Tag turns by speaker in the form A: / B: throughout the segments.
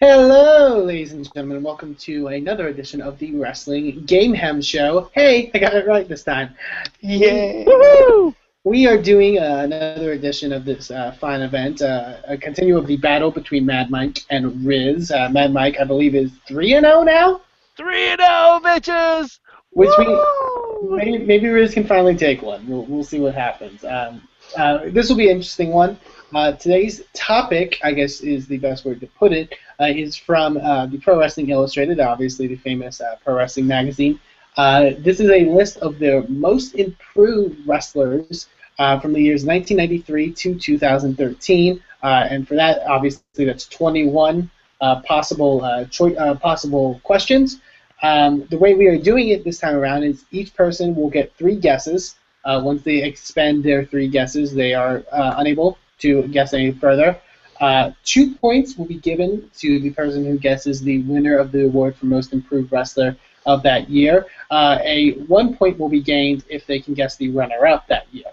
A: Hello, ladies and gentlemen. Welcome to another edition of the Wrestling Game Ham Show. Hey, I got it right this time. Yay!
B: Woohoo!
A: We are doing uh, another edition of this uh, fine event, uh, a continue of the battle between Mad Mike and Riz. Uh, Mad Mike, I believe, is 3 and 0 now,
B: Three and oh, bitches!
A: which means
B: Woo!
A: maybe, maybe Riz can finally take one. We'll, we'll see what happens. Um, uh, this will be an interesting one. Uh, today's topic, I guess, is the best word to put it, uh, is from uh, the Pro Wrestling Illustrated, obviously the famous uh, pro wrestling magazine. Uh, this is a list of their most improved wrestlers uh, from the years 1993 to 2013, uh, and for that, obviously, that's 21 uh, possible uh, choi- uh, possible questions. Um, the way we are doing it this time around is each person will get three guesses. Uh, once they expend their three guesses, they are uh, unable to guess any further. Uh, two points will be given to the person who guesses the winner of the award for most improved wrestler of that year. Uh, a one point will be gained if they can guess the runner-up that year.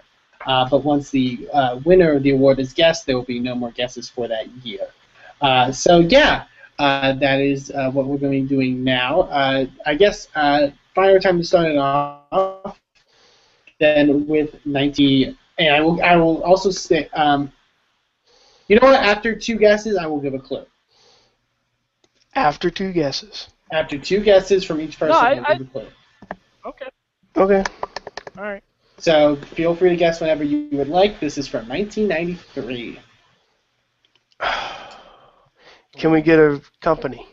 A: Uh, but once the uh, winner of the award is guessed, there will be no more guesses for that year. Uh, so yeah, uh, that is uh, what we're going to be doing now. Uh, I guess uh, fire time to start it off. Then with 90, and I will I will also say, um, you know what? After two guesses, I will give a clue.
C: After two guesses.
A: After two guesses from each person,
B: No, I-
A: I, will give a clue.
B: Okay,
C: Okay.
B: alright.
A: So feel free to guess whenever you would like. This is from 1993.
C: Can we get a company?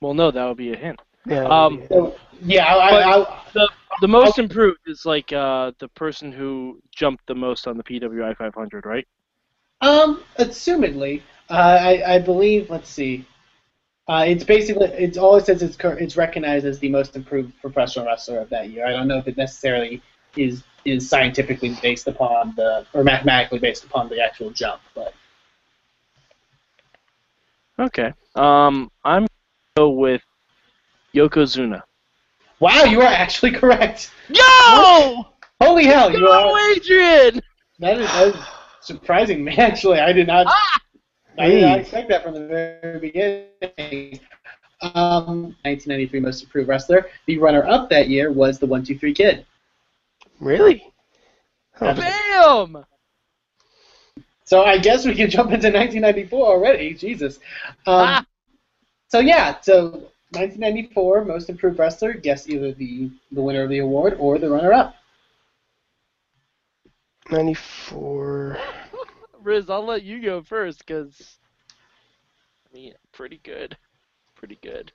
B: Well, no, that would be a hint.
C: Yeah.
B: Um,
C: yeah.
A: So, yeah, I, I, I,
B: The, the most improved is like uh, the person who jumped the most on the PWI 500, right?
A: Um, assumedly, uh, I, I believe. Let's see. Uh, it's basically it's all it says it's cur- it's recognized as the most improved professional wrestler of that year. I don't know if it necessarily is is scientifically based upon the or mathematically based upon the actual jump, but
B: Okay. Um, I'm going to go with Yokozuna.
A: wow, you are actually correct.
B: Yo!
A: Holy hell, Oh, you
B: Go,
A: are.
B: Adrian!
A: That is, that is surprising me actually. I did not
B: Ah!
A: I did not expect that from the very beginning. Um, 1993 most improved wrestler. The runner-up that year was the One Two Three Kid.
C: Really? Huh.
B: Bam!
A: So I guess we can jump into 1994 already. Jesus. Um,
B: Ah!
A: So yeah, so 1994 Most Improved Wrestler. Guess either the the winner of the award or the runner-up.
C: 94.
B: Riz, I'll let you go first because I mean, pretty good, pretty good.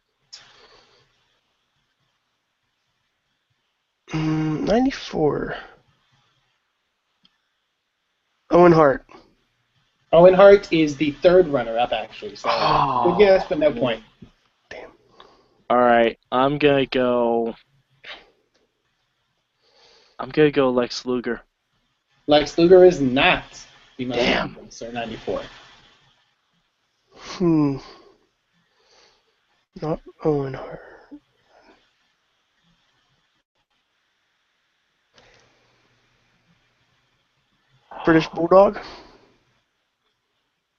C: Mm, 94. Owen Hart.
A: Owen Hart is the third runner-up actually. So
C: Oh.
A: good guess, but no point.
B: All right, I'm gonna go. I'm gonna go Lex Luger.
A: Lex Luger is not the most
C: Damn.
A: improved wrestler 94.
C: Hmm. Not Owen Hart. British Bulldog?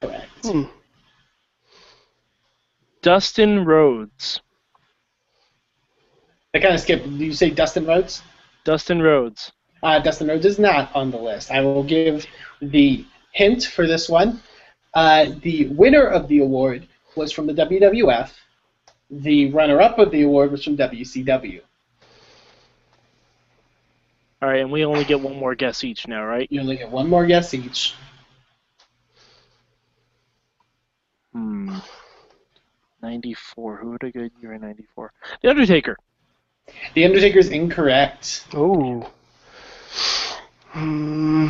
A: Correct.
C: Hmm.
B: Dustin Rhodes.
A: I kind of skipped. Did you say Dustin Rhodes?
B: Dustin Rhodes.
A: Uh, Dustin Rhodes is not on the list. I will give the hint for this one. Uh, the winner of the award was from the WWF. The runner-up of the award was from WCW.
B: All right, and we only get one more guess each now, right?
A: You only get one more guess each.
B: Hmm. 94. Who would a good year in 94? The Undertaker.
A: The Undertaker is incorrect.
C: Oh. Hmm.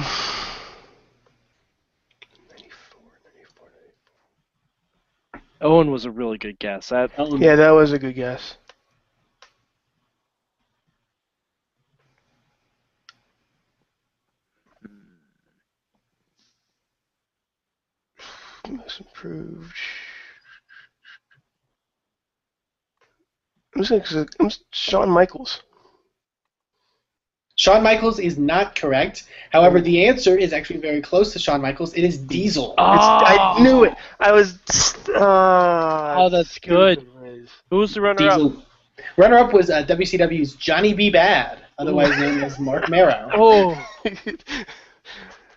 C: 94, 94,
B: Owen was a really good guess. That
A: Um,
C: 94. Yeah, that was a good guess. Most improved. I'm just gonna, I'm Shawn Michaels.
A: Shawn Michaels is not correct. However, the answer is actually very close to Shawn Michaels. It is Diesel.
B: Ah.
C: It's, I knew it. I was. Uh,
B: Oh, that's good. Who's the runner up?
A: Diesel. Runner up was uh, WCW's Johnny B. Bad, otherwise known as Mark Marrow.
B: Oh,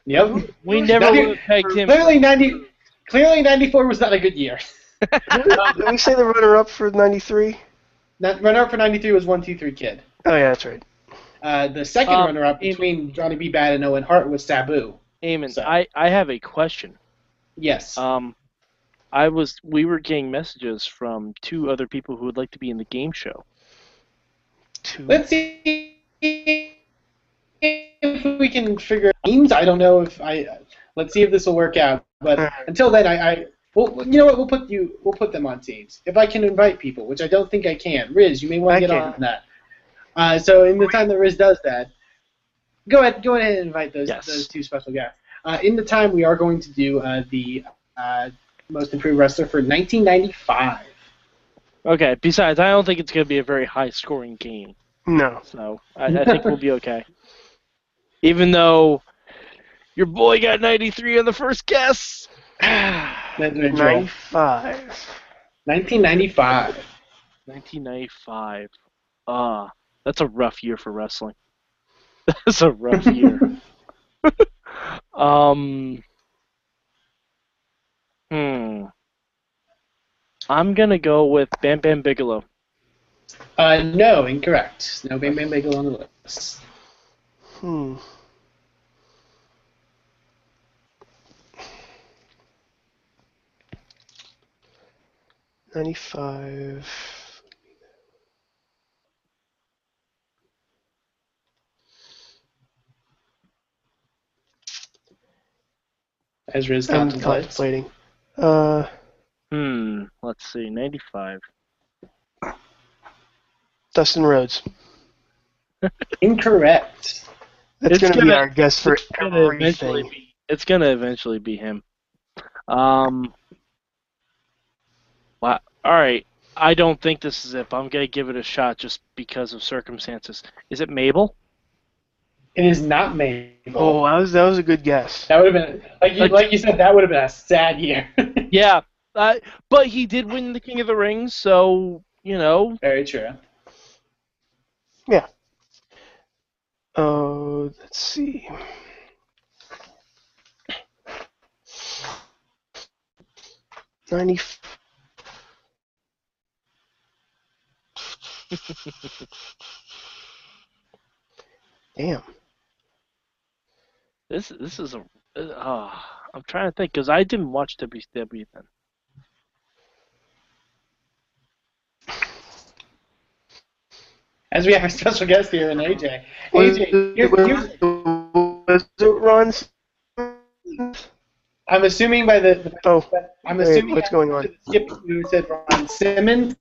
A: Yep.
B: we never
A: Ninety-
B: would have pegged him.
A: Clearly ninety. Clearly ninety four was not a good year.
C: Did we say the runner-up for '93?
A: Not, runner up for ninety three was one two three kid.
C: Oh yeah, that's right.
A: Uh, the second
B: Um,
A: runner up
B: it-
A: between Johnny B. Bad and Owen Hart was Sabu.
B: Eamon,
A: So-
B: I, I have a question.
A: Yes.
B: Um, I was we were getting messages from two other people who would like to be in the game show.
C: Two.
A: Let's see if we can figure out memes. I don't know if I. Let's see if this will work out. But until then, I. I well, you know what? We'll put you. We'll put them on teams if I can invite people, which I don't think I can. Riz, you may want
C: I
A: to get
C: can.
A: on that. Uh, so in the time that Riz does that, go ahead. Go ahead and invite those
B: Yes.
A: those two special guests. Uh, in the time, we are going to do uh, the uh, most improved wrestler for 1995.
B: Okay. Besides, I don't think it's going to be a very high scoring game,
C: No.
B: so I, I think we'll be okay. Even though your boy got 93 on the first guess.
A: That's what I drew.
C: Ninety-five.
A: 1995.
B: 1995. Ah, that's a rough year for wrestling. That's a rough year. um. Hmm. I'm gonna go with Bam Bam Bigelow.
A: Uh, no, incorrect. No Bam Bam Bagel on the list.
C: Hmm. Ninety-five.
A: As Riz
C: I'm
A: contemplates.
C: contemplating. Uh,
B: Hmm. Let's see. 95.
C: Dustin Rhodes.
A: Incorrect.
C: That's
B: It's
C: gonna, be
B: gonna-
C: our guess for
B: It's gonna eventually
C: everything.
B: be. It's gonna eventually be him. Um. Wow. All right. I don't think this is it. But I'm gonna give it a shot just because of circumstances. Is it Mabel?
A: It is not Mabel.
C: Oh, that was that was a good guess.
A: That would have been like you,
B: Like-
A: like you said. That would have been a sad year.
B: Yeah, uh, but he did win the King of the Ring, so you know.
A: Very true.
C: Oh, let's see. Ninety. Damn.
B: This this is a. Uh, I'm trying to think because I didn't watch WCW then.
A: As we have a special guest here in AJ.
C: Was,
A: AJ, you're, you're,
C: was, was it Ron? Smith?
A: I'm assuming by the.
C: Oh,
A: I'm
C: Wait,
A: assuming
C: what's
A: by
C: going on?
A: the Skip who said Ron Simmons.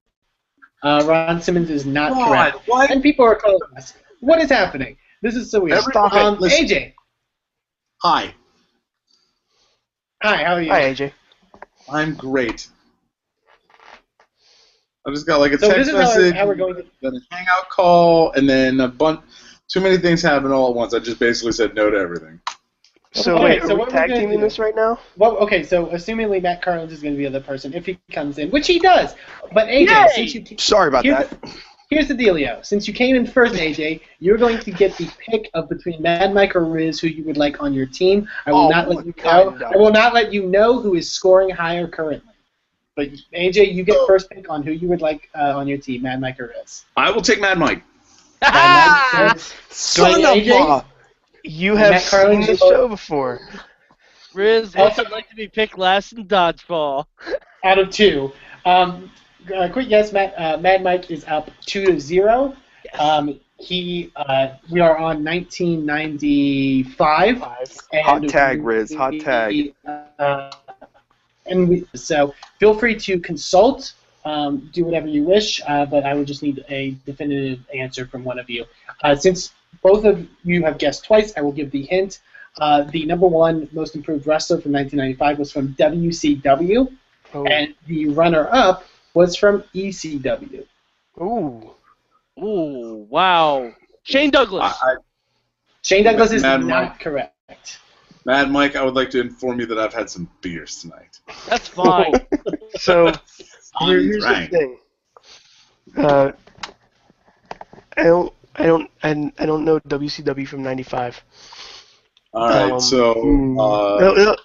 A: Uh, Ron Simmons is not correct.
D: God, what?
A: And people are calling us. What is happening? This is so weird.
D: Everyone-
A: um,
D: listen.
A: AJ,
D: Hi,
A: hi. How are you?
C: hi AJ.
D: I'm great. I just got like a
A: So this
D: text
A: is how,
D: message,
A: how we're going to.
D: then a hangout call, and then a bunch. Too many things happen all at once. I just basically said no to everything.
C: So,
A: Okay,
C: wait,
A: so what
C: are we
A: we're
C: tag
A: gonna
C: teaming
A: do-
C: this right now?
A: Well, okay, so assumingly Matt Carlins is going to be the other person if he comes in, which he does. But AJ,
B: Yay!
A: since you
E: Sorry about
A: here's,
E: that.
A: here's the dealio. Since you came in first, AJ, you're going to get the pick of between Mad Mike or Riz who you would like on your team. I will
E: Oh,
A: not let
E: what
A: you
E: kind
A: know.
E: of-
A: I will not let you know who is scoring higher currently. But AJ, you
E: Oh.
A: get first pick on who you would like uh, on your team, Mad Mike or Riz.
D: I will take Mad Mike.
A: Mad Mike, Riz.
E: Ah! Son
A: Like,
E: of
A: AJ?
E: a.
C: You have
A: Matt
C: seen
A: Carlin's
C: this
A: vote.
C: show before.
B: Riz,
A: Also-
B: what's it like to be picked last in dodgeball?
A: out of two. Um, uh, quick guess, Matt, uh, Mad Mike is up two to zero. Um, he, uh, we are on 1995. And
E: Hot tag, Riz, hot tag.
A: Uh, and we, so feel free to consult, um, do whatever you wish, uh, but I would just need a definitive answer from one of you. Uh, since both of you have guessed twice, I will give the hint. Uh, the number one most improved wrestler from 1995 was from WCW
C: Oh.
A: and the runner up was from E ECW.
C: Ooh.
B: Ooh, wow. Shane Douglas.
D: I,
A: Shane Douglas is
D: Mad
A: not correct.
D: Mad Mike, I would like to inform you that I've had some beers tonight.
B: That's fine.
C: So here-
D: I'm
C: here's
D: drunk.
C: the thing. Uh, I don't, I don't, I, I don't know WCW from '95.
D: All right,
C: Um,
D: so uh,
C: no, no.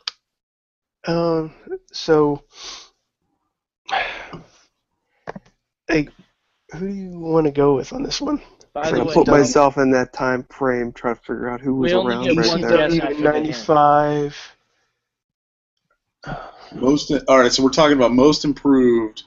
C: Um, so, like, who do you want to go with on this one?
B: By
E: I'm
B: the
E: gonna
B: way,
E: put
C: don't-
E: myself in that time frame, try to figure out who was
B: We only
E: around
B: get
E: right
B: one
E: there.
B: guess.
C: ECW '95.
D: most all right, so we're talking about most improved,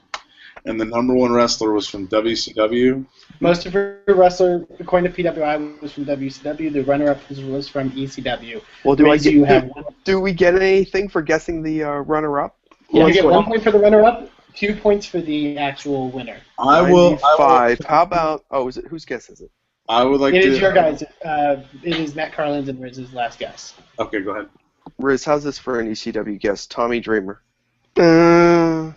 D: and the number one wrestler was from WCW.
A: Most of her wrestler, according to PWI, was from WCW. The runner-up was- was from E ECW.
E: Well, do I
A: Means
E: get,
A: you have one,
E: do we get anything for guessing the uh, runner-up?
A: you
C: Last
A: get
C: one.
A: one point for the runner-up, two points for the actual winner.
D: I will. I will
E: Five. How about? Oh, is it whose guess is it?
D: I would like
A: It
D: to.
A: is your guys. Uh, it is Matt Carlin's and Riz's last guess.
D: Okay, go ahead.
E: Riz, how's this for an ECW guess? Tommy Dreamer.
C: Uh,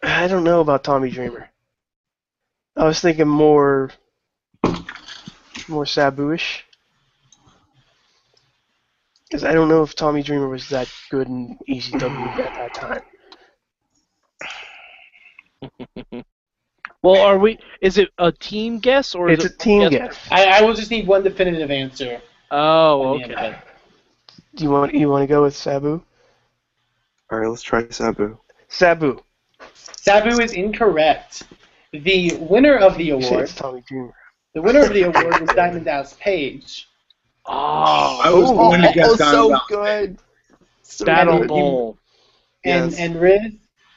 C: I don't know about Tommy Dreamer. I was thinking more, more Sabu-ish. Because I don't know if Tommy Dreamer was that good in ECW at that time.
B: well, are we? Is it a team guess or
C: It's
B: is
C: a
B: it?
C: team
B: yes.
C: guess.
A: I, I will just need one definitive answer.
B: Oh,
A: on the end of
B: okay.
A: it.
C: Do you want you want to go with Sabu?
E: All right, let's try Sabu.
C: Sabu.
A: Sabu is incorrect. The winner of the
C: You say
A: award,
C: it's Tommy Dreamer.
A: the winner of the award was Diamond Dallas Page.
D: I
B: Oh,
D: was going to
E: that
D: guess
E: was
D: Don
E: so
D: Val-
E: good. So
B: Battle
E: good.
B: Bowl.
A: And
E: Yes.
A: and Riz,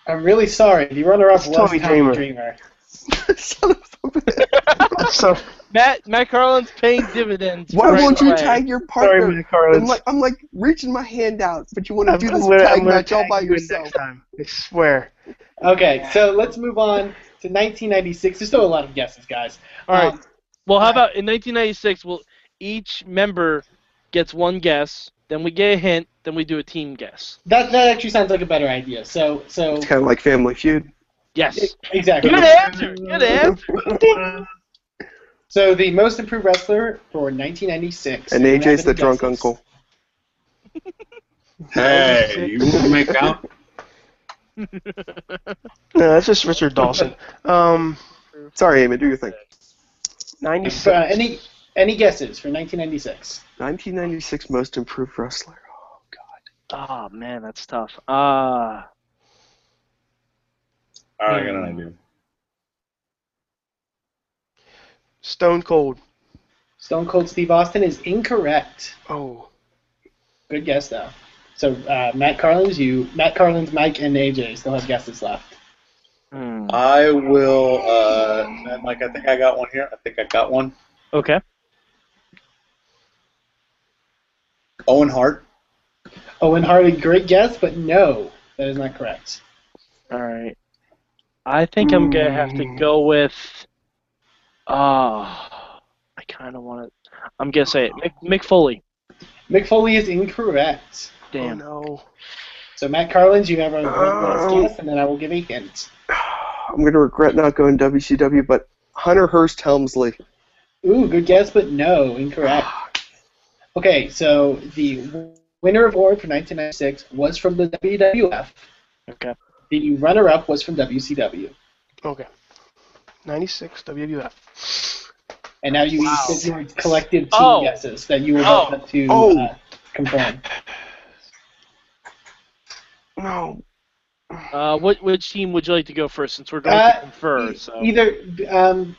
A: I'm really sorry. The runner-up
C: It's
A: was
C: Tommy
A: Tommy,
C: Dreamer.
A: Dreamer.
E: Son of a bitch.
C: so
B: Matt Matt Carlin's paying dividends.
E: Why
B: right
E: won't you
B: away.
E: tag your
C: sorry,
E: partner?
C: Matt Carlin.
E: I'm like, I'm like reaching my hand out, but you want to
C: I'm
E: do this
C: gonna- I'm
E: tag
C: gonna
E: match all
C: tag
E: by
C: you in
E: yourself.
C: Next time. I swear.
A: Okay, so let's move on to 1996. There's still a lot of guesses, guys.
B: All right.
A: Um,
B: Well, how about in 1996? Well, each member gets one guess. Then we get a hint. Then we do a team guess.
A: that that actually sounds like a better idea. So so
E: It's kind of like Family Feud.
B: Yes.
A: exactly.
B: Good answer. Good answer.
A: So the most improved wrestler for 1996.
E: And AJ's the
A: Rapid
E: drunk
A: guesses.
E: uncle.
D: Hey, you want to make out?
C: No, that's just Richard Dawson. Um,
E: Sorry, Amy, do your thing.
C: 96.
A: Uh, any any guesses for 1996?
E: 1996 Most Improved Wrestler.
B: Oh man, that's tough. Ah,
D: All right, I got an idea.
C: Stone Cold.
A: Stone Cold Steve Austin is incorrect.
C: Oh.
A: Good guess though. So uh, Matt Carlin's you, Matt Carlin's Mike and AJ still have guesses left.
B: hmm.
D: I will. Uh, Mad Mike, I think I got one here. I think I got one.
B: okay.
D: Owen Hart.
A: Owen Oh, Harley, great guess, but no, that is not correct.
B: All right. I think I'm gonna have to go
D: Mm.
B: with. Ah, I kind of want to. I'm gonna say it. Mick, Mick Foley.
A: Mick Foley is incorrect.
B: Damn.
C: Oh,
A: So Matt Carlin's, you
B: Uh,
A: have a one
E: Oh.
A: last guess, and then I will give a hint.
E: I'm going to regret not going WCW, but Hunter Hurst Helmsley.
A: Ooh, good guess, but no, incorrect. Okay, so the winner of award for 1996 was from the WWF.
B: Okay.
A: The runner-up was from WCW.
C: no. Okay. 96 WWF.
A: And now you
B: Wow.
A: each get your collective team
B: Oh.
A: guesses that you were
B: Oh.
A: about to
E: Oh.
A: uh, confirm.
E: No.
B: Uh, what which team would you like to go first? Since we're going to
A: Uh,
B: confer.
A: E-
B: So.
A: Either, um,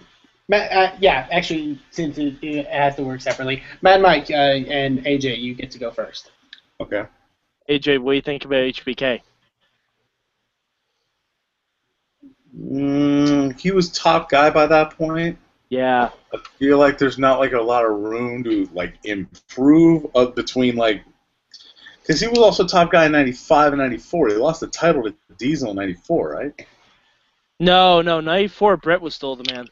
A: Ma uh, yeah, actually, since it, it has to work separately, Mad Mike uh, and AJ, you get to go first.
D: Okay.
B: AJ, what do you think about HBK?
D: Mm, he was top guy by that point.
B: Yeah.
D: I feel like there's not like a lot of room to like improve of between like because he was also top guy in '95 and '94. He lost the title to Diesel in '94, right?
B: No, no, 94, Brett was still the man.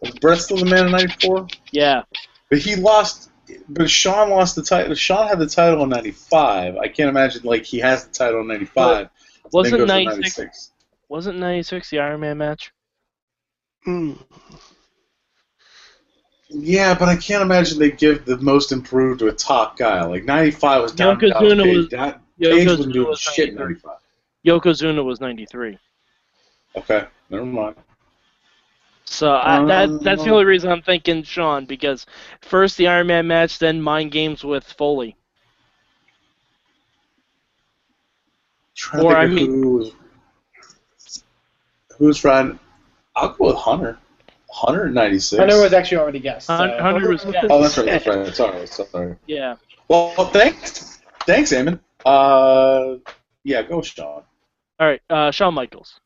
D: Was Brett still the man in '94?
B: Yeah.
D: But he lost. But Sean lost the title. Sean had the title in '95. I can't imagine like he has the title in '95.
B: Wasn't
D: then goes to
B: 96 Wasn't 96 the Iron Man match?
C: Mm.
D: Yeah, but I can't imagine they give the most improved to a top guy. Like '95 was down.
B: Yokozuna
D: Page.
B: was-
D: Don- Page wasn't
B: Yokozuna
D: doing
B: was
D: shit in
B: 93.
D: '95.
B: Yokozuna was 93.
D: Okay, never mind.
B: So I,
D: Um,
B: that that's the only reason I'm thinking Sean because first the Iron Man match, then Mind Games with Foley.
D: Trying to
B: Or,
D: think
B: I
D: of
B: mean-
D: who was who's riding. I'll go with Hunter. Hunter in '96.
A: Hunter was actually already guessed. so-
B: Hun- Hunter was
D: Oh, that's right. That's right. Sorry. Sorry.
B: yeah.
D: Well, thanks. Thanks, Eamon. Uh, yeah, go Sean.
B: All right, uh, Shawn Michaels.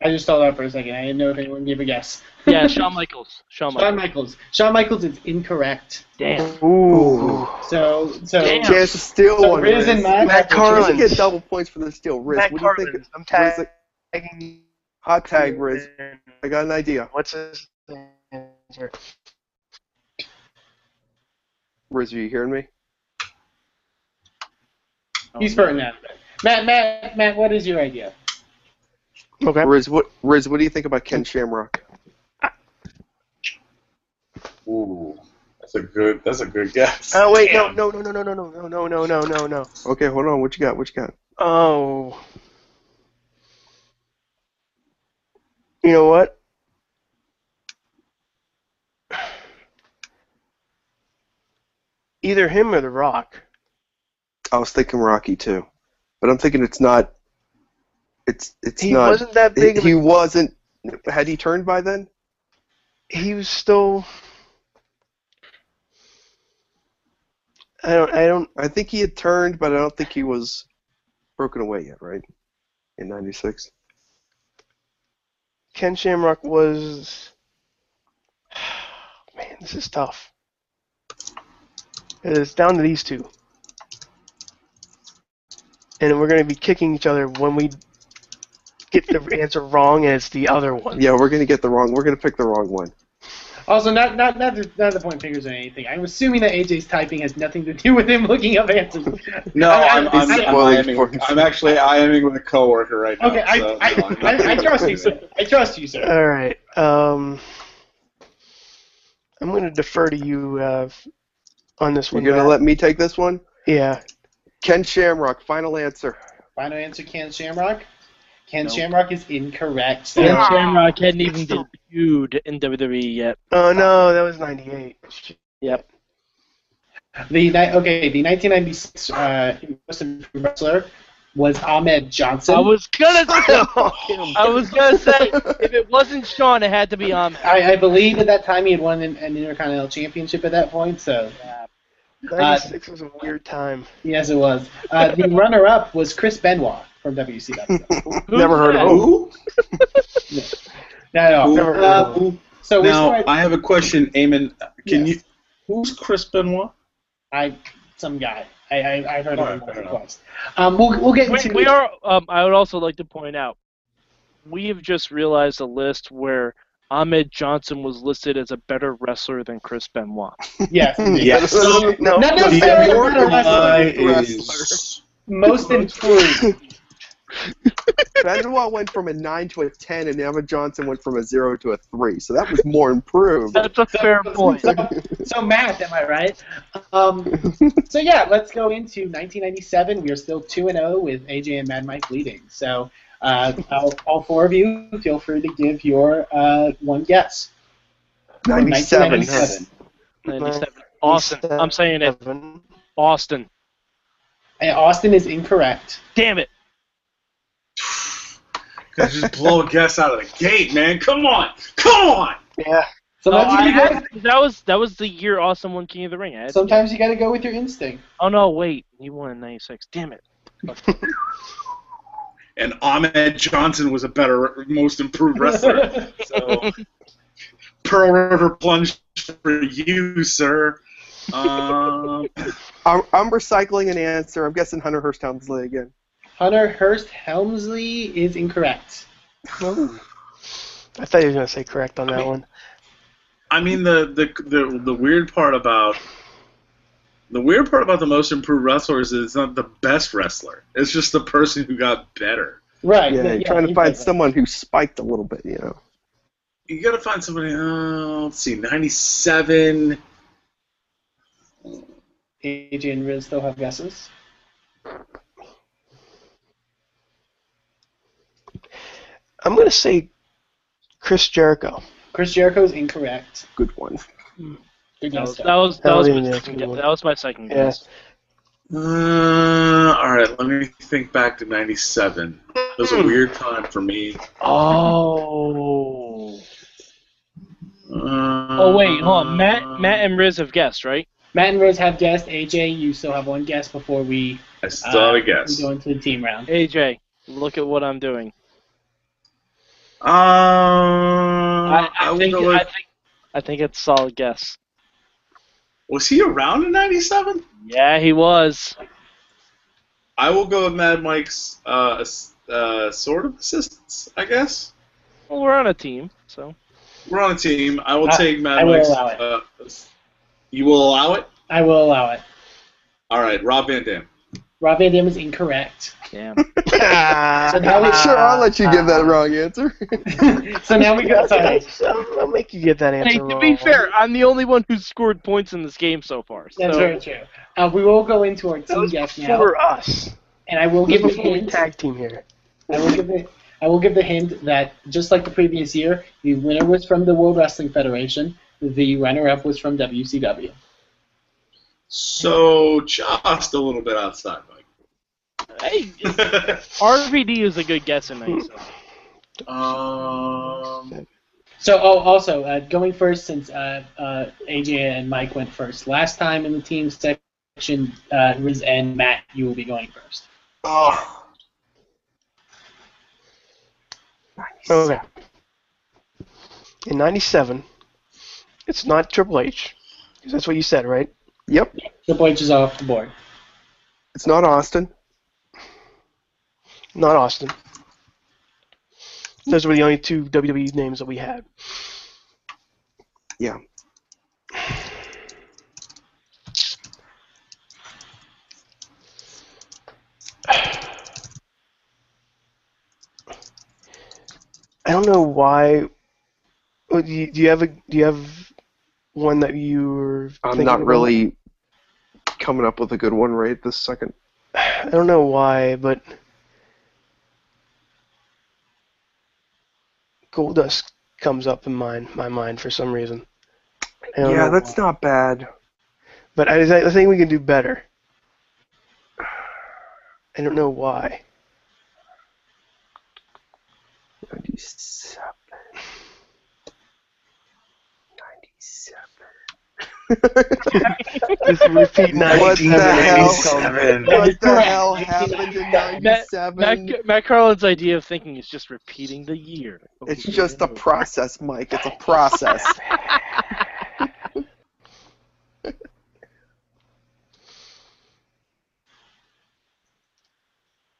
A: I just thought that for a second. I didn't know if anyone gave a guess.
B: Yeah, Shawn Michaels. Shawn
A: Shawn
B: Michaels.
A: Michaels. Shawn Michaels is incorrect.
B: Damn.
E: Ooh.
A: So, so
B: Damn.
E: Chance to steal
A: So
E: one.
A: Riz and Matt-
E: Matt
A: Matt
E: Carlin.
C: Carlin.
E: get double points for the steal. Riz,
C: Matt
E: what do you
C: Carlin.
E: think?
C: I'm
E: Riz, like,
C: tagging.
E: hot tag, Riz. I got an idea.
C: What's his answer?
E: Riz, are you hearing me?
A: he's burnt out. of it. Matt, Matt, Matt, what is your idea?
C: Okay.
E: Riz, what Riz, what do you think about Ken Shamrock?
D: Ooh, that's a good. That's a good guess.
C: Oh wait, no, no, no, no, no, no, no, no, no, no, no, no.
E: Okay, hold on. What you got? What you got?
C: Oh. You know what? Either him or The Rock.
E: I was thinking Rocky too, but I'm thinking it's not. It's it's
C: He
E: not.
C: wasn't that big. of
E: he,
C: a-
E: he wasn't. Had he turned by then?
C: he was still. I don't. I don't.
E: I think he had turned, but I don't think he was broken away yet. Right? In '96.
C: Ken Shamrock was. Man, this is tough. It's down to these two. And we're going to be kicking each other when we get the answer wrong, and it's the other one.
E: Yeah, we're gonna get the wrong. We're gonna pick the wrong one.
A: Also, not not not to, not to point fingers at anything. I'm assuming that AJ's typing has nothing to do with him looking up answers.
D: No,
A: I-
D: I'm,
A: I-
D: I'm,
A: I-
D: I'm,
E: Well,
D: IMing
E: for-
D: I'm actually IMing with a coworker right now.
A: Okay, I,
D: so,
A: I,
D: no, I'm not
A: I, I
D: doing
A: trust you,
D: that.
A: sir. I trust you, sir.
C: All right. Um, I'm going to defer to you uh, on this
E: You're
C: one.
E: gonna
C: Matt.
E: let me take this one?
C: yeah.
E: Ken Shamrock, final answer.
A: Final answer: Ken Shamrock. Ken
B: Nope.
A: Shamrock is incorrect.
B: Ken
A: So,
B: Shamrock hadn't even debuted in WWE yet.
C: Oh, no, that was 98.
B: Yep.
A: the ni- okay, the 1996 uh, most improved wrestler was Ahmed Johnson.
B: I was gonna. I was gonna say if it wasn't Sean, it had to be um, on.
A: I, I believe at that time he had won an, an Intercontinental Championship at that point, so
B: Uh,
C: 96 was a weird time.
A: yes, it was. Uh, the runner up was Chris Benoit from WCW.
E: Never heard of him.
D: Oh, Who?
A: Not at all.
D: Who?
C: Never heard
A: Uh,
C: of him.
D: Who?
A: So we're
D: Now
A: starting-
D: I have a question, Eamon. Can
A: Yes.
D: you? Who's Chris Benoit?
A: I some guy. I I, I heard of him
D: Alright, fair
A: once or
D: enough.
A: twice. Um, we'll we'll get
B: we,
A: into
B: we are. Um, I would also like to point out we have just realized a list where Ahmed Johnson was listed as a better wrestler than Chris Benoit.
A: yes. indeed.
D: Yes.
E: No, no,
A: Not
D: The
A: necessarily a better wrestler.
D: guy is.
A: Most improved.
E: Benoit went from a nine to a ten, and Emma Johnson went from a zero to a three. So that was more improved.
B: That's a fair point.
A: So, so math, am I right? Um, so yeah, let's go into 1997. We are still two and zero with AJ and Mad Mike leading. So uh, all, all four of you, feel free to give your uh, one guess. for
E: Ninety-seven.
A: 1997.
B: 97. Austin. I'm saying it.
C: Seven.
B: Austin.
A: And Austin is incorrect.
B: Damn it.
D: Guys, Just blow a guess out of the gate, man. Come on, come on.
C: Yeah.
A: So
B: Oh, I
A: you
B: had-
A: gotta,
B: that was that was the year Austin won King of the Ring. I had-
A: sometimes you got to go with your instinct.
B: oh no, wait, he won in '96. Damn it.
D: And Ahmed Johnson was a better, most improved wrestler. So, Pearl River plunge for you, sir. Um,
E: I'm, I'm recycling an answer. I'm guessing Hunter Hearst Helmsley again.
A: Hunter Hurst Helmsley is incorrect.
C: I thought he was gonna say correct on that one.
D: I mean the, the the the weird part about the weird part about the most improved wrestlers is it's not the best wrestler. It's just the person who got better.
A: Right.
E: Yeah, trying to
A: someone.
E: find someone who spiked a little bit, you know.
D: you gotta find somebody. Uh, let's see, ninety-seven.
A: AJ and Riz still have guesses.
C: I'm gonna say Chris Jericho.
A: Chris Jericho is incorrect.
E: Good one.
A: Good
B: That
A: guess.
B: was that was, that
C: Hell
B: was
C: yeah,
B: my
C: that's
B: second
C: a good
B: guess.
C: one.
B: That was my second
C: Yeah.
B: guess.
D: Uh, all right, let me think back to ninety-seven. It was
B: Hmm.
D: a weird time for me.
B: Oh.
D: Uh,
B: Oh wait, hold on. Matt, Matt, and Riz have guessed, right?
A: Matt and Riz have guessed. AJ, you still have one guess before we
D: I still
A: uh,
D: have a guess.
A: we go into the team round.
B: AJ, look at what I'm doing.
D: Um, Uh, I,
B: I, I,
D: would
B: think,
D: Um, go with-
B: I think I think it's a solid guess.
D: was he around in '97?
B: Yeah, he was.
D: I will go with Mad Mike's uh, ass- uh, sort of assistance, I guess.
B: Well, we're on a team, so
D: We're on a team. I will
A: I-
D: take Mad
A: I will
D: Mike's.
A: allow it.
D: Uh, ass- you will allow it?
A: I will allow it.
D: All right, Rob Van Dam.
A: Rob Van Dam is incorrect.
B: damn.
A: So now we-
E: sure, I'll let you give that wrong answer.
A: so now we go. Sorry.
C: I'll, I'll make you get that answer.
B: hey, to be
C: wrong.
B: fair, I'm the only one who's scored points in this game so far. So
A: That's very true. Uh, we will go into our
C: that
A: team
C: was
A: guess now,
C: before us.
A: and I will
C: Give
A: give a
C: us a
A: hint.
C: tag team here.
A: I will give the I will give the hint that just like the previous year, the winner was from the World Wrestling Federation. The runner-up was from WCW.
D: So just a little bit outside,
B: hey,
D: Mike.
B: RVD is a good guess in '97.
D: um,
A: So, oh, also uh, going first since uh, uh, AJ and Mike went first last time in the team section. Uh, Riz and Matt, you will be going first.
D: oh,
C: Okay. In '97, it's not Triple H. 'cause That's what you said, right?
E: Yep,
A: Triple H is off the board.
E: it's not Austin.
C: Not Austin. Those were the only two WWE names that we had.
E: Yeah.
C: I don't know why. oh, Do you, do you have a do you have one that you're?
E: I'm
C: thinking
E: not
C: about?
E: really coming up with a good one right this second.
C: I don't know why, but Goldust comes up in mind my mind for some reason. I don't
E: Yeah,
C: know
E: that's
C: why.
E: not bad.
C: But I, I think we can do better. I don't know why.
E: 97. 97.
C: Just repeat
E: What the hell?
D: 1997.
E: what the
A: Correct.
E: hell happened in
B: Matt,
E: 97?
B: Matt, Matt Carlin's idea of thinking is just repeating the year.
E: It's just a process, Mike. It's a process.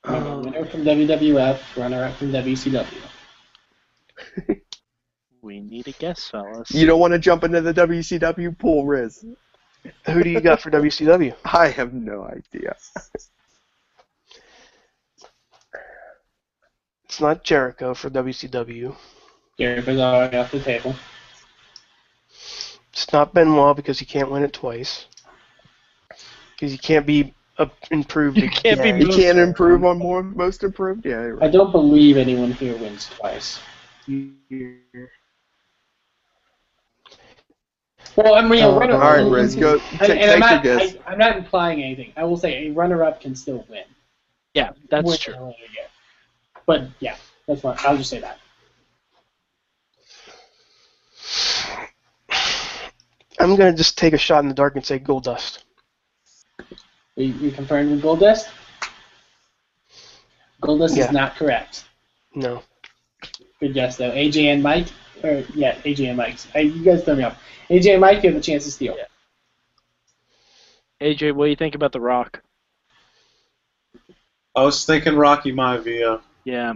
A: Remember,
C: Um,
A: winner from WWF, runner-up from WCW.
B: We need a guess, fellas.
E: You don't want to jump into the WCW pool, Riz.
C: Who do you got for WCW?
E: I have no idea.
C: It's not Jericho for WCW.
A: Jericho's already off the table.
C: It's not Benoit because he can't win it twice. Because he can't be up improved.
B: You can't be
C: again.
E: You can't improve on more most improved. Yeah, you're
A: I
E: right.
A: don't believe anyone here wins twice. Well, I mean, a
C: Oh,
A: runner
E: All
A: up.
E: right, Riz, go t-
A: And,
E: take
A: and I'm,
E: your
A: not,
E: guess.
A: I, am not implying anything. I will say a runner up can still win.
B: Yeah, that's
A: Win
B: true.
A: earlier. But yeah, that's fine. I'll just say that.
C: I'm gonna just take a shot in the dark and say Gold Dust.
A: You, you confirmed with Goldust? Goldust
C: Yeah.
A: is not correct.
C: No.
A: Good guess though. AJ and Mike, or yeah, AJ and Mike. I, you guys throw me off. AJ and Mike, you have a chance to steal.
B: Yeah. AJ, what do you think about The Rock?
D: I was thinking Rocky Maivia.
B: Yeah,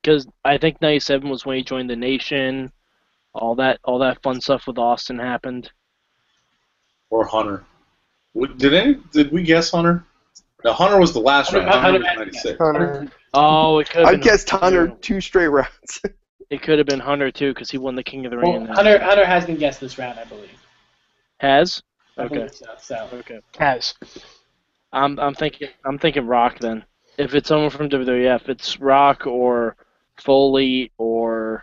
B: because I think '97 was when he joined the Nation. All that, all that fun stuff with Austin happened.
D: or Hunter. Would- Did any, did we guess Hunter? No, Hunter was the last
A: Hunter-
D: round. Hunter was
A: Hunter-
D: 96.
C: Hunter.
B: Oh, it could.
E: I guessed Hunter two straight rounds.
B: It could have been Hunter too, because he won the King of the Ring.
A: Well,
B: in that.
A: Hunter Hunter has been guessed this round, I believe.
B: has.
A: I
B: Okay.
A: believe so, so.
B: Okay.
C: Has.
B: I'm I'm thinking I'm thinking Rock then. If it's someone from WWF, it's Rock or Foley or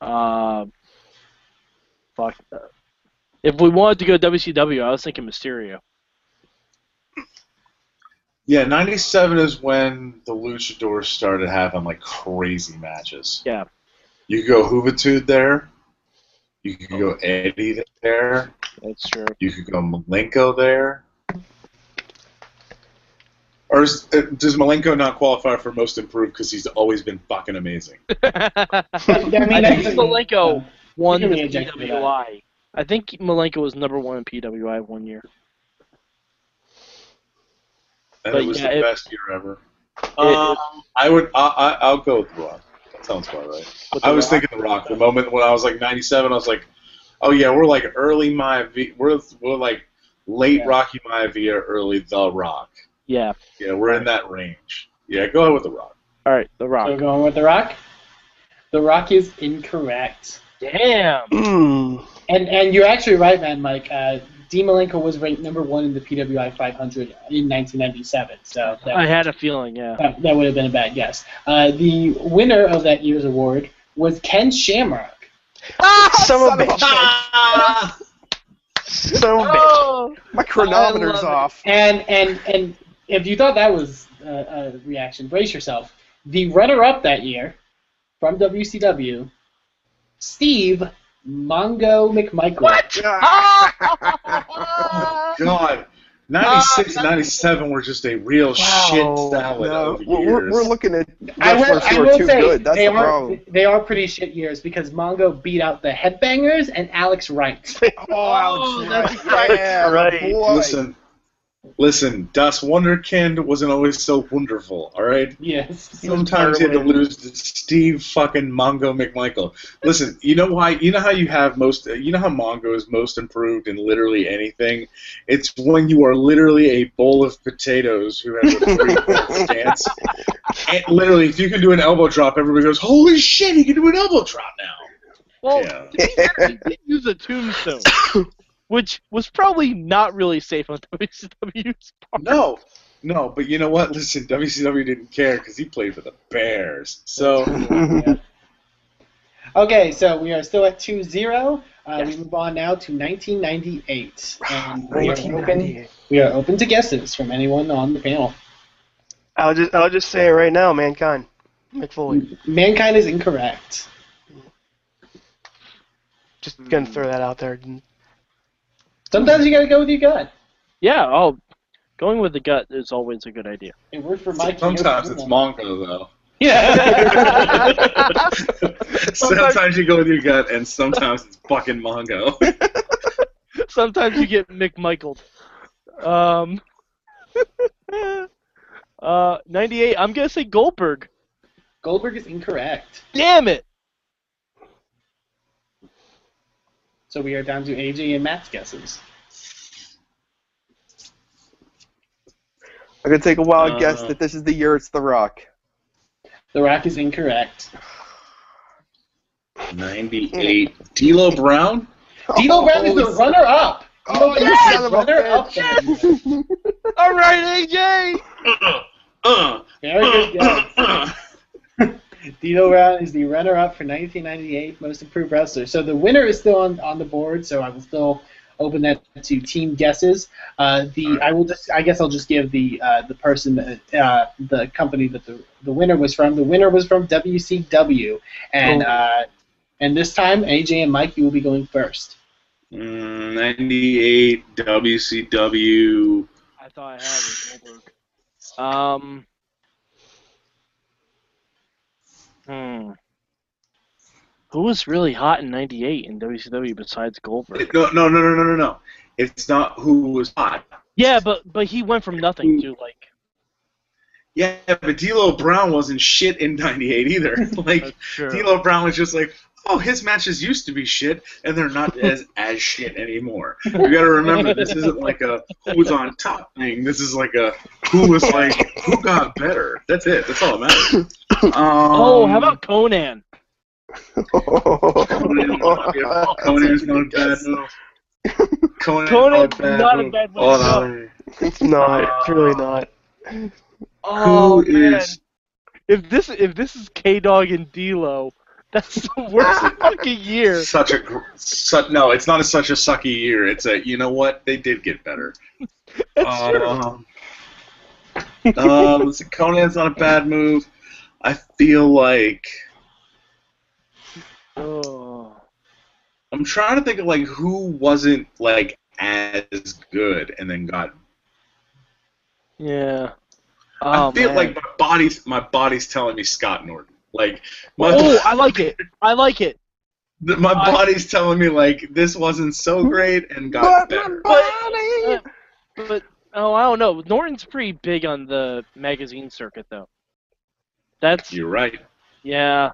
B: uh, fuck. uh, If we wanted to go WCW, I was thinking Mysterio.
D: Yeah, 97 is when the luchadors started having like crazy matches.
B: Yeah.
D: You could go Juventud there. You could go Eddie there.
B: That's true.
D: You could go Malenko there. Or is, uh, does Malenko not qualify for most improved because he's always been fucking amazing?
A: I mean,
B: I think
A: that's-
B: Malenko won the
A: You can reject me,
B: PWI. I think Malenko was number one in PWI one year.
D: And
B: But
D: it was
B: yeah,
D: the
B: it-
D: best year ever. Um, I would. I, I, I'll go with The Rock. That sounds about right.
B: With The
D: I was
B: Rock.
D: thinking The Rock. The moment when I was like 97, I was like, oh yeah, we're like early Maivia. We're, we're like late
A: Yeah.
D: Rocky Maivia, early The Rock.
B: Yeah.
D: Yeah, we're in that range. Yeah, go ahead with The Rock.
B: All right, The Rock.
A: So we're going with The Rock? The Rock is incorrect.
B: Damn.
C: Mm.
A: And and you're actually right, man, Mike. Uh, D. Malenko was ranked number one in the PWI 500 in 1997, so that,
B: I had a feeling. Yeah.
A: that, Uh, that would have been a bad guess. Uh, the winner of that year's award was Ken Shamrock.
C: Some of bitch. Some bitch.
A: Oh.
E: My chronometer's off.
A: And and and if you thought that was a, a reaction, brace yourself. The runner-up that year from WCW, Steve Mongo McMichael. What?
D: God. 96, 97 were just a real shit salad
E: No,
D: of years.
E: we're, we're, we're looking at
A: I will,
E: wrestlers
A: I
E: who are
A: will
E: too
A: say
E: good. That's
A: they
E: the
A: are
E: problem.
A: they are pretty shit years because Mongo beat out the Headbangers and Alex Wright.
E: Oh,
A: Oh, that's
E: yeah,
C: right.
E: boy.
D: Listen, listen, Das Wunderkind wasn't always so wonderful, alright?
A: yes.
D: Sometimes you had to
C: Ireland.
D: lose to Steve fucking Mongo McMichael. Listen, you know why? You know how you have most. You know how Mongo is most improved in literally anything. It's when you are literally a bowl of potatoes who has a three point stance. And literally, if you can do an elbow drop, everybody goes, "Holy shit, he can do an elbow drop now!"
B: Well,
D: Yeah.
B: he did use a tombstone, which was probably not really safe on WCW's part.
D: No, no, but you know what? Listen, WCW didn't care because he played for the Bears. So
A: Okay, so we are still at 2-0. Uh,
B: Yes.
A: We move on now to 1998. And we, are open,
C: 1998.
A: we are open to guesses from anyone on the panel.
C: I'll just I'll just say it right now, mankind. Mick Foley.
A: Mankind is incorrect.
C: Just gonna throw that out there.
A: Sometimes you gotta go with your gut.
B: Yeah. Oh, going with the gut is always a good idea.
A: It worked for Mike.
D: sometimes it's Mongo though.
A: Yeah.
D: Sometimes you go with your gut, and sometimes it's fucking Mongo.
B: Sometimes you get McMichael. Um. uh, 98. I'm gonna say Goldberg.
A: Goldberg is incorrect.
B: Damn it.
A: So we are down to AJ and Matt's guesses.
E: I'm gonna take a wild
D: Uh,
E: guess that this is the year it's The Rock.
A: The Rock is incorrect.
D: 98. D'Lo Brown?
A: D'Lo Brown is the
E: holy-
A: runner-up.
E: Oh, you son of a
A: runner-up. that year.
B: All right, AJ.
D: Uh,
A: Very good guess.
D: uh.
A: Dino Brown is the runner-up for 1998 Most Improved Wrestler. So the winner is still on, on the board. So I will still open that to team guesses. Uh, the I will just I guess I'll just give the uh, the person that, uh, the company that the, the winner was from. The winner was from WCW, and uh, and this time AJ and Mike, you will be going first.
D: Mm, 98 WCW.
B: I thought I had it. Goldberg. Um. Hmm. Who was really hot in '98 in WCW besides Goldberg?
D: No, no, no, no, no, no, no. It's not who was hot.
B: Yeah, but but he went from nothing to like.
D: Yeah, but D'Lo Brown wasn't shit in 98 either. Like, D'Lo Brown was just like, oh, his matches used to be shit, and they're not as as shit anymore. You got to remember, this isn't like a who's on top thing. This is like a who was like who got better. That's it. That's all that matters. Um,
B: oh, how about Conan?
D: Conan? yeah, Conan's not a bad move. Conan,
B: Conan's not a bad move.
D: Hold
C: It's not. it's really not.
B: Oh
D: on. Who
B: man,
D: is-
B: if this if this is K Dog and D'Lo, that's the worst fucking year.
D: such a gr- such no? It's not a, such a sucky year. It's a you know what they did get better. Um, uh, listen, Conan's not a bad move. I feel like
B: Oh.
D: I'm trying to think of like who wasn't like as good and then got.
B: Yeah.
D: I
B: Oh,
D: feel
B: man.
D: like my body's my body's telling me Scott Norton. Like my
B: Oh, I like it. I like it.
D: th- my
B: I-
D: body's telling me like this wasn't so great and got better.
B: Uh, but oh, I don't know. Norton's pretty big on the magazine circuit though. That's
D: You're right.
B: yeah,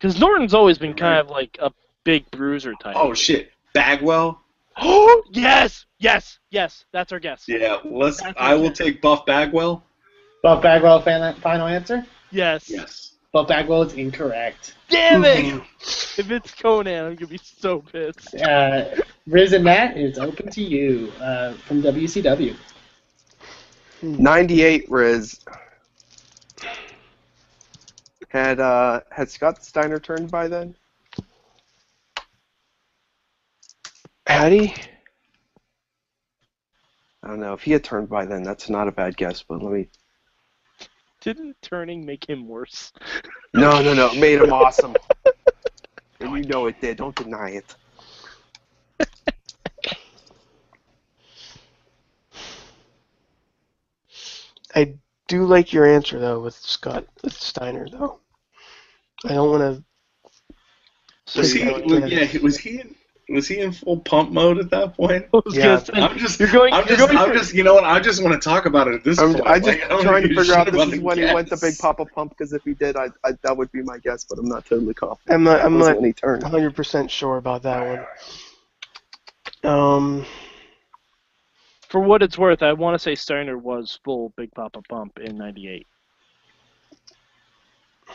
B: because Norton's always been
D: You're
B: kind
D: right.
B: of like a big bruiser type.
D: Oh shit, Bagwell.
B: Oh yes, yes, yes. That's our guess.
D: Yeah, let's.
B: That's
D: I will
B: it.
D: take Buff Bagwell.
A: Buff Bagwell, fan, final answer?
B: Yes.
D: Yes.
A: Buff Bagwell is incorrect.
B: Damn it!
D: Mm-hmm.
B: if it's Conan, I'm gonna be so pissed.
A: Uh, Riz and Matt, it's open to you uh, from WCW.
E: 98 Riz had uh, had Scott Steiner turned by then.
C: Hattie?
E: I don't know if he had turned by then. That's not a bad guess, but let me.
B: Didn't turning make him worse?
E: No, no, no. It made him awesome. and you know it did. Don't deny it.
C: I do like your answer though with Scott with Steiner though. I don't want to.
D: Was he? Was, yeah, he- was he? In, was he in full pump mode at that point?
B: I was
C: Yeah.
B: gonna say,
D: I'm just.
B: you're going.
D: I'm
B: you're
D: just,
B: going
D: I'm
B: for-
D: just, you know what? I just want to talk about it at this
E: I'm,
D: point.
E: I'm just
D: Like, I don't
E: trying
D: give
E: to
D: a
E: figure out
D: shit
E: this
D: about
E: is
D: the
E: when he went to
D: guess.
E: Big Papa Pump because if he did, I, I that would be my guess, but I'm not totally confident.
C: I'm not.
E: It
C: I'm
E: wasn't
C: not
E: when he turned.
C: 100 percent sure about that one. Um,
B: for what it's worth, I want to say Steiner was full Big Papa Pump in '98.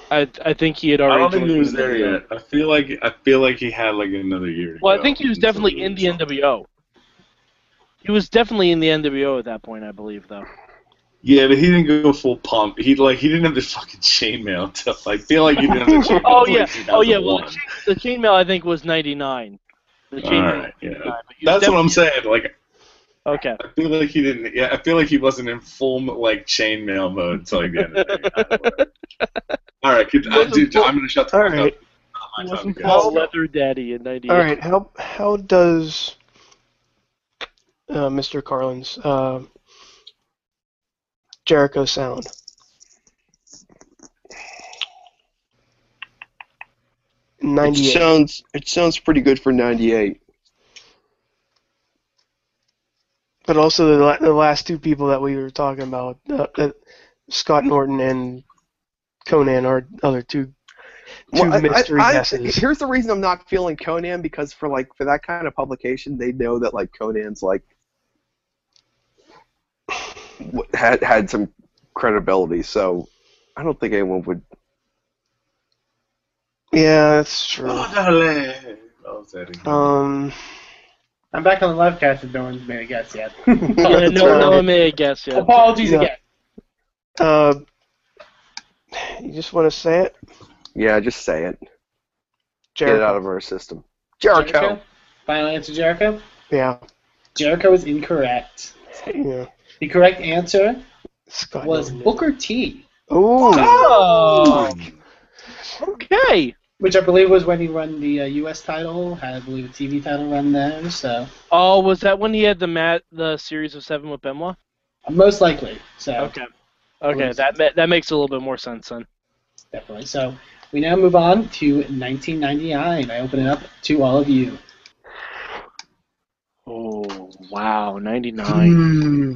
B: I I think he had
D: I
B: already.
D: don't think
B: joined
D: he was
B: the
D: there
B: NWO.
D: yet. I feel like I feel like he had like another year. to
B: Well, I
D: go
B: think he was
D: until
B: definitely in the NWO. He was definitely in the NWO at that point, I believe, though.
D: Yeah, but he didn't go full pump. He like he didn't have the fucking chainmail. Until, I feel like he didn't have the chainmail.
B: Oh,
D: until, like,
B: Oh yeah, well,
D: 2001.
B: the, chain, the chainmail I think was '99. The chainmail.
D: Alright, yeah.
B: was 99, but he was
D: That's what I'm
B: definitely-
D: saying. Like
B: Okay.
D: I feel like he didn't. Yeah, I feel like he wasn't in full like chainmail mode until like the end. of the day. All right, dude, I,
B: Wasn't
D: dude,
B: full-
D: I'm gonna shut the
C: all
D: fuck
C: right,
D: up. Not my
B: Wasn't
D: time,
B: Paul
D: guys.
B: Leather Daddy in '98?
C: all right. How how does uh, Mr. Carlin's uh, Jericho sound?
E: It
C: 98.
E: sounds it sounds pretty good for 98.
C: but also the, la- the last two people that we were talking about, uh, that Scott Norton and Conan, are other two two
E: Well, I- I-
C: mystery
E: I-
C: guesses.
E: here's the reason I'm not feeling Conan because for like for that kind of publication, they know that like Conan's like w- had had some credibility. So I don't think anyone would.
C: yeah, that's true.
D: Oh, darling. Oh, sorry.
C: Um,
A: I'm back on the live cast if no one's made a guess yet.
E: Oh,
B: Yeah,
E: That's
B: no,
E: right.
B: no one made a guess yet.
A: Apologies
C: Yeah.
A: again.
C: uh, you just want to say it,
E: Yeah, just say it. Get
C: Jared?
E: it out of our system. Jericho.
A: Final answer, Jericho?
C: Yeah,
A: Jericho is incorrect.
C: yeah.
A: The correct answer
C: Scott
A: was
C: Norton.
A: Booker T,
C: Ooh,
D: Um,
B: Oh, okay.
A: which I believe was when he won the uh, U.S. title, had, I believe, a TV title run there, so
B: Oh, was that when he had the mat the series of seven with Benoit?
A: uh, most likely. So,
B: Okay. Okay, that ma- that makes a little bit more sense then.
A: definitely. So, we now move on to 1999. I open it up to all of you.
B: Oh wow, ninety
D: Hmm.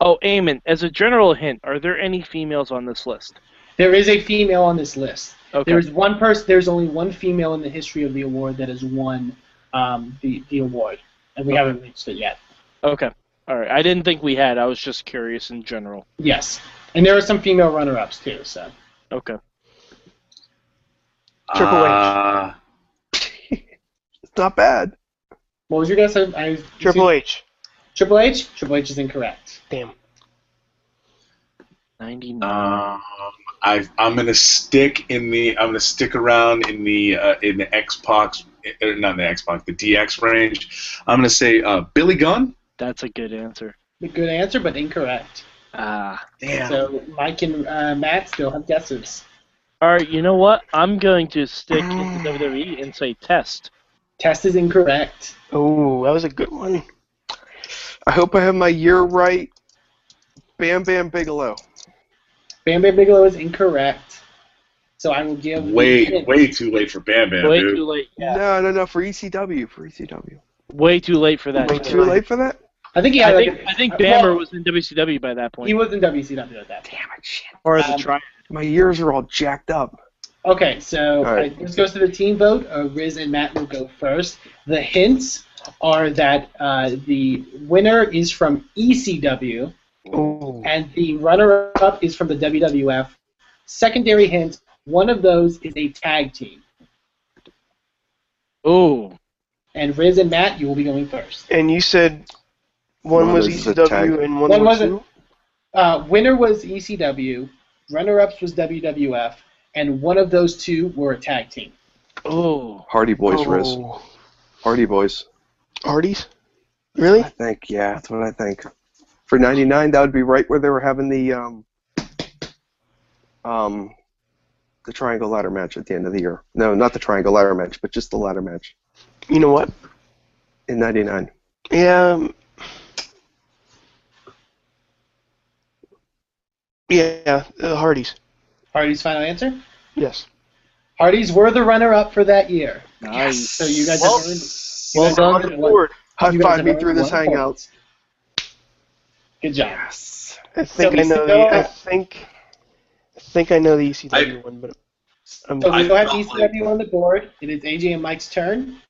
B: Oh, Eamon, as a general hint, are there any females on this list?
A: There is a female on this list.
B: Okay.
A: There's one person. There's only one female in the history of the award that has won um, the the award, and we haven't reached it yet.
B: Okay. All right. I didn't think we had. I was just curious in general.
A: Yes, and there are some female runner-ups too. So
B: Okay.
C: Triple H.
D: Ah,
E: It's not bad.
A: What was your guess? I, I,
C: Triple H.
A: Triple H. Triple H is incorrect.
C: Damn.
B: 99.
D: um, I, I'm gonna stick in the. I'm gonna stick around in the uh, in the Xbox, er, not in the Xbox, the DX range. I'm gonna say uh, Billy Gunn.
B: That's a good answer.
A: Good answer, but incorrect.
B: Ah.
D: Damn.
A: So Mike and uh, Matt still have guesses.
B: All right, you know what? I'm going to stick into WWE E and say test.
A: Test is incorrect.
C: Oh, that was a good one.
E: I hope I have my year right. Bam Bam Bigelow.
A: Bam Bam Bigelow is incorrect. So I will give.
D: way way too late for Bam Bam,
B: Way
D: dude.
B: too late.
A: Yeah.
E: No, no, no. For ECW. For ECW.
B: Way too late for that.
C: Way
B: shit.
E: Too late for that?
A: I think he
B: I
A: had. like
B: think
A: a-
B: I think
A: uh,
B: Bammer
A: well,
B: was in WCW by that point.
A: He was in WCW at that.
E: Damn it, shit.
B: or as a
A: um,
B: try.
E: My years are all jacked up.
A: Okay, so
E: All right.
A: uh, this goes to the team vote. Uh, Riz and Matt will go first. The hints are that uh, the winner is from ECW
C: Oh,
A: and the runner-up is from the WWF. Secondary hint: one of those is a tag team.
B: Oh,
A: And Riz and Matt, you will be going first.
C: and you said one
E: One
C: was
E: is the tag.
C: ECW and one,
A: One
C: was
A: wasn't-
C: who?
A: Uh, winner was ECW, runner-ups was WWF, and one of those two were a tag team.
B: oh.
E: Hardy Boys, Riz.
C: Oh.
E: Hardy Boys.
C: Hardy's? Really?
E: I think, yeah, that's what I think. For 99, that would be right where they were having the um, um, the triangle ladder match at the end of the year. No, not the triangle ladder match, but just the ladder match
C: You know what?
E: in 99.
C: Yeah. um, Yeah, uh, Hardy's.
A: Hardy's final answer:
C: Yes.
A: Hardy's were the runner-up for that year.
B: Nice.
A: So you guys
C: Well-
A: have. earned-
B: Well
A: you guys
B: done.
A: have earned one-
E: High
A: You guys
E: five
A: have
E: me
A: earned
E: through this
A: one point.
E: hangout.
A: Good job.
E: Yes.
C: I think
A: So
C: I know the. I
A: ECW
C: think. I think I know the ECW one, but I'm
A: So we
D: I
A: still have
D: felt
A: ECW E on the board. It is AJ and Mike's turn.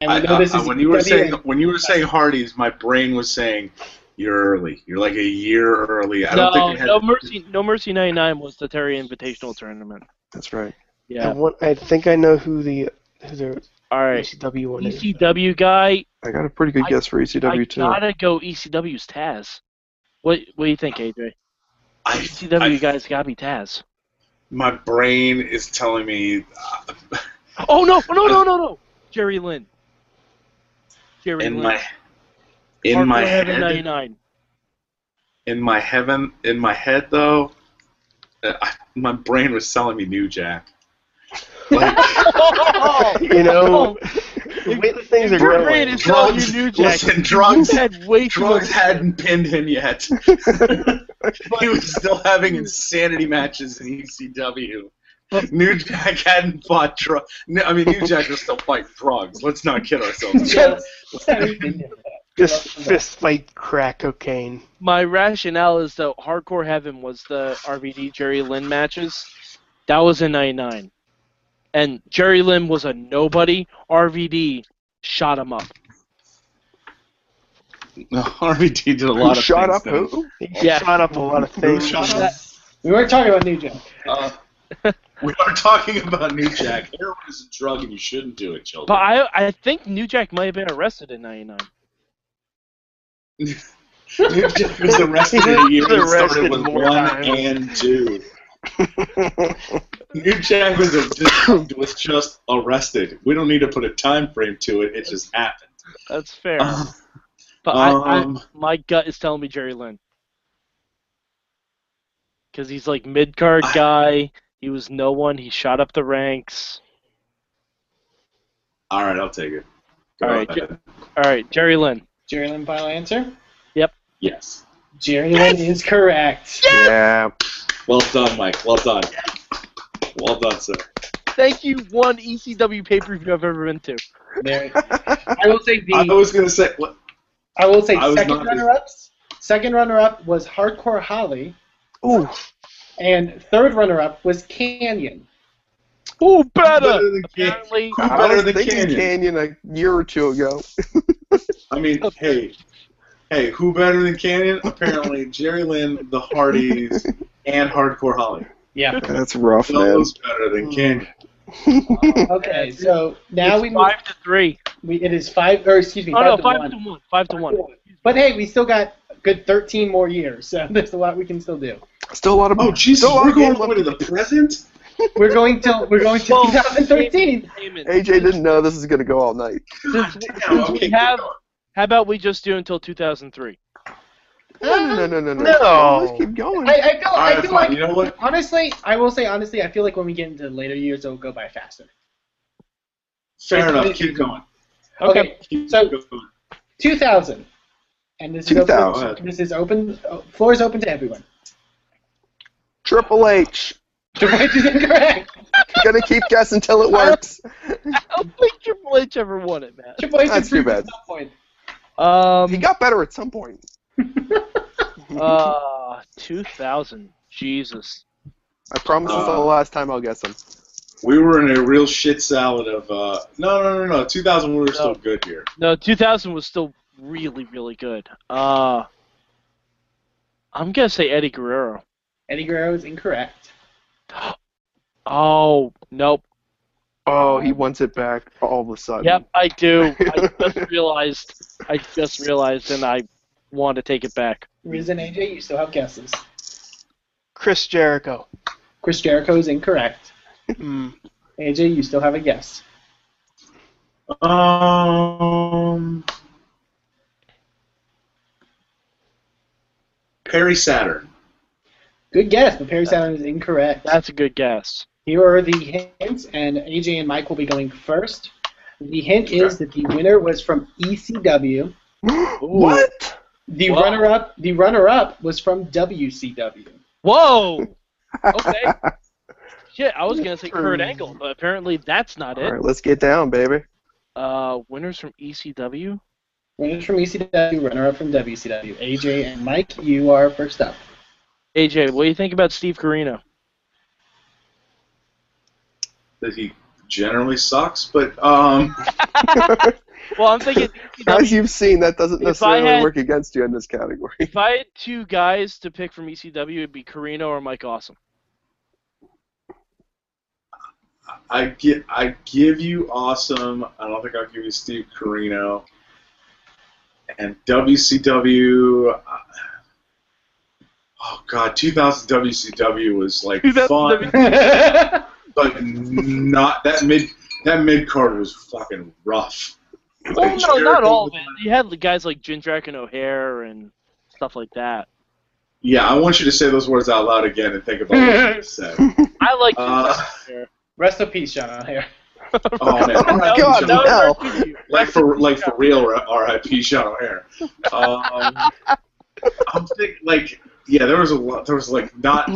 A: And we
D: I,
A: know
D: I-
A: this
D: I-
A: is
D: when you were
A: ECW.
D: saying when you were saying Hardy's, my brain was saying you're early. You're like a year early. I
B: no,
D: don't think it had
B: no mercy. No mercy. Ninety nine was the Terry Invitational tournament.
E: That's right.
C: I,
B: Yeah.
C: want, I think I know who the who the
B: All right.
C: ECW one
B: E
C: is.
B: ECW guy.
E: I got a pretty good
B: I-
E: guess for ECW,
B: I
E: too.
B: gotta go. ECW's Taz. What What do you think, AJ?
D: I,
B: ECW
D: I-
B: guy's gotta be Taz.
D: my brain is telling me uh,
B: Oh no! No! No! No! No! Jerry Lynn. Jerry
D: in
B: Lynn.
D: my in
B: Hardcore
D: my
B: Heaven
D: head
B: 99.
D: in my heaven in my head though. uh, I, my brain was telling me New Jack. Like,
C: You know, the way the things are
B: Your brain
C: going.
B: Oh, is telling you
D: drugs,
B: New Jack.
D: listen, drugs,
B: You had way too much.
D: drugs hadn't pinned him yet. he was still having insanity matches in ECW. New Jack hadn't fought drugs. I mean, New Jack was still fighting drugs. Let's not kid ourselves.
A: Yeah. All
C: Just fist fight crack cocaine.
B: My rationale is that Hardcore Heaven was the RVD Jerry Lynn matches. That was in '99, and Jerry Lynn was a nobody. RVD shot him up.
D: No, RVD did a
E: Who
D: lot of
E: shot
D: things,
E: up
D: though.
E: who?
C: He
B: Yeah.
C: shot up a lot of things.
D: shot
A: up? We weren't talking about New Jack.
D: Uh, we are talking about New Jack. Heroin is a drug, and you shouldn't do it,
B: But
D: children.
B: I, I think New Jack might have been arrested in '99.
D: New Jack was arrested in a year
C: He
D: and
C: was
D: started
C: arrested
D: with
C: more
D: one
C: times.
D: and two. New Jack was, a, just, was just arrested. We don't need to put a time frame to it. It just happened.
B: That's fair.
D: Uh,
B: But I, I,
D: um,
B: my gut is telling me Jerry Lynn. Because he's like mid card
D: I-
B: guy. He was no one. He shot up the ranks.
D: all right, I'll take it.
B: All right, Jer- all right, Jerry Lynn.
A: Jerry Lynn final answer.
D: Yes.
A: Jerry Lynn is correct.
E: Yeah.
D: Well done, Mike. Well done. Well done, sir.
B: Thank you. One E ECW pay per view I've ever been to.
A: There. I will say
D: I
A: the.
D: was gonna say. What?
A: I will say
D: I was
A: second
D: not-
A: runner-ups. Second runner-up was Hardcore Holly,
E: Ooh.
A: and third runner-up was Canyon.
B: Ooh,
D: Better
B: better.
D: than Canyon.
B: Apparently,
D: Who
E: I
D: better
E: was
D: than
E: thinking
D: Canyon?
E: Canyon a year or two ago.
D: I mean, hey, hey, who better than Canyon? Apparently, Jerry Lynn, the Hardys, and Hardcore Holly.
A: Yeah.
E: That's rough, man.
D: Almost better than King.
A: Okay, so now
B: It's
A: we, move,
B: five to three.
A: we it is five or excuse me, five
B: Oh no,
A: to
B: five
A: one.
B: to one. Five to one.
A: But hey, we still got a good 13 more years, so there's a lot we can still do.
E: Still a lot of.
D: Oh Jesus,
E: still a lot
D: we're
E: of
D: going
E: games
D: over to the present.
A: We're going till we're going till
B: Well,
A: 2013.
B: Damon,
E: AJ didn't know this is gonna go all night.
B: Since,
D: Damn,
B: since
D: okay,
B: we
D: keep
B: have,
D: going.
B: how about we just do until 2003?
E: No, no, no, no, no.
C: No.
E: Let's keep going.
A: I, I feel,
D: All
A: I
D: right,
A: feel like
D: fine. you know what?
A: honestly, I will say honestly, I feel like when we get into later years, it'll go by faster.
D: Fair enough. Keep going.
B: Okay.
D: Keep
A: So-
D: going.
A: 2000, and this is
E: 2000.
A: open, this is open. oh, Floor is open to everyone.
E: Triple H.
A: Triple H is incorrect.
E: Gonna keep guessing until it works.
B: I don't think Triple H ever won it, man.
A: Triple H
E: That's
A: is
E: too
A: at
E: bad.
A: some point.
B: Um,
E: He got better at some point.
B: uh, 2000. Jesus.
E: I promise this is the
D: Uh.
E: last time I'll guess him.
D: We were in a real shit salad of uh, no, no, no, no. 2000, we were
B: No.
D: still good here.
B: No, 2000 was still really, really good. Uh, I'm gonna say Eddie Guerrero.
A: Eddie Guerrero is incorrect.
B: Oh nope.
E: Oh, he wants it back all of a sudden.
B: Yep, I do. I just realized. I just realized, and I want to take it back.
A: Riz and AJ, you still have guesses.
C: Chris Jericho.
A: Chris Jericho is incorrect.
C: Hmm.
A: AJ, you still have a guess.
D: Um, Perry Saturn.
A: Good guess, but Perry Saturn is incorrect.
B: That's a good guess.
A: Here are the hints, and AJ and Mike will be going first. The hint is that the winner was from ECW.
E: what?
A: The
B: Wow.
A: runner-up, the runner-up was from WCW.
B: Whoa. Okay. Shit, I was gonna say Kurt Angle, but apparently that's not
E: All
B: it.
E: right, let's get down, baby.
B: Uh, winners from ECW.
A: Winners from ECW, runner-up from WCW. AJ and Mike, you are first up.
B: AJ, what do you think about Steve Carino?
D: That he generally sucks, but um,
B: Well, I'm thinking
E: As you've seen, that doesn't
B: If I
E: necessarily
B: had-
E: work against you in this category.
B: if I had two guys to pick from ECW, it'd be Carino or Mike Awesome.
D: I get, I give you awesome. I don't think I'll give you Steve Carino. And WCW. uh, Oh God, 2000 WCW was like
B: 2000
D: fun.
A: yeah,
D: but not that mid that mid card was fucking rough.
B: Well,
D: Like,
B: no, not
D: Jericho-
B: all of it. You had the guys like Jindrak and O'Hare and stuff like that.
D: Yeah, I want you to say those words out loud again and think about what you said.
B: I like
D: Uh,
B: Jindrak
A: Rest in peace, Sean. Out here.
D: Oh man,
E: Oh,
D: R.I.P.
E: God,
D: Sean
E: no.
D: O'Hare.
E: hell.
D: like for like for real, R.I.P. Sean O'Hare. Um, I'm thinking like yeah, there was a lot. There was like not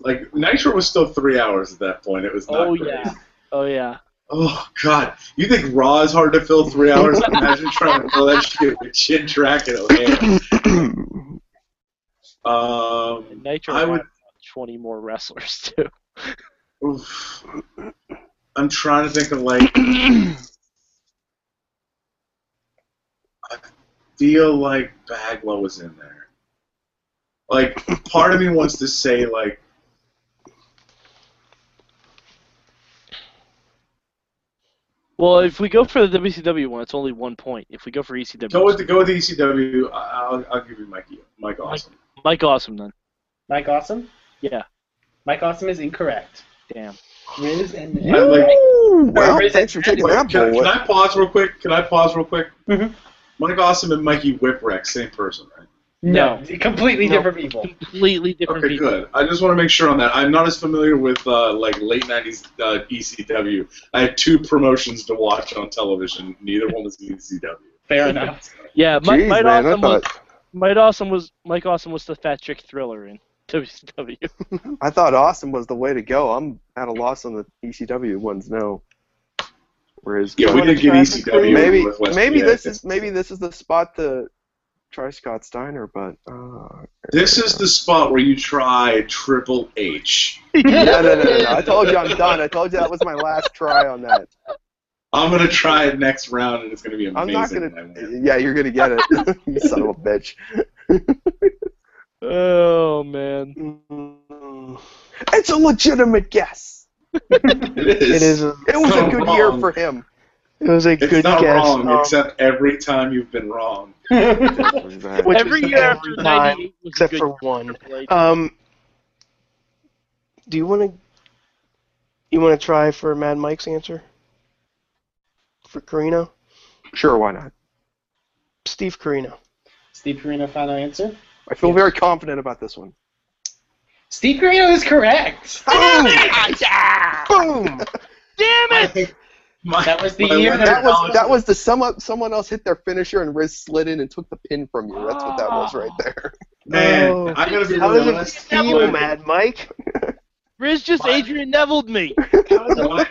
D: like Nitro was still three hours at that point. It was not
B: Oh
D: great.
B: yeah. Oh yeah.
D: Oh God! You think Raw is hard to fill three hours? Imagine trying to fill that shit with chin track and O'Hare. Um,
B: And Nitro
D: I
B: had
D: would-
B: about twenty more wrestlers too.
D: Oof. I'm trying to think of like. I feel like Bagwell was in there. Like, part of me wants to say like.
B: Well, if we go for the WCW one, it's only one point. If we go for E ECW,
D: Go with the go with the ECW. I- I'll, I'll give you Mikey Mike Awesome.
B: Mike Awesome then.
A: Mike Awesome.
B: Yeah.
A: Mike Awesome is incorrect.
B: Damn.
A: Riz and
D: I like-
E: Ooh, well,
A: Everybody's
E: thanks for taking
D: Wait,
E: that
D: can, I- can
E: bullet.
D: I pause real quick? Can I pause real quick?
A: Mhm.
D: Mike Awesome and Mikey Whipwreck, same person, right?
A: no, completely
B: No.
A: different people.
B: Completely different
D: Okay,
B: people.
D: good. I just want to make sure on that. I'm not as familiar with uh, like late '90s uh, ECW. I had two promotions to watch on television. Neither one was E ECW.
A: Fair enough.
B: Yeah, Mike,
E: Jeez,
B: Mike
E: man, I
B: Awesome was
E: thought
B: Mike Awesome was Mike Awesome was the fat chick thriller in E. WCW.
E: I thought Austin was the way to go. I'm at a loss on the ECW ones now. Whereas
D: Yeah, we
E: Scott-
D: didn't get ECW.
E: maybe
D: with West
E: maybe
D: PA.
E: this is maybe this is the spot to try Scott Steiner, but uh,
D: this is the spot where you try Triple H.
E: no, no, no, no, no. I told you I'm done. I told you that was my last try on that.
D: I'm gonna try it next round, and it's gonna be amazing.
E: I'm not
D: when I
E: gonna.
D: win.
E: Yeah, you're gonna get it. you son of a bitch.
B: oh man.
C: Mm.
E: It's a legitimate guess.
D: It
C: It
D: is.
C: is. A,
E: It was a
D: So
E: good year
D: wrong.
E: for him.
C: it was a
D: It's
C: good
D: not
C: guess.
D: wrong,
C: um,
D: except every time you've been wrong.
E: Exactly.
C: Which
B: every
C: is
B: year after
C: every time,
B: 98 was
C: except
B: a good
C: for
B: year
C: one.
B: Triple H.
C: Um, do you want to you want to try for Mad Mike's answer for Carino?
E: Sure, why not?
C: Steve Carino.
A: Steve Carino, final answer.
E: I feel very confident about this one.
A: Steve Carino is correct.
C: Boom!
B: Damn
D: I
B: it!
D: think my-
A: That was the
D: my
A: year
D: one-
E: That was that was the sum up. Someone else hit their finisher and Riz slid in and took the pin from you. That's what that was right there.
D: man.
C: Oh.
D: I gotta be
C: How does it
D: honest.
C: feel, Mad Mike?
B: Riz just
D: Fine.
B: Adrian Neville'd me.
C: How does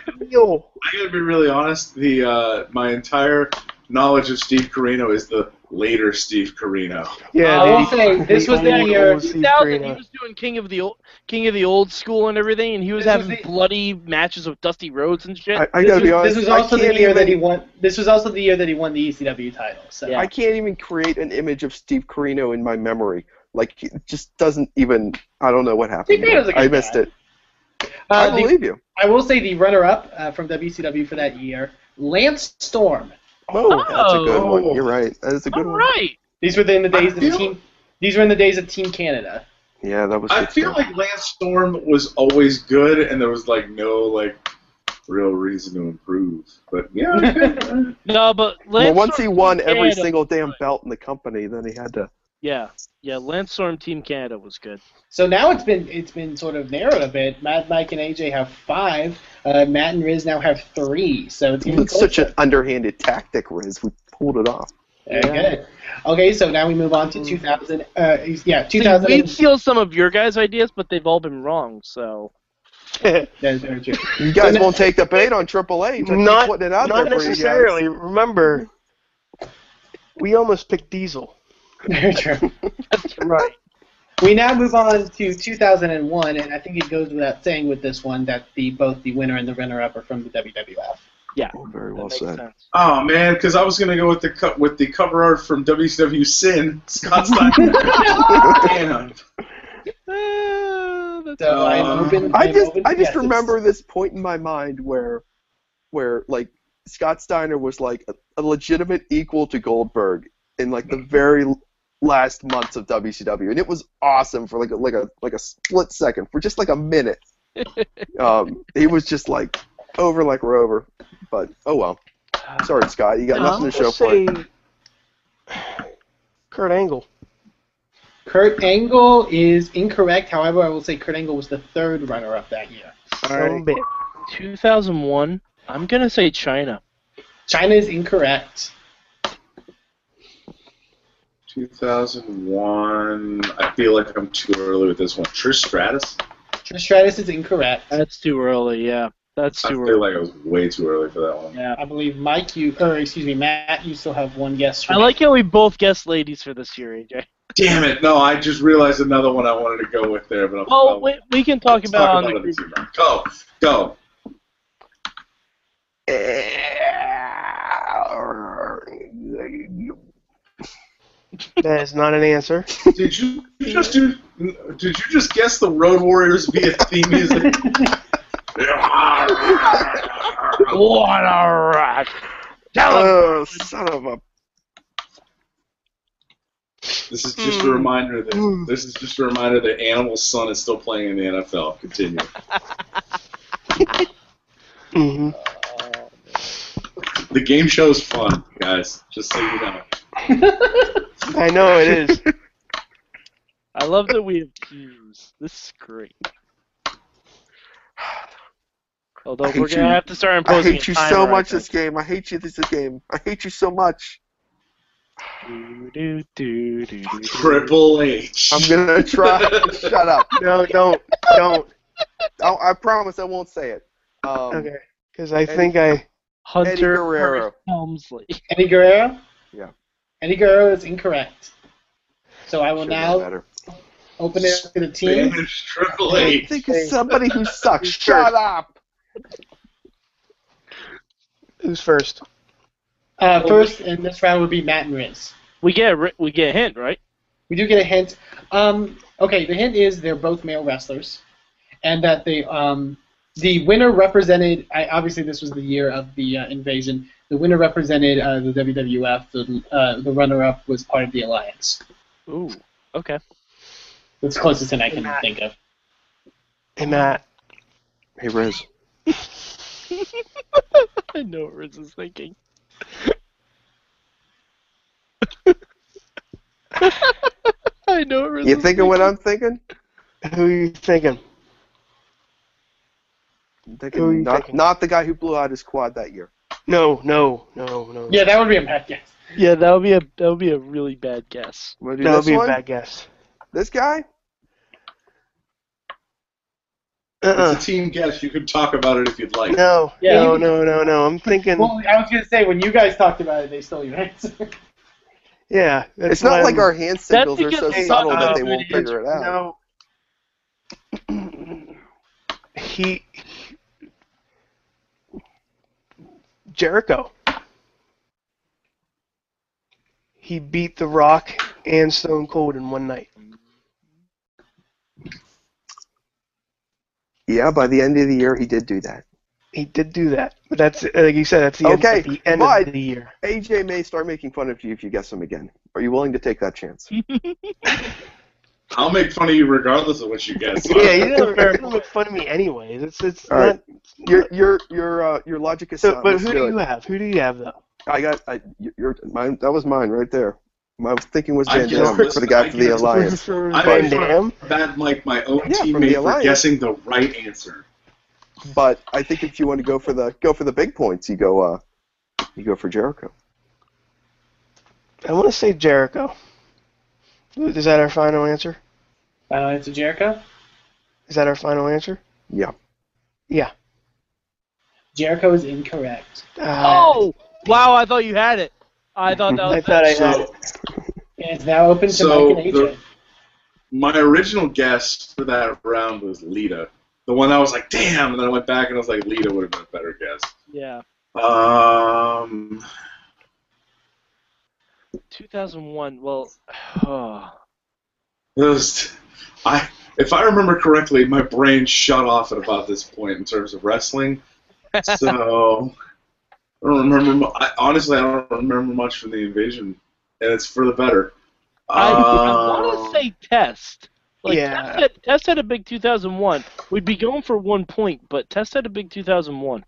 C: it feel?
D: I gotta be really honest. The uh, my entire knowledge of Steve Carino is the later Steve Carino.
C: Yeah,
A: I
C: the-
A: will say this
C: the
A: was their
C: old,
A: year.
C: old Steve
B: 2000, he
C: Carino.
B: was doing King of the old, King of the Old School and everything, and he was
A: This was
B: having
A: the-
B: bloody matches with Dusty Rhodes and shit.
E: I, I
A: this,
E: gotta
A: was,
E: be honest.
A: this was
E: I
A: also the
E: can't
A: year
E: even-
A: that he won. This was also the year that he won the ECW title. So
B: Yeah.
E: I can't even create an image of Steve Carino in my memory. Like, it just doesn't even. I don't know what happened.
A: Steve Carino's a good
E: I missed
A: guy.
E: it.
A: Uh,
E: I
A: the-
E: believe you.
A: I will say the runner-up uh, from WCW for that year, Lance Storm.
E: Oh, that's a good
D: Oh.
E: one. You're right. That is a
B: All
E: good one.
B: right.
A: These were in the days of
D: feel-
A: Team. These were in the days of Team Canada.
E: Yeah, that was.
D: I
E: good
D: feel
E: stuff.
D: like Lance Storm was always good, and there was like no like real reason to improve. But yeah, okay.
B: No, but Lance
E: Well, once he
B: Storm
E: won
B: Team
E: every
B: Canada-
E: single damn belt in the company, then he had to.
B: Yeah, yeah. Lance Storm Team Canada was good.
A: So now it's been it's been sort of narrowed a bit. Matt, Mike, and AJ have five. Uh, Matt and Riz now have three. So it's even
E: It's such
A: closer.
E: an underhanded tactic, Riz. We pulled it off.
A: Very good. Okay, so now we move on to 2000. Uh, yeah,
B: See,
A: 2000.
B: we steal some of your guys' ideas, but they've all been wrong. So
A: That is very true.
E: You guys won't take the bait on Triple H. I keep
C: Not,
E: putting it out
C: not
E: there for you guys.
C: necessarily. Remember, we almost picked Diesel.
A: Very true.
C: Right.
A: We now move on to 2001, and I think it goes without saying with this one that the both the winner and the runner-up are from the WWF.
E: Oh, very
B: that
E: well
B: makes
E: said.
B: sense.
D: oh man, because I was gonna go with the co- with the cover art from WCW Sin, Scott Steiner. Damn.
B: Eh, Ah, that's-
A: So I'm
D: Uh,
A: open.
E: I
A: I'm
E: just
A: open to
E: I just
A: guesses.
E: remember this point in my mind where where like Scott Steiner was like a, a legitimate equal to Goldberg in like the very l- last months of WCW and it was awesome for like a, like a like a split second for just like a minute. um, he was just like over like Rover, but oh well. Sorry, Scott, you got nothing to show
C: Let's
E: for
C: say
E: it.
C: Kurt Angle.
A: Kurt Angle is incorrect. However, I will say Kurt Angle was the third runner-up that year.
C: Son of a bitch.
B: 2001. I'm gonna say China.
A: China is incorrect.
D: 2001. I feel like I'm too early with this one. Trish Stratus.
A: Trish Stratus is incorrect.
B: That's too early. Yeah, that's
D: I
B: too
D: feel
B: early.
D: like I was way too early for that one.
B: Yeah.
A: uh, I believe Mike, you or excuse me, Matt, you still have one guess.
B: I like how we both guessed ladies for this year, AJ.
D: Damn it! No, I just realized another one I wanted to go with there, but I'm.
B: Well,
D: I'll-
B: we, we can talk
D: let's
B: about, on
D: it
B: the
D: this evening. Go, go.
C: That is not an answer.
D: Did you just do? Did you just guess the Road Warriors via theme music?
B: What a rat! Tell him.
E: Oh, son of a
D: this is just
B: Hmm.
D: a reminder that this is just a reminder that Animal Son is still playing in the NFL. Continue.
C: hmm
E: Mm-hmm.
D: The game show is fun, guys. Just so you know.
C: I know it is.
B: I love that we have cues. This is great. Although
E: I hate
B: we're gonna
E: you.
B: have to start
E: I
B: imposing.
E: hate
B: a
E: you
B: timer,
E: so
B: I
E: much
B: think.
E: this game. I hate you this game. I hate you so much.
B: Do, do, do, do, do, do.
D: Triple H.
E: I'm gonna try. Shut up.
C: No, don't, don't.
E: I, I promise I won't say it. Um,
C: Okay, because I think I.
B: Hunter
E: Eddie Guerrero.
B: Helmsley.
A: Eddie Guerrero.
E: Yeah.
A: Eddie Guerrero is incorrect. So I will
E: should've
A: now
E: known better.
A: open it up to the team.
D: Spanish Triple
E: Hey,
D: H.
E: think of somebody who sucks. Shut up.
C: Who's first?
A: Uh, first in this round would be Matt and Riz.
B: We get a, ri- we get a hint, right?
A: We do get a hint. Um, okay, the hint is they're both male wrestlers, and that they um, the winner represented. I, obviously, this was the year of the uh, invasion. The winner represented uh, the WWF. The uh, the runner-up was part of the alliance.
B: Ooh. Okay.
A: That's the closest thing I can think of.
C: Hey Matt,
E: Hey, Riz.
B: I know what Riz is thinking. I know what Riz
E: You
B: is
E: thinking what I'm thinking?
C: who are you thinking?
E: I'm
C: Who are you
E: thinking not,
C: thinking?
E: not the guy who blew out his quad that year.
C: No, no, no, no.
A: Yeah, that would be a bad guess.
B: Yeah, that would be a that would be a really bad guess.
E: Wanna do
C: that would
E: this
C: be a
E: one?
C: bad guess.
E: This guy?
C: Uh-uh.
E: Uh-uh.
D: It's a team guess. You can talk about it if you'd like.
C: No,
A: Yeah,
C: no,
A: you-
C: no, no, no. I'm thinking.
A: Well, I was gonna say when you guys talked about it, they stole your answer.
C: yeah, that's
E: It's not
C: why
E: like
C: I'm-
E: our hand signals are
B: because
E: so
B: they
E: subtle
A: thought
E: that
C: Uh,
A: about
E: they
A: it
E: won't
A: when you-
E: figure it out.
C: No. he. Jericho. He beat The Rock and Stone Cold in one night.
E: Yeah, by the end of the year, he did do that.
C: He did do that, but that's like you said, that's the
E: Okay,
C: end, at the end
E: but-
C: of the year.
E: AJ may start making fun of you if you guess him again. Are you willing to take that chance?
D: I'll make fun of you regardless of what you guess.
C: Yeah, you don't, you don't make fun of me anyways. It's it's
E: All
C: not.
E: right. Your your your uh, your logic is
C: So,
E: sound.
C: but
E: Let's
C: who
E: do
C: do
E: it.
C: you have? Who do you have though?
E: I got I, your- your mine. That was mine right there. My thinking was
D: I
E: Van
D: just
E: Damme for the
D: listened-
E: guy
D: I
E: for the
D: just
E: alliance.
D: I
C: Van
D: made fun
C: Damme?
D: of Bad Mike, my own
E: Yeah, from the
D: teammate, for
E: Alliance.
D: guessing the right answer.
E: But I think if you want to go for the go for the big points, you go uh you go for Jericho.
C: I want to say Jericho. Is that our final answer?
A: Final answer, Jericho.
C: Is that our final answer?
E: Yeah.
C: Yeah.
A: Jericho is incorrect.
C: Ah,
B: Oh wow! I thought you had it. I thought that was
C: I thought I had it.
D: So
A: And it's now open to
D: So,
A: Mike and
D: the-
A: AJ.
D: my original guess for that round was Lita. The one I was like, damn, and then I went back and I was like, Lita would have been a better guess.
B: Yeah,
D: Um,
B: 2001. Well, oh.
D: those, I, if I remember correctly, my brain shut off at about this point in terms of wrestling. So I don't remember. mu- I, honestly, I don't remember much from the invasion, and it's for the better.
B: I, I
D: Um,
B: want to say test. Like
C: Yeah.
B: test, had, test had a big 2001. We'd be going for one point, but test had a big 2001.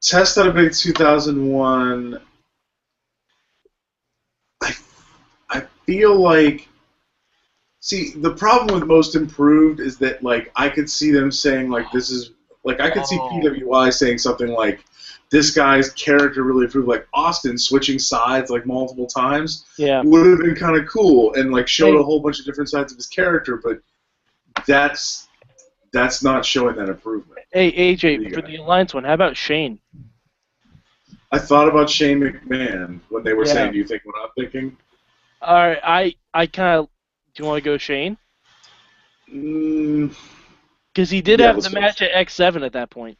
D: Test out of big 2001. I, I feel like. See, the problem with most improved is that like I could see them saying like this is like I could see
C: Oh.
D: PWI saying something like this guy's character really improved like Austin switching sides like multiple times
B: Yeah.
D: would have been kind of cool and like showed
B: Hey.
D: a whole bunch of different sides of his character but that's that's not showing that improvement.
B: Hey
D: There you
B: AJ, for
D: go.
B: the alliance one, how about Shane?
D: I thought about Shane McMahon when they were
B: Yeah.
D: saying, "Do you think what I'm thinking?"
B: All right, I I kind of do you want to go Shane?
D: Mm,
B: Because he did
D: Yeah,
B: have
D: let's
B: the
D: go.
B: match at X7 at that point.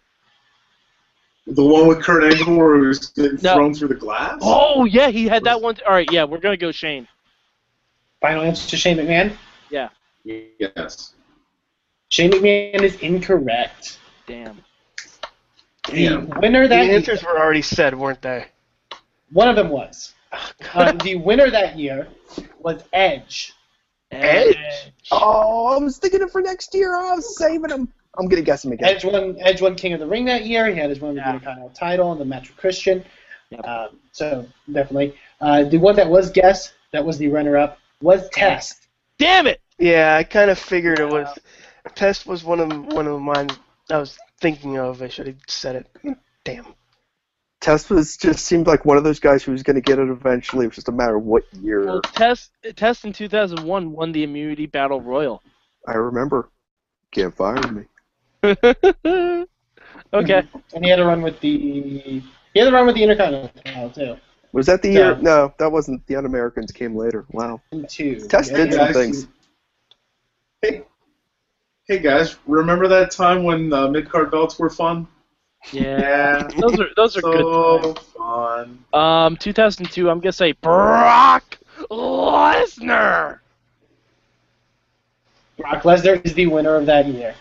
D: the one with Kurt Angle where he was getting
B: No.
D: thrown through the glass.
B: Oh yeah, he had that one. All right, yeah, we're gonna go Shane.
A: Final answer, Shane McMahon.
D: Yes.
A: Shane McMahon is incorrect.
B: Damn.
D: Damn.
A: The winner
C: the
A: that year,
C: answers were already said, weren't they?
A: one of them was.
C: Oh,
A: Uh, the winner that year was Edge.
C: Edge?
E: Oh, I was thinking it for next year. I was saving him. I'm gonna guess him again.
A: Edge won. Edge won King of the Ring that year. He had his run with the
B: Yeah.
A: Intercontinental title and the match with Christian.
B: Yep.
A: Um, so definitely, uh, the one that was guess that was the runner-up was Test.
B: Damn it!
C: Yeah, I kind of figured it was. Test was one of one of mine I was thinking of. I should have said it. Damn.
E: Test was just seemed like one of those guys who was gonna get it eventually. It was just a matter of what year.
B: Well, Test Test in 2001 won the Immunity Battle Royal.
E: I remember. Can't fire me.
B: okay.
A: And he had a run with the. He had a run with the Intercontinental title too.
E: Was that the year?
A: Yeah.
E: No, that wasn't. The Un-Americans came later. Wow.
A: And two.
E: Test
A: Yeah,
E: did some things.
D: Hey, hey guys, remember that time when uh, mid card belts were fun?
B: Yeah.
D: Yeah,
B: Those are those are good.
D: so fun.
B: times. Um, 2002. I'm gonna say Brock Lesnar.
A: Brock Lesnar is the winner of that year.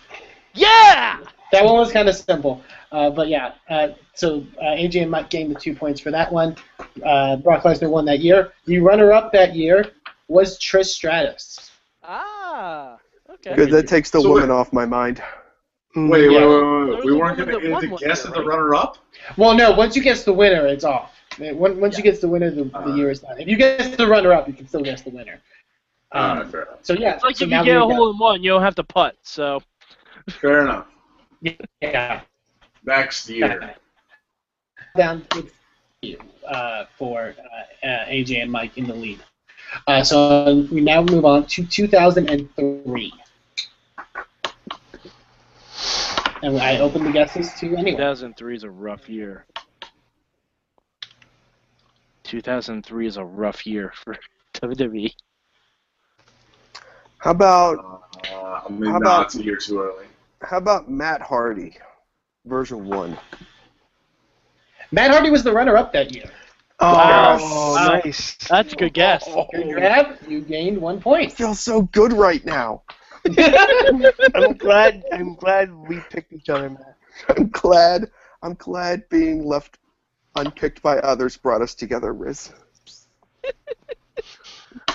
B: Yeah!
A: That one was kind of simple, uh, but yeah. Uh, so uh, AJ and Mike gained the two points for that one. Uh, Brock Lesnar won that year. The runner-up that year was Trish Stratus.
B: Ah, okay.
E: Good, that takes the
D: So
E: woman
D: wait-
E: off my mind. Mm,
C: Mm.
A: Yeah.
D: Wait, wait, wait, wait,
B: There
D: wait. We
B: was a
D: weren't
B: woman that
D: going to
B: won
D: get
B: one
D: a guess
B: year,
D: at the
B: right?
D: runner-up.
A: Well, no. Once you guess the winner, it's off. Uh, Once once you get the winner, the, the
D: Uh.
A: year is done. If you guess the runner-up, you can still guess the winner.
D: Ah,
A: Um,
D: fair enough.
A: so yeah.
B: Uh, It's like
A: so
B: if
A: now
B: you get
A: we
B: a
A: got-
B: hole in one, you don't have to putt. So
D: Fair enough.
A: Yeah.
D: Next year.
A: Down with you uh, for uh, uh, AJ and Mike in the lead. Uh, so we now move on to 2003. And I open the guesses to anyone.
B: 2003 is a rough year. 2003 is a rough year for E. WWE.
E: How about
D: Uh, I mean, nah,
E: How about-
D: it's a year too early.
E: how about Matt Hardy, version one?
A: Matt Hardy was the runner-up that year.
C: Oh,
B: Wow.
C: oh, nice.
B: That's a good guess.
A: Oh. Good grab. You gained one point. Um,
E: Feels so good right now.
C: I'm glad. I'm glad we picked each other, Matt.
E: I'm glad. I'm glad being left unpicked by others brought us together, Riz.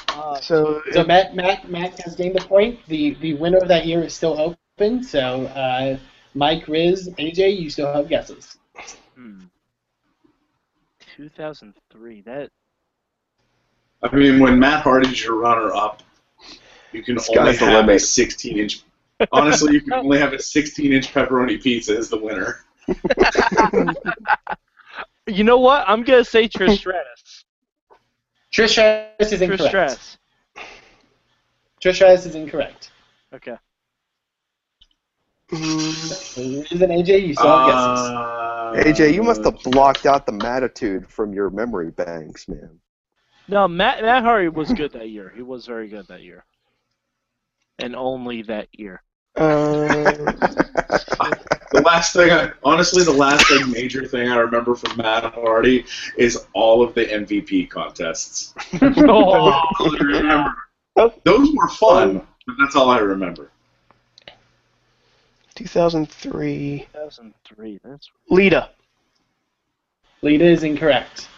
A: Uh,
C: So,
A: So Matt, Matt, Matt has gained the point. The the winner of that year is still open. So uh, Mike, Riz, AJ, you still have guesses.
B: Hmm. 2003. That
D: I mean, when Matt Hardy's your runner-up, you can only
E: Sky's the
D: have a
E: limit.
D: 16-inch. Honestly, you can only have a 16-inch pepperoni pizza as the winner.
B: you know what? I'm gonna say Trish Stratus.
A: Trish Stratus is
B: Trish
A: incorrect.
B: Stratus.
A: Trish Stratus is incorrect.
B: Okay.
C: mm,
A: Riz and AJ, you still have guesses.
D: Uh,
E: AJ, you must have blocked out the matitude from your memory banks, man.
B: No, Matt Matt Hardy was good that year. He was very good that year. And only that year.
C: uh,
D: The last thing, I, honestly, the last like major thing I remember from Matt Hardy is all of the MVP contests.
B: Oh,
D: All I remember. Those were fun, but that's all I remember.
C: 2003.
B: 2003. That's
C: Lita.
A: Lita is incorrect.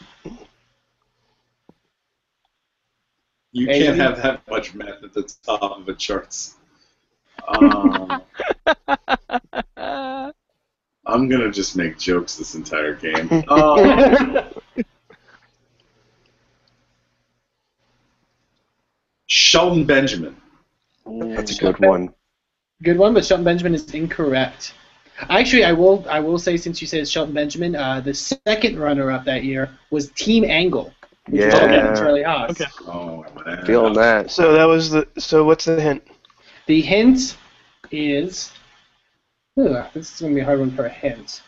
D: You
A: Maybe.
D: can't have that much math at the top of the charts. Um,
B: uh,
D: I'm gonna just make jokes this entire game. Um, Sheldon Benjamin.
E: That's a good one.
A: Good one, but Shelton Benjamin is incorrect. Actually, I will I will say since you said it's Shelton Benjamin, uh, the second runner-up that year was Team Angle, which was owned by
E: Yeah,
A: Charlie Haas.
B: Okay.
D: Oh man.
E: feeling that.
C: So that was the. So what's the hint?
A: The hint is. Ooh, this is going to be a hard one for a hint.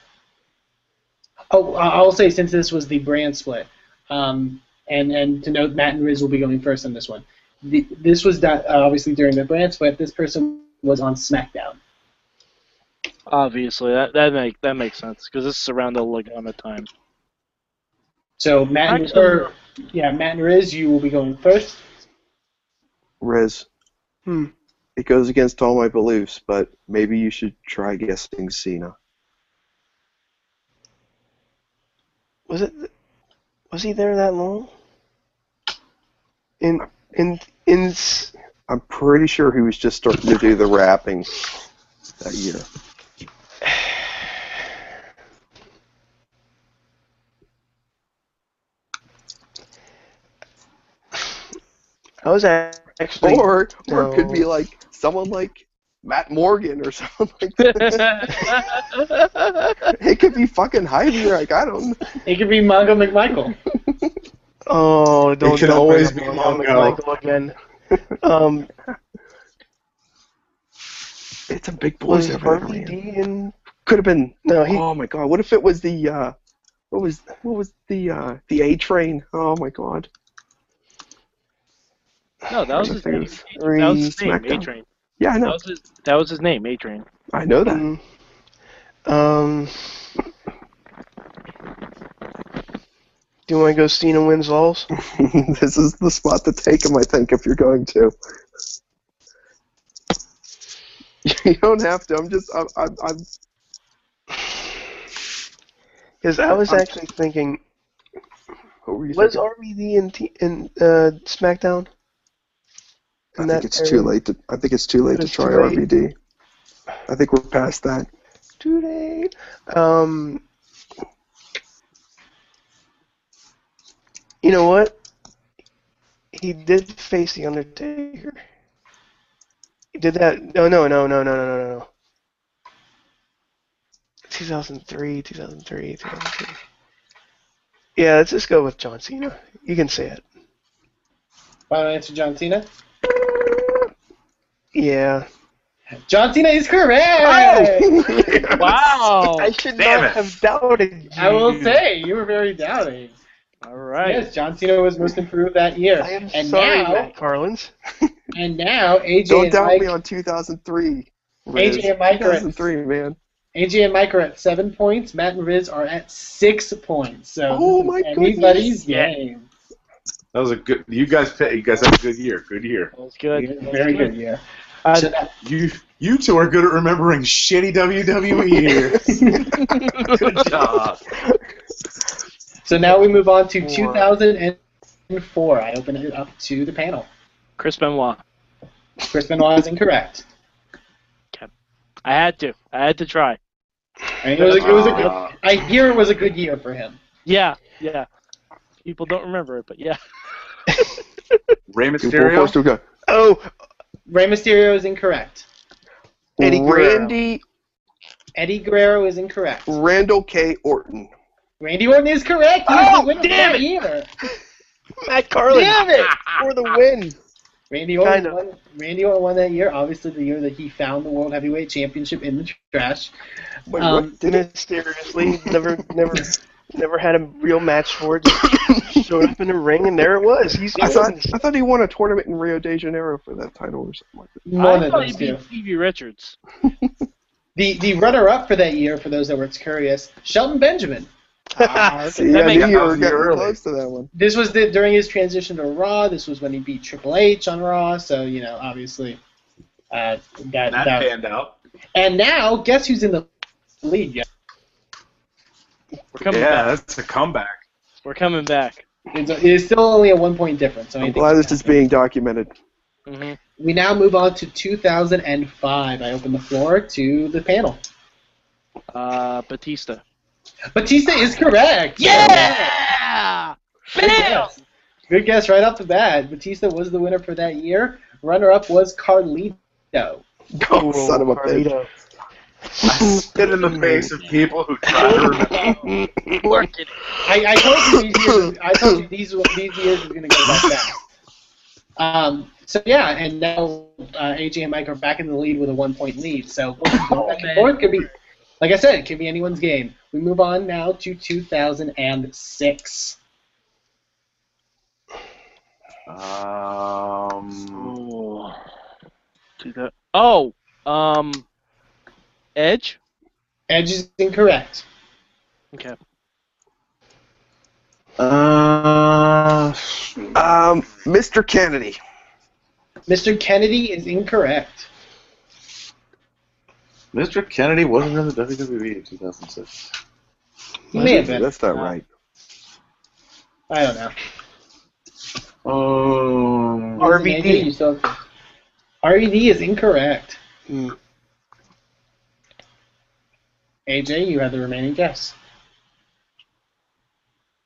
A: Oh, I- I'll say since this was the brand split, um, and, and to note, Matt and Riz will be going first on this one. The, this was di- uh, obviously during the brand split. This person was on SmackDown.
B: Obviously, that that make that makes sense because this is around the Lagana time.
A: So Matt and,
B: Actually-
A: or, yeah, Matt and Riz, you will be going first.
E: Riz,
C: Hmm.
E: it goes against all my beliefs, but maybe you should try guessing Cena.
C: Was it? Was he there that long? In in in. s-
E: I'm pretty sure he was just starting to do the rapping that year.
C: I was a- actually.
E: Or, or it could be
C: No.
E: like someone like Matt Morgan or someone like that.
B: That's
E: it could be fucking Hyder. Like I don't.
A: It could be Mongo McMichael.
C: Oh, don't.
D: could
C: don't
D: always
C: bring
D: be
C: up Mongo
D: Mongo.
C: McMichael again. Um,
E: It's a big boys
C: was
E: over
C: Harvey
E: there. man.
C: D in?
E: Could have been.
C: No, he.
E: Oh my god! What if it was the uh, what was what was the uh, the A train? Oh my god!
B: no, that was his
E: Three
B: name. That was his name, A
E: SmackDown.
B: Train.
E: Yeah, I
B: That
E: know.
B: was his that was his name, A Train.
E: I know that.
C: Mm. Um, do you want to go Cena wins laws?
E: this is the spot to take him, I think, if you're going to. You don't have to. I'm just. I'm. I'm, I'm
C: Because I was actually thinking,
E: what were you
C: was
E: thinking?
C: RVD in, T- in uh, SmackDown?
E: I
C: in
E: think
C: that
E: it's
C: area?
E: too late to. I think it's too late to
C: It's
E: try
C: too late.
E: RVD. I think we're past that.
C: Too late. Um, you know what? He did face the Undertaker. He did that. No, no, no, no, no, no, no, no, no. 2003, 2003, 2003. Yeah, let's just go with John Cena. You can say it.
A: Final answer, John Cena.
C: Yeah.
A: John Cena is correct.
E: Oh!
B: Wow.
C: I should
D: Damn
C: not
D: it.
C: have doubted you.
A: I will say you were very doubting.
B: All right.
A: Yes, John Cena was most improved that year.
C: I am
A: and
C: sorry,
A: now,
C: Matt Carlins.
A: and now AJ
E: Don't
A: and
E: doubt
A: Mike,
E: me on 2003. Riz.
A: AJ and Mike are at,
E: 2003, man.
A: AJ and Mike are at seven points. Matt and Riz are at six points. So
E: Oh
A: this is
E: my
A: anybody's
B: goodness.
A: game.
D: That was a good. You guys, pa- you guys had a good year. Good year.
B: That was good. That was
A: Very good year.
B: Uh,
A: So that-
D: You, you two are good at remembering shitty WWE years. good job.
A: So now we move on to
C: Four.
A: 2004. I open it up to the panel.
B: Chris Benoit.
A: Chris Benoit is incorrect.
B: I had to. I had to try.
A: I mean, it was a, it was a good,
D: Ah.
A: I hear it was a good year for him.
B: Yeah. Yeah. People don't remember it, but yeah.
D: Rey
E: Two, four, four,
D: Mysterio.
E: two, go.
C: Oh,
A: Rey Mysterio is incorrect.
C: Eddie Guerrero.
E: Randy
A: Eddie Guerrero is incorrect.
E: Randall K. Orton.
A: Randy Orton is correct. He was
C: Oh,
A: the winner
C: damn
A: that
C: it.
A: year.
C: Matt Carlin
A: Damn it!
C: for the win.
A: Randy Orton,
C: Kinda.
A: won, Randy Orton won that year. Obviously, the year that he found the World Heavyweight Championship in the trash.
E: Wait,
A: Um,
E: what? Did it?
C: mysteriously never never never had a real match for it. Just showed up in the ring and there it was. He's
E: I thought I thought he won a tournament in Rio de Janeiro for that title or something like that.
A: None
B: I
A: of
B: thought he
A: those
B: beat
A: two.
B: Stevie Richards.
A: The the runner up for that year, for those that were curious, Shelton Benjamin.
E: See,
B: That
E: I
B: makes-
E: knew you
D: that
E: were
D: was
E: getting
D: early.
E: close to that one.
A: This was the, during his transition to Raw. This was when he beat Triple H on Raw. So you know, obviously, uh, that,
D: That
A: that-
D: panned out.
A: And now, guess who's in the lead? guys?
B: We're coming
D: yeah,
B: back.
D: that's a comeback.
B: We're coming back.
A: It's, it's still only a one point difference. So
E: I'm
A: anything
E: glad
A: can
E: this is
A: happen.
E: being documented.
B: hmm
A: We now move on to 2005. I open the floor to the panel.
B: Uh, Batista.
A: Batista is correct.
B: Yeah!
A: Good guess. Good guess right off the bat. Batista was the winner for that year. Runner up was Carlito.
E: Oh, son of a bitch.
D: I spit in the face of people who try to remember.
B: Work it.
A: I, I told you these years. I told you these these years was gonna go that fast. Um. So yeah, and now uh, AJ and Mike are back in the lead with a one point lead. So back and forth could be, like I said, it could be anyone's game. We move on now to 2006.
D: Um,
B: Ooh. Do that. Oh, um, Edge.
A: Edge is incorrect.
B: Okay.
D: uh,
E: Um, Mr. Kennedy.
A: Mr. Kennedy is incorrect.
D: Mr. Kennedy wasn't in the WWE in 2006.
A: He may have been.
E: That's not right.
A: I don't know.
D: Um,
C: RVD.
A: You still- RVD E is incorrect.
C: Hmm.
A: AJ, you have the remaining guess.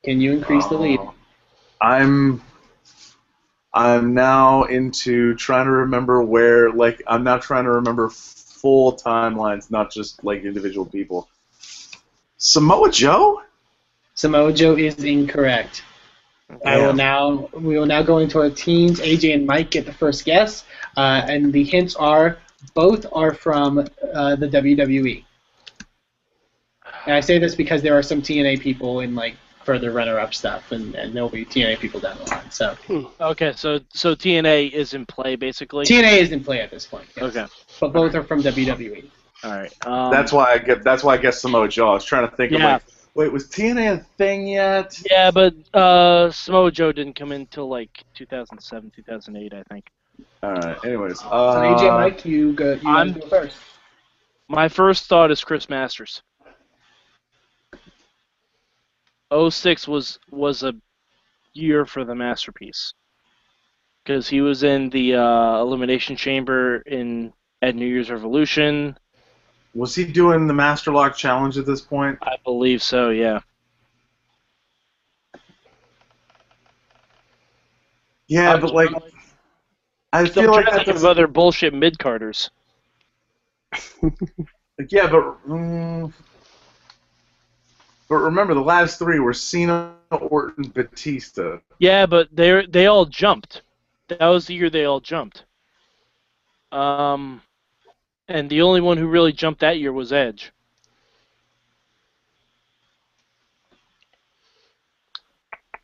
A: Can you increase the lead?
D: Uh, I'm I'm now into trying to remember where like I'm now trying to remember full timelines, not just like individual people. Samoa Joe?
A: Samoa Joe is incorrect. I will
D: Damn.
A: now. We will now go into our teams. AJ and Mike get the first guess, uh, and the hints are both are from uh, the WWE. And I say this because there are some TNA people in like further runner-up stuff, and, and there'll be TNA people down the line. So
B: Okay. So so TNA is in play basically.
A: TNA is in play at this point. yes.
B: Okay.
A: but both are from E. WWE.
B: All right. Um,
D: That's why I get that's why I guess Samoa Joe. I was trying to think of
B: Yeah.
D: like wait, was TNA a thing yet?
B: Yeah, but uh, Samoa Joe didn't come in till like 2007, 2008, I think.
D: All right. Anyways,
A: So AJ,
D: uh,
A: Mike, you go. You
B: I'm-
A: want to go first?
B: My first thought is Chris Masters. 06 was was a year for the masterpiece because he was in the uh, elimination chamber in at New Year's Revolution.
D: was he doing the Master Lock challenge at this point?
B: I believe so. Yeah.
A: Uh,
D: Yeah,
B: I'm-
D: but like,
B: I'm
D: I
B: still
D: feel
B: trying
D: like
B: to
D: that
B: think of
D: doesn't.
B: other bullshit mid carders.
D: Yeah, but mm, but remember the last three were Cena, Orton, Batista.
B: Yeah, but they they all jumped. That was the year they all jumped. Um, and the only one who really jumped that year was Edge.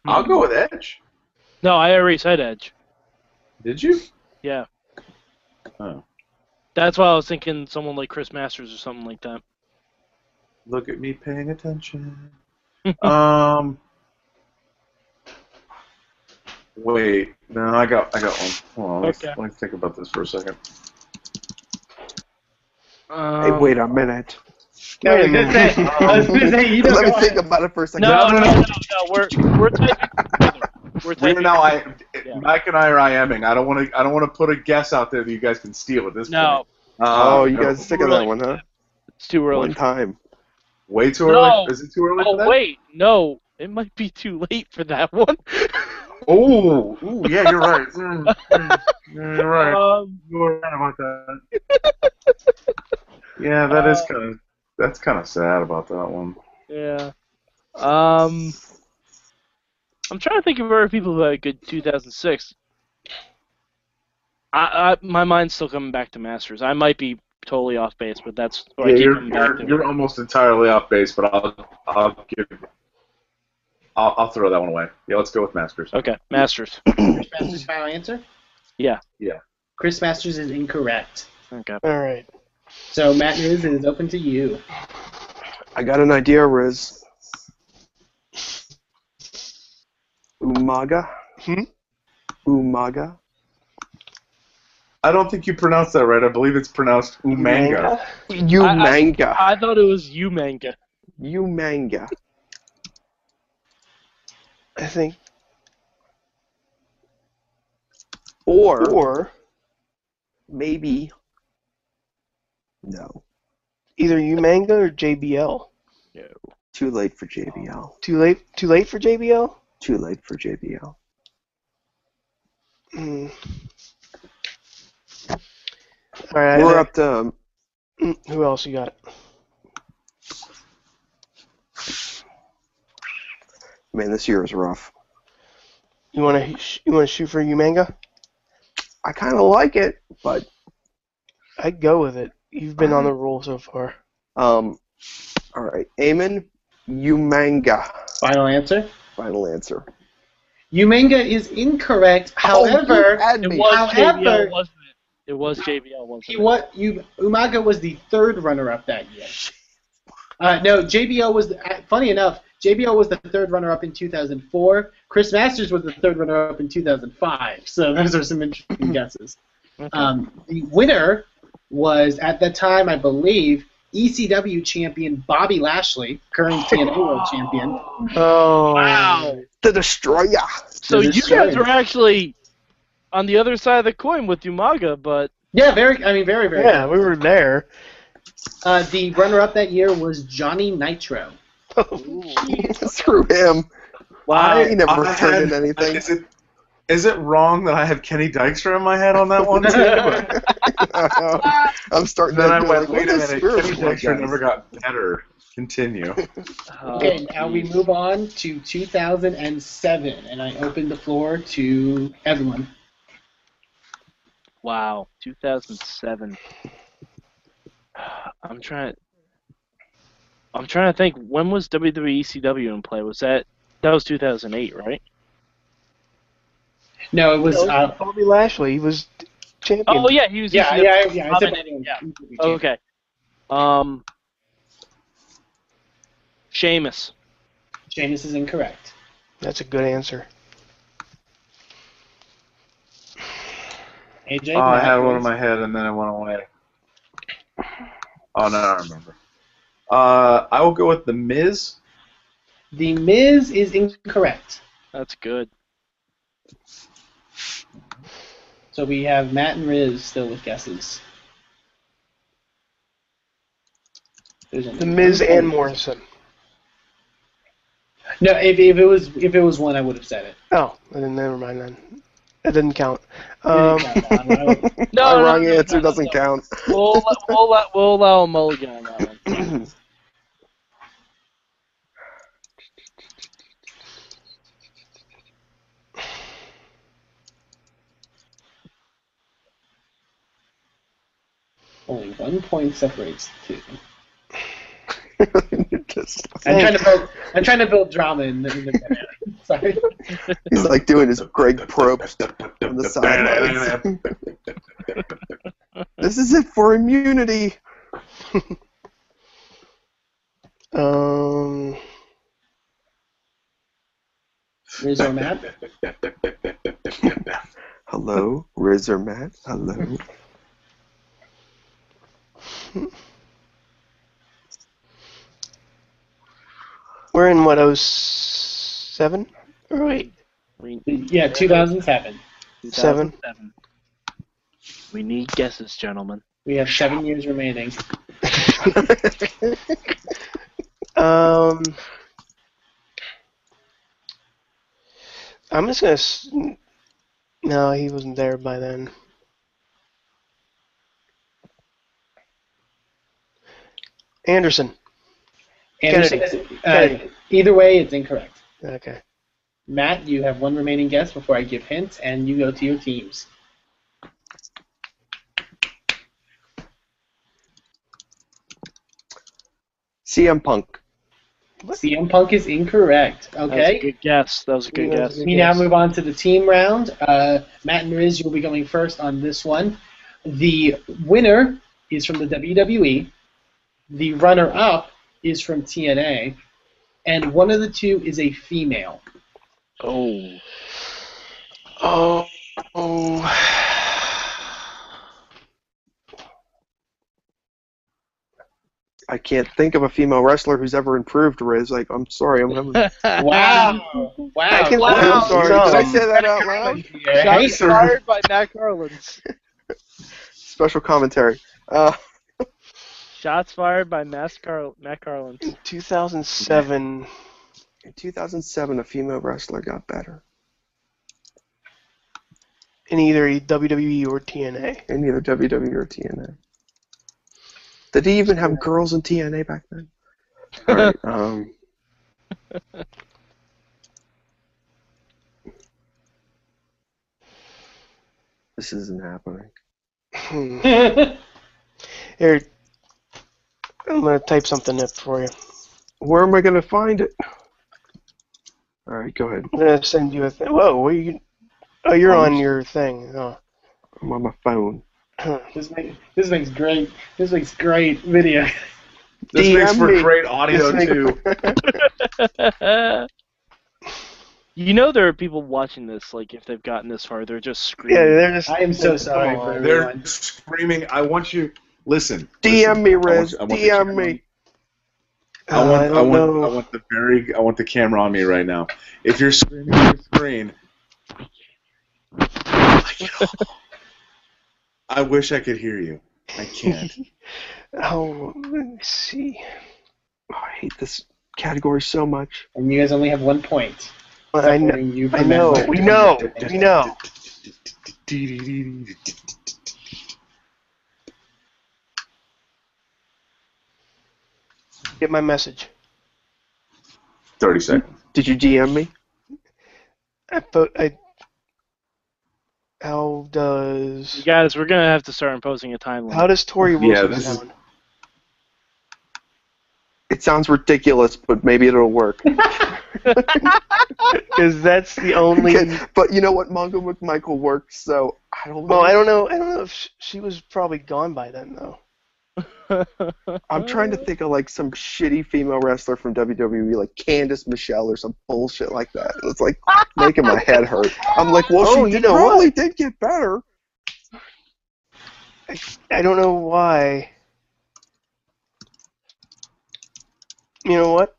D: I'll go with Edge.
B: No, I already said Edge.
D: Did you?
B: Yeah.
D: Oh.
B: That's why I was thinking someone like Chris Masters or something like that.
D: Look at me paying attention. um. Wait, no, I got, I got one. Hold on, let's,
B: Okay.
D: let me think about this for a second.
B: Um,
E: Hey, wait a minute. Um,
A: No, I was gonna
D: Hmm.
A: say.
D: uh,
A: I was gonna say you don't
E: Let me
A: go
E: think
A: ahead.
E: about it for a second.
B: No,
D: No,
B: no,
D: no,
B: no, no, no. We're we're typing together. We're
D: We're
B: typing.
D: now, I,
B: Yeah.
D: Mike and I are IMing. I don't want to, I don't want to put a guess out there that you guys can steal at this
B: No,
D: point. Uh,
E: Oh, you
D: no.
E: guys are sick of that one, huh?
B: it's too early.
E: One time.
D: Way too early.
B: No.
D: Is it too early? for
B: Oh
D: that?
B: wait, no, it might be too late for that one.
D: Oh, ooh, yeah, you're right. Mm, mm, yeah, you're right.
B: um,
D: You were right about that. yeah, that is
B: Uh,
D: kind of that's kind of sad about that one.
B: yeah. Um, I'm trying to think of other people who had a good 2006. I, I my mind's still coming back to Masters. I might be totally off base, but that's what I
D: Yeah,
B: keep
D: you're,
B: coming back
D: you're,
B: to.
D: you're almost entirely off base, but I'll I'll give I'll, I'll throw that one away. Yeah, let's go with Masters.
B: Okay, Masters.
A: Chris Masters' final answer.
B: Yeah.
D: Yeah.
A: Chris Masters is incorrect.
B: Okay.
C: All right.
A: So Matt News it is open to you.
E: I got an idea, Riz. Umaga?
C: Hmm?
E: Umaga?
D: I don't think you pronounced that right. I believe it's pronounced Umanga.
E: Umanga.
B: I thought it was you, Manga.
E: Umanga.
C: I think.
E: Or
C: Or
E: maybe. No.
C: either Umanga or JBL.
E: Too late for JBL.
C: Too late. Too late for JBL.
E: Too late for JBL.
C: Hmm. All right.
E: We're
C: I-
E: up to um,
C: Mm, Who else you got?
E: man. This year is rough.
C: You want to you want to shoot for Umanga?
E: I kind of like it, but
C: I go with it. You've been on the roll so far.
E: um, all right. Eamon Umanga.
A: Final answer.
E: Final answer.
A: Umanga is incorrect. However,
E: oh, you had
B: It
E: me.
B: was
A: However-
B: JBL, wasn't it? It was JBL, wasn't
A: he
B: it?
A: what you Umaga was the third runner-up that year. Uh, no, JBL was. The, uh, funny enough, JBL was the third runner-up in 2004. Chris Masters was the third runner-up in 2005. So those are some interesting guesses. Um, the winner was at that time, I believe, ECW champion Bobby Lashley, current TNA World Champion.
C: Oh.
B: Wow.
E: The Destroyer.
B: So
A: This
B: you
A: is
B: guys
A: strange.
B: were actually on the other side of the coin with Umaga, but
A: Yeah, very. I mean, very, very.
C: Yeah, we were there.
A: Uh, the runner-up that year was Johnny Nitro.
E: Screw him.
B: wow,
E: he never
D: I
E: turned in
D: had-
E: anything.
D: Is it is it wrong that I have Kenny Dykstra in my head on that one?
B: Oh,
E: I'm starting
D: then
E: to
D: I
E: be
D: went,
E: like,
D: wait a
E: what is
D: minute, Kenny
E: spiritual?
D: Dykstra
E: guys?
D: never got better. Continue.
C: Oh,
A: Okay, now we move on to 2007, and I open the floor to everyone.
B: Wow, 2007. I'm trying. I'm trying to think. When was WWE ECW in play? Was that that was 2008, right?
A: No, it
C: Oh.
A: was. Uh,
C: Bobby Lashley he was champion.
B: Oh yeah, he was.
A: yeah,
B: ECW.
A: yeah, yeah. I said-
B: Yeah.
C: Oh,
B: Okay. Um. Sheamus.
A: Seamus is incorrect.
C: That's a good answer.
A: AJ,
D: Oh, I had one in
A: Matthews.
D: my head and then it went away. Oh, no, I remember. Uh, I will go with The Miz.
A: The Miz is incorrect.
B: That's good.
A: So we have Matt and Riz still with guesses. There's
C: The Miz
A: Mm-hmm.
C: and Morrison.
A: No, if, if it was if it was one, I would have said it.
C: Oh, I didn't. Never mind then. It didn't count.
B: No,
C: Um,
E: My
B: no,
E: wrong
B: no,
E: answer
B: no, no,
E: doesn't
B: no.
E: count.
B: We'll, we'll, allow- we'll allow a mulligan on that one.
A: Only one point separates the two.
E: Just-
A: I'm trying to build. I'm trying to build drama in the. In the sorry.
E: He's like doing his Greg Probst on the sidelines. this is it for immunity.
C: um,
A: Riz or Matt?
E: Hello, Riz or Matt? Hello.
C: we're in what 07 or 8?
B: We,
A: Yeah, 2007.
C: Seven.
B: 2007. We need guesses, gentlemen.
A: We have seven years remaining.
C: Um, I'm just gonna. s- No, he wasn't there by then. Anderson.
A: Anderson,
C: Kennedy.
A: uh,
C: Kennedy.
A: either way, it's incorrect.
C: Okay.
A: Matt, you have one remaining guess before I give hints, and you go to your teams.
E: CM Punk.
A: CM Punk is incorrect.
B: That was a
A: Okay.
B: good guess. That was a good
C: Yeah.
B: guess.
A: We now move on to the team round. Uh, Matt and Riz, you'll be going first on this one. The winner is from the WWE. The runner-up is from TNA, and one of the two is a female.
B: Oh.
C: Oh. oh.
E: I can't think of a female wrestler who's ever improved Riz. Like, I'm sorry, I'm having.
A: Wow! Wow!
E: I can,
B: Wow.
E: I'm sorry. Did I
C: Dumb.
E: say that out loud?
A: Right?
B: Shots fired by Matt Garland's.
E: Special commentary. Uh,
B: Shots fired by Matt, Car- Matt Garland's.
C: 2007.
E: in 2007, a female wrestler got better
C: in either WWE E or TNA.
E: in either WWE E or TNA. Did they even have girls in TNA back then? All right. Um, this isn't happening.
C: Hmm.
A: Wow.
C: Here, I'm gonna type something up for you.
E: Where am I going to find it? All right, go ahead.
C: I'm gonna send you a thing. Whoa, what are you? Oh, you're
E: Um,
C: on your thing. Oh.
E: I'm on my phone.
A: This makes this makes great this makes great video.
D: This makes
E: DM
D: for
E: me.
D: great audio,
E: This makes-
D: too.
B: you know there are people watching this, like, if they've gotten this far, they're just
C: Yeah,
B: screaming.
C: they're just.
A: I am so sorry for
C: Aw,
D: They're
A: everyone.
D: screaming. I want you. Listen.
E: DM
D: listen,
E: me,
D: I want-
E: Riz.
D: I want the
E: DM
D: camera on-
E: me.
D: Uh, I want,
C: I
D: I,
C: don't
D: want,
C: know.
D: I want the very, I want the camera on me right now. If you're screaming at your screen, I, can't- I wish I could hear you. I can't.
C: Oh, let me see.
E: Oh, I hate this category so much.
A: And you guys only have one point.
C: I know.
A: separating you
C: I
A: from
C: know.
A: everyone.
C: We know. We know. Get my message.
D: Thirty seconds.
E: Did you DM me?
C: I put. I. How does?
B: You guys, we're going to have to start imposing a time
C: How
B: limit.
C: does Tori
D: Yeah,
C: Wilson
D: this is-
C: sound?
E: It sounds ridiculous, but maybe it'll work.
C: Because that's the only.
E: Okay, but you know what? Mongo McMichael works, so I don't know.
C: Well, I don't know. I don't know if sh- she was probably gone by then though.
E: I'm trying to think of like some shitty female wrestler from WWE, like Candice Michelle or some bullshit like that. It's like making my head hurt. I'm like, well,
C: Oh,
E: she
C: you
E: did,
C: know what?
E: probably did get better.
C: I, I don't know why. You know what?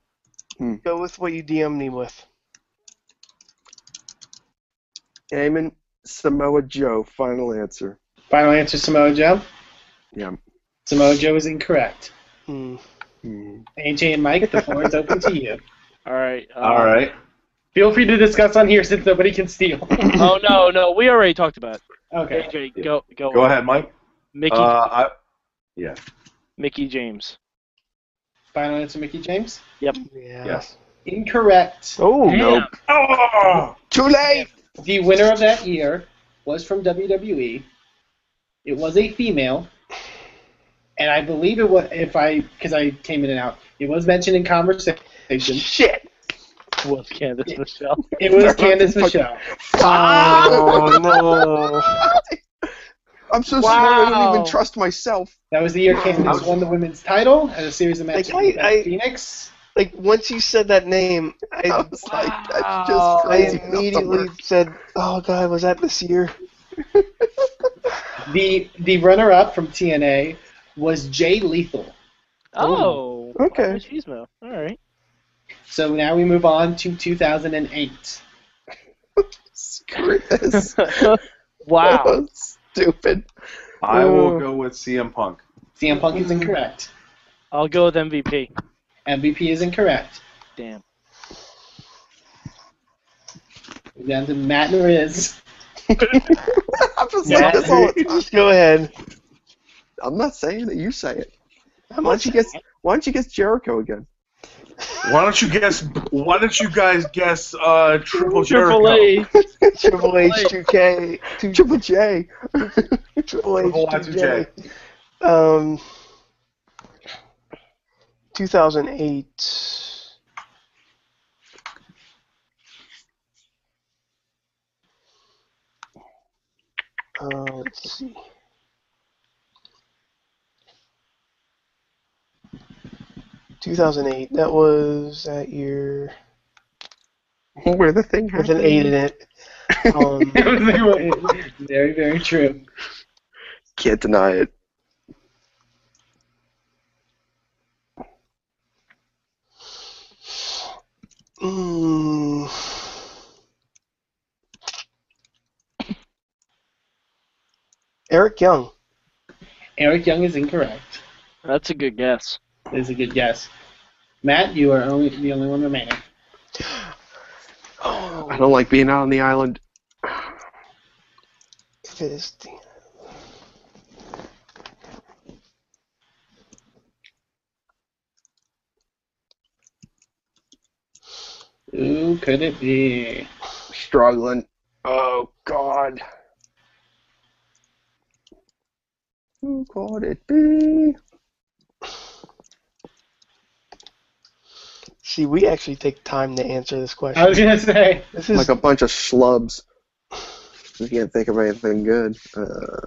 E: Hmm.
C: Go with what you DM me with.
E: Eamon Samoa Joe, final answer.
A: Final answer, Samoa Joe.
E: Yeah.
A: Samoa Joe is incorrect.
C: Hmm.
E: Hmm.
A: AJ and Mike, the floor is open to you.
B: All right. uh,
D: All right.
A: Feel free to discuss on here since nobody can steal.
B: Oh no, no, we already talked about
A: Okay.
B: it. AJ, go go.
D: Go ahead, Mike.
B: Mickey
D: Uh, I, yeah.
B: Mickey James.
A: Final answer, Mickey James.
C: Yeah.
D: Yes.
A: Incorrect.
C: Oh,
B: Damn.
E: nope.
D: Oh,
E: Too late!
A: The winner of that year was from WWE. It was a female, and I believe it was if I because I came in and out. It was mentioned in conversation. It
C: shit.
B: Was Candace Michelle?
A: was Candice Michelle.
C: Oh, no.
E: I'm so
A: Wow.
E: sorry I don't even trust myself.
A: That was the year Candice won the women's title at a series of matches
C: Like, I-
A: with
C: I-
A: Phoenix.
C: Like, once you said that name,
E: I
C: I,
E: was like, that's
B: Wow.
E: just
C: I
E: crazy. enough to
C: immediately
E: work.
C: said, oh, God, was that this year?
A: The the runner up from TNA was Jay Lethal.
B: Oh.
C: Okay.
B: Papa Chismo. All right.
A: So now we move on to 2008.
E: Screw this.
B: wow.
E: Stupid.
D: I
C: Uh.
D: will go with CM Punk.
A: CM Punk is incorrect.
B: I'll go with MVP.
A: MVP is incorrect.
B: Damn.
A: We're down to Matt and Riz.
E: I'm just
A: Yeah.
E: like this all the time.
C: Just Oh, go ahead.
E: I'm not saying that you say it.
C: How
E: Why don't you guess why don't you guess Jericho again?
D: Why don't you guess? Why don't you guys guess uh, Triple
B: Triple A.
C: Triple H, 2K, 2
E: Triple J.
C: Triple H,
D: Triple Y,
C: 2J. Um, 2008. Uh, let's see. Two thousand eight. That was that year
E: Where the thing
C: with an eight in it. Um,
A: very, very true.
E: Can't deny it.
C: Mm. Eric Young.
A: Eric Young is incorrect.
B: That's a good guess.
A: That is a good guess. Matt, you are only the only one remaining.
C: Oh,
E: I don't like being out on the island.
C: if it is
A: Who could it be?
E: Struggling. Oh God. Who could it be?
C: See, we actually take time to answer this question.
A: I was gonna say
C: this is
E: Like a bunch of schlubs. We can't think of anything good. Uh,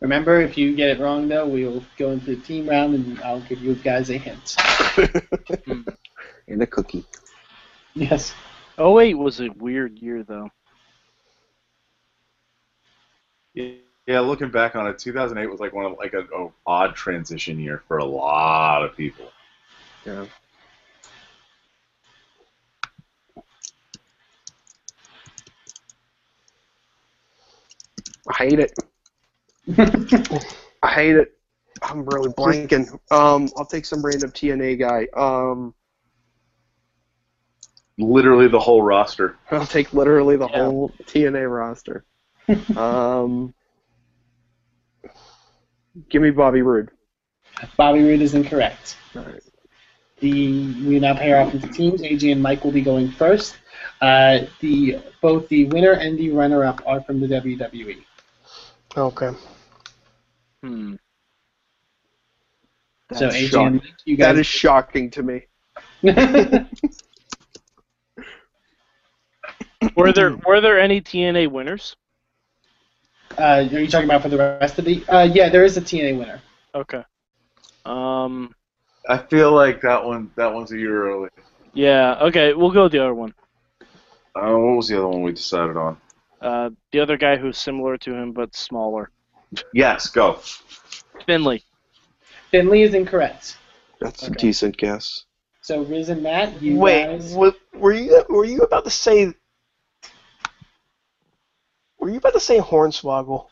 A: Remember, if you get it wrong, though, we will go into the team round and I'll give you guys a hint.
E: and a cookie.
A: Yes.
B: 08 Oh, was a weird year though.
D: Yeah, looking back on it, 2008 was like one of like a, a odd transition year for a lot of people.
E: Yeah. I hate it. I hate it. I'm really blanking. Um, I'll take some random TNA guy. Um,
D: Literally the whole roster.
E: I'll take literally the
B: Yeah.
E: whole TNA roster. um, give me Bobby Roode.
A: Bobby Roode is incorrect.
E: All right.
A: The we now pair off into teams. AJ and Mike will be going first. Uh, the both the winner and the runner-up are from the E. WWE.
C: okay.
B: Hmm.
A: so
E: That's
A: AJ
E: shocking.
A: and Mike, you guys.
E: That is shocking to me.
B: Were there were there any TNA winners?
A: uh, are you talking about for the rest of the? Uh, yeah, there is a TNA winner.
B: Okay. Um.
D: I feel like that one that one's a year early.
B: Yeah. Okay. We'll go with the other one.
D: Uh, what was the other one we decided on?
B: Uh, the other guy who's similar to him but smaller.
D: Yes, go.
B: Finley.
A: Finley is incorrect.
E: That's
A: Okay.
E: a decent guess.
A: So Riz and Matt, you
C: Wait,
A: guys.
C: wa- were you were you about to say? Were you about to say Hornswoggle?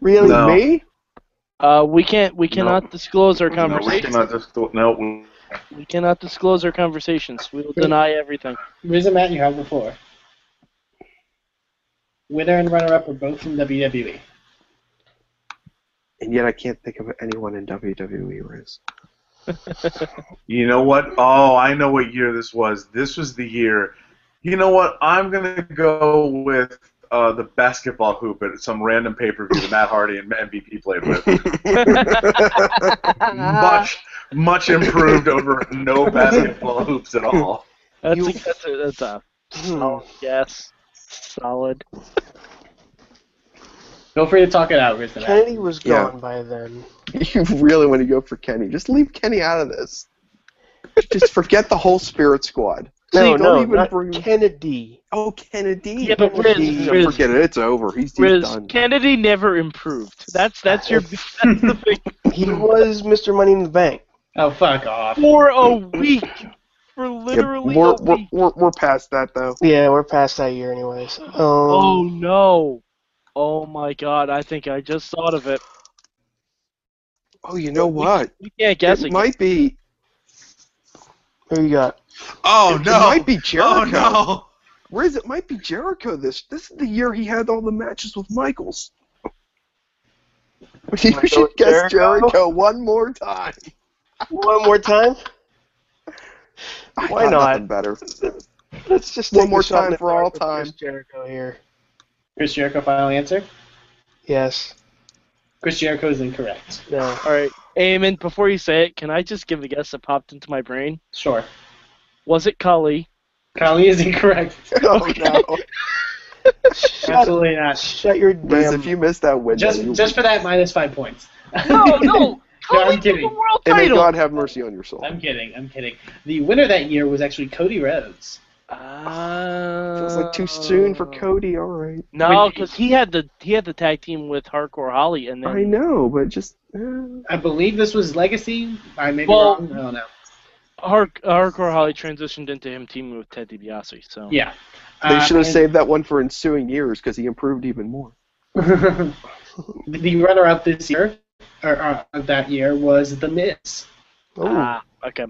C: Really,
D: No.
C: me?
B: Uh, we can't. We cannot disclose our
D: No, we
B: conversations.
D: cannot just no. we-
B: we cannot disclose our conversations. We will deny everything.
A: Riz and Matt, you have the floor. Winner and runner-up are both from E. WWE.
E: And yet I can't think of anyone in E WWE Riz.
D: You know what? Oh, I know what year this was. This was the year. You know what? I'm gonna go with uh, the basketball hoop at some random pay per view that Matt Hardy and MVP played with. much, much improved over no basketball hoops at all.
B: That's
C: You-
B: a, that's a, that's a
C: Hmm.
B: yes. Solid.
A: Feel free to talk it out, Riz and Matt.
C: Kennedy was
E: Yeah.
C: gone by then.
E: You really want to go for Kenny. Just leave Kenny out of this. Just forget the whole Spirit Squad.
C: No,
E: don't
C: no,
E: even
C: not
E: bring-
C: Kennedy.
E: Oh, Kennedy.
B: Yeah, but Riz,
E: Kennedy,
B: Riz-
E: forget it. It's over. He's, he's
B: Riz,
E: done.
B: Kennedy never improved. That's that's your that's the big
C: He was Mr. Money in the Bank.
A: Oh, fuck off.
B: for a week. For
E: Yeah,
B: literally
E: we're,
B: a
E: we're,
B: week.
E: we're, we're past that though.
C: Yeah, we're past that year, anyways. Um,
B: Oh no. Oh my god, I think I just thought of it.
E: Oh, you know what?
B: We can't guess
E: It
B: it.
E: might be.
C: who you got?
E: It
D: Oh
E: might be Jericho.
D: no!
E: Riz, it might be Jericho. This this is the year he had all the matches with Michaels. You
C: Michael
E: should guess
C: Jericho?
E: Jericho one more time.
C: One more time.
E: I
C: Why
E: got
C: not?
E: Nothing better.
C: Let's just
E: One
C: take
E: more
C: a shot in
E: time
C: the
E: for all
C: dark with Chris
E: time.
C: Jericho here.
A: Chris Jericho, final answer.
C: Yes.
A: Chris Jericho is incorrect.
C: No.
B: Alright. Amen, before you say it, can I just give a guess that popped into my brain?
A: Sure.
B: Was it Kali?
A: Kali is incorrect.
E: Oh no,
C: Shut,
A: Absolutely not.
C: shut your
E: Riz,
C: damn.
E: if you missed that window,
A: Just
E: you,
A: just for that, minus five points.
B: No, no.
A: No, I'm
B: Kali took the
A: kidding.
B: world
E: and may
B: title.
E: God have mercy on your soul.
A: I'm kidding. I'm kidding. The winner that year was actually Cody Rhodes.
B: Ah.
E: Feels like too soon for Cody. All right,
B: No,
A: Wait.
B: because he had the he had the tag team with Hardcore Holly, and
E: I
B: then
E: know, but just eh.
A: I believe this was Legacy. I may be
B: Well-
A: wrong. I don't know.
B: Hard, Hardcore Holly transitioned into him teaming with Ted DiBiase. So
A: Yeah. Uh,
E: they should have
A: and-
E: saved that one for ensuing years because he improved even more.
A: the runner-up this year, or uh, of that year, was The Miz.
C: Oh,
B: Ah, okay.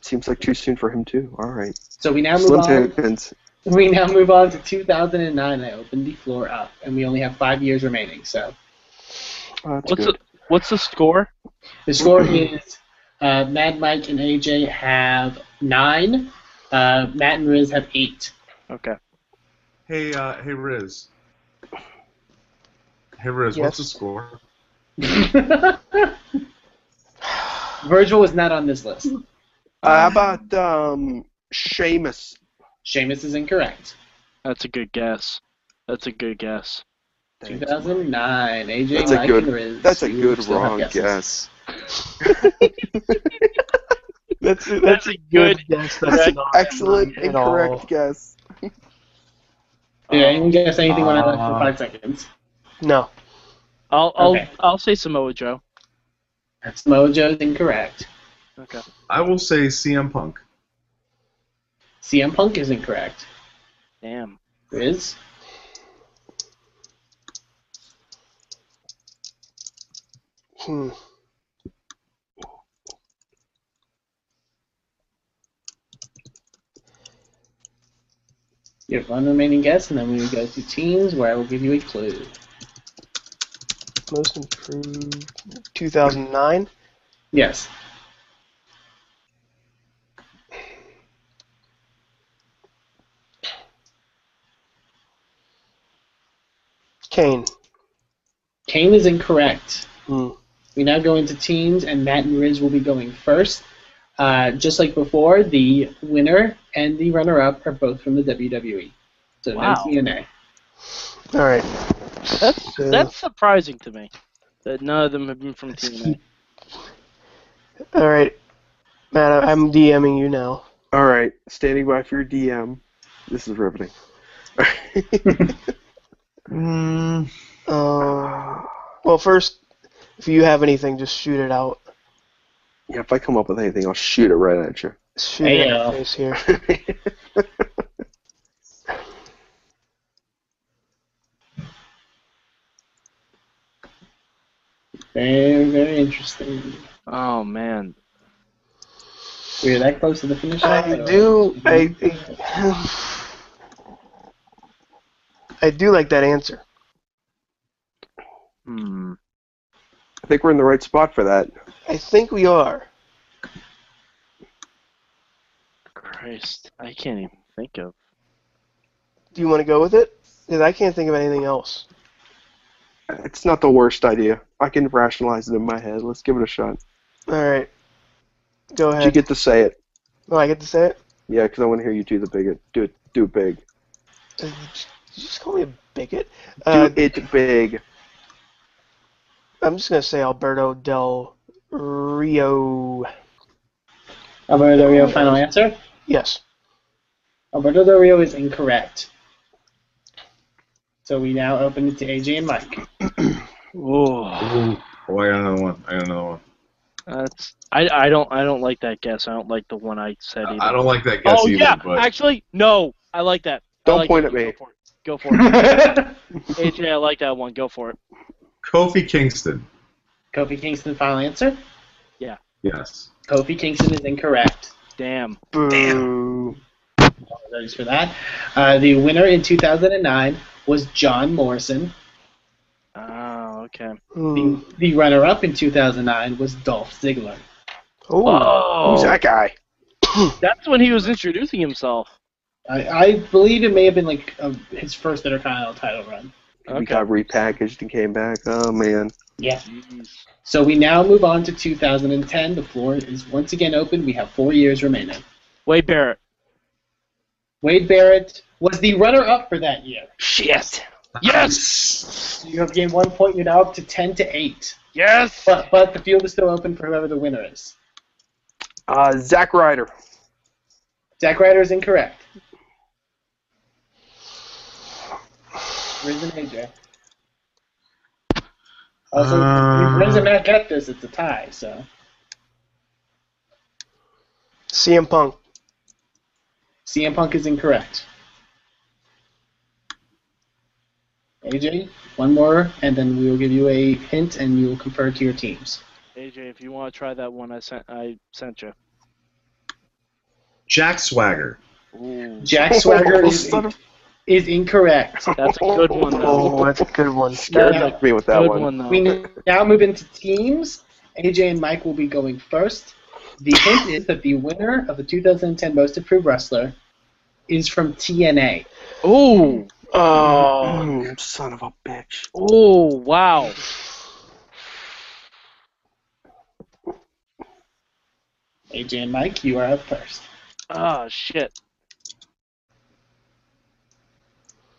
E: Seems like too soon for him too. All right,
A: So we now move
E: Slim
A: on.
E: Pickens.
A: We now move on to 2009. I opened the floor up, and we only have five years remaining. So
E: Oh, that's
B: What's
E: good.
B: the what's the score?
A: the score is uh, Mad Mike and AJ have nine. Uh, Matt and Riz have eight.
B: Okay.
D: Hey, uh, hey, Riz. Hey, Riz. What's the score?
A: Virgil was not on this list.
E: Uh, how about um, Sheamus?
A: Seamus is incorrect.
B: That's a good guess. That's a good guess.
A: 2009. AJ
E: That's a
A: Mike
E: good-
A: and Riz.
E: That's a
A: You
E: good
A: still have
E: wrong
A: guesses.
E: guess.
C: that's a,
B: That's a good
C: guess.
E: That's
C: That's
E: an
C: not
E: excellent,
C: wrong at all.
E: incorrect guess.
A: Yeah, you can guess anything when I left for
D: Uh,
A: five seconds.
C: No.
B: I'll I'll
A: Okay.
B: I'll say Samoa Joe.
A: Samoa Joe is incorrect.
B: Okay.
D: I will say CM Punk.
A: CM Punk is incorrect.
B: Damn.
A: Riz.
C: Hmm.
A: You have one remaining guess, and then we will go to teams, where I will give you a clue.
C: Most improved. 2009.
A: Yes.
C: Kane.
A: Kane is incorrect.
C: Hmm.
A: We now go into teams, and Matt and Riz will be going first. Uh, just like before, the winner and the runner-up are both from the WWE. So
B: Wow.
A: no TNA.
C: All right.
B: That's
C: So-
B: that's surprising to me that none of them have been from
C: Let's
B: TNA.
C: All right. Matt, I- I'm DMing you now.
E: All right, standing by for your DM. This is riveting.
D: Mm,
C: Um, Well, first, if you have anything, just shoot it out.
E: Yeah, if I come up with anything, I'll shoot it right at you.
C: Shoot
A: Hey,
C: it out
A: yo.
C: face here.
A: Very, very interesting.
B: Oh man.
A: We're that close to the finish line.
C: I do. I, I do like that answer.
B: Hmm.
E: I think we're in the right spot for that.
C: I think we are.
B: Christ, I can't even think of.
C: Do you want to go with it? Because I can't think of anything else.
E: It's not the worst idea. I can rationalize it in my head. Let's give it a shot.
C: All right. Go
E: But you
B: Uh,
C: ahead.
E: get to say it.
C: oh, I get to say it.
E: Yeah, because I want to hear you do the bigot. Do it. Do it big.
C: Did you just call me a bigot?
E: Do
C: Uh,
E: it big.
C: I'm just gonna say Alberto Del Rio.
A: Alberto Del Rio, final answer.
C: Yes.
A: Alberto Del Rio is incorrect. So we now open it to AJ and Mike.
B: Oh,
D: Ooh. Oh, I got another one. I got another one.
B: that's. I, I don't I don't like that guess. I don't like the one I said either.
D: I don't like that guess
B: oh
D: either.
B: yeah,
D: but
B: actually no, I like that. I
E: Don't
B: like
E: point
B: it.
E: at me.
B: Go for it. Go for it. AJ, I like that one. Go for it.
D: Kofi Kingston.
A: Kofi Kingston, final answer.
D: Yes.
A: Kofi Kingston is incorrect.
B: Damn.
C: Boo.
A: Apologies for that. Uh, the winner in 2009 was John Morrison.
B: Oh, okay.
C: Hmm.
A: The, the runner-up in 2009 was Dolph Ziggler.
C: Oh.
B: Oh,
E: Who's that guy?
B: that's when he was introducing himself.
A: I, I believe it may have been like uh his first Intercontinental title run.
E: We
B: Okay.
E: got repackaged and came back. Oh man.
A: Yeah.
B: Jeez.
A: So we now move on to 2010. The floor is once again open. We have four years remaining.
B: Wade Barrett.
A: Wade Barrett was the runner-up for that year.
B: Shit. Yes.
A: You have gained one point. You're now up to 10 to 8.
B: Yes.
A: But, but the field is still open for whoever the winner is.
E: Uh, Zack Ryder.
A: Zack Ryder is incorrect. Risen AJ. Also,
D: Uh.
A: if Risen Matt got this, it's a tie, so.
C: CM Punk.
A: CM Punk is incorrect. AJ, one more, and then we will give you a hint and you will compare to your teams.
B: AJ, if you want to try that one, I sent I sent you.
D: Jack Swagger.
B: Ooh,
A: Jack Swagger
E: Oh,
A: is,
E: son of-
A: is incorrect.
B: that's a good one. Though.
C: Oh, that's a good one.
E: scared
A: Yeah.
E: me with that
B: Good
E: one.
B: one though.
A: We n- now move into teams. AJ and Mike will be going first. The hint is that the winner of the 2010 Most Improved Wrestler is from TNA.
B: Ooh.
C: Oh.
E: Mm, son of a bitch.
B: Oh. Wow.
A: AJ and Mike, you are up first.
B: Ah. shit.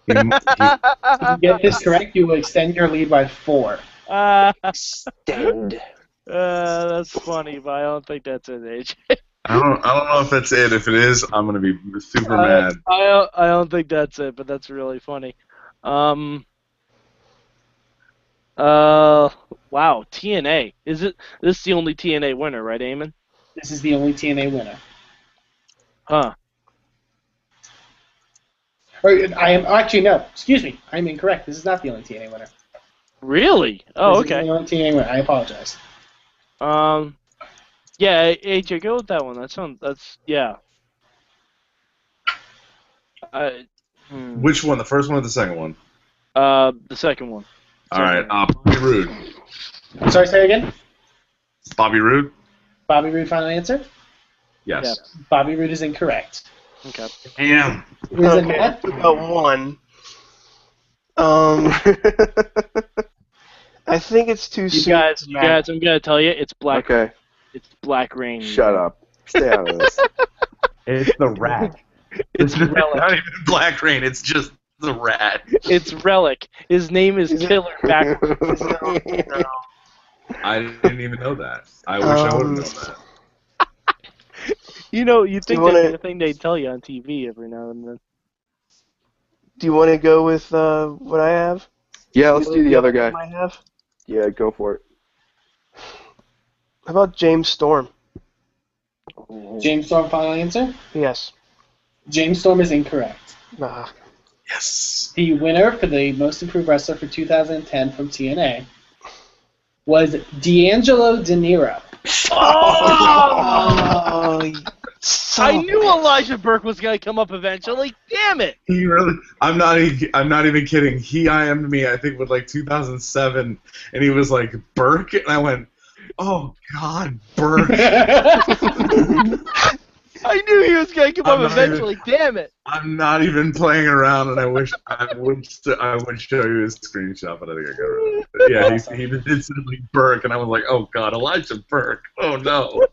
D: He, he,
A: If you get this correct, you will extend your lead by four.
B: Ah, uh,
E: Stand.
B: Ah, that's funny, but I don't think that's it, AJ.
D: I don't. I don't know if that's it. If it is, I'm gonna be super
B: Uh,
D: mad.
B: I don't, I don't think that's it, but that's really funny. Um. Uh. Wow. TNA. Is it? This is the only TNA winner, right, Eamon?
A: This is the only TNA winner.
B: Huh.
A: Or I am actually no. Excuse me. I'm incorrect. This is not the only TNA winner.
B: Really? Oh,
A: This is
B: okay.
A: the only TNA winner. I apologize.
B: Um, yeah, AJ, go with that one. That sounds. That's yeah. Uh, hmm.
D: Which one? The first one or the second one?
B: uh, the second one.
D: All right. Uh, Bobby Roode.
A: I'm sorry. Say again.
D: Bobby Roode.
A: Bobby Roode. Final answer.
D: Yes.
A: Bobby Roode is incorrect.
B: Okay.
D: Damn.
A: Is it
C: Okay.
A: Matt?
C: About one. Um. I think it's too
B: You
C: soon.
B: guys, you
C: Matt.
B: guys, I'm gonna tell you, it's black.
E: okay,
B: It's black rain.
E: shut up. Stay out of this.
D: It's the rat. it's not even Black Rain. It's just the rat.
B: It's relic. His name is Killer. Back.
D: I didn't even know that. I wish I would have
C: Um,
D: known that.
B: You know, you think
C: You wanna-
B: that's the thing they tell you on TV every now and then.
C: Do you want to go with uh, what I have?
E: yeah, let's do the other guy.
C: I have.
E: Yeah, go for it.
C: How about James Storm?
A: James Storm, final answer?
C: Yes.
A: James Storm is incorrect.
C: Nah.
D: Yes.
A: The winner for the Most Improved Wrestler for 2010 from TNA was D'Angelo De Niro.
B: Oh! I knew Elijah Burke was gonna come up eventually. Damn it!
D: He really. I'm not. e- I'm not even kidding. He IM'd me. I think with like 2007, and he was like Burke, and I went, "Oh God, Burke."
B: I knew he was gonna come
D: I'm
B: up
D: not even-
B: eventually. Damn it!
D: I'm not even playing around, and I wish I would. st- I would show you his screenshot, but I think I got rid of it. But Yeah, he, he did simply Burke, and I was like, "Oh God, Elijah Burke! Oh no!"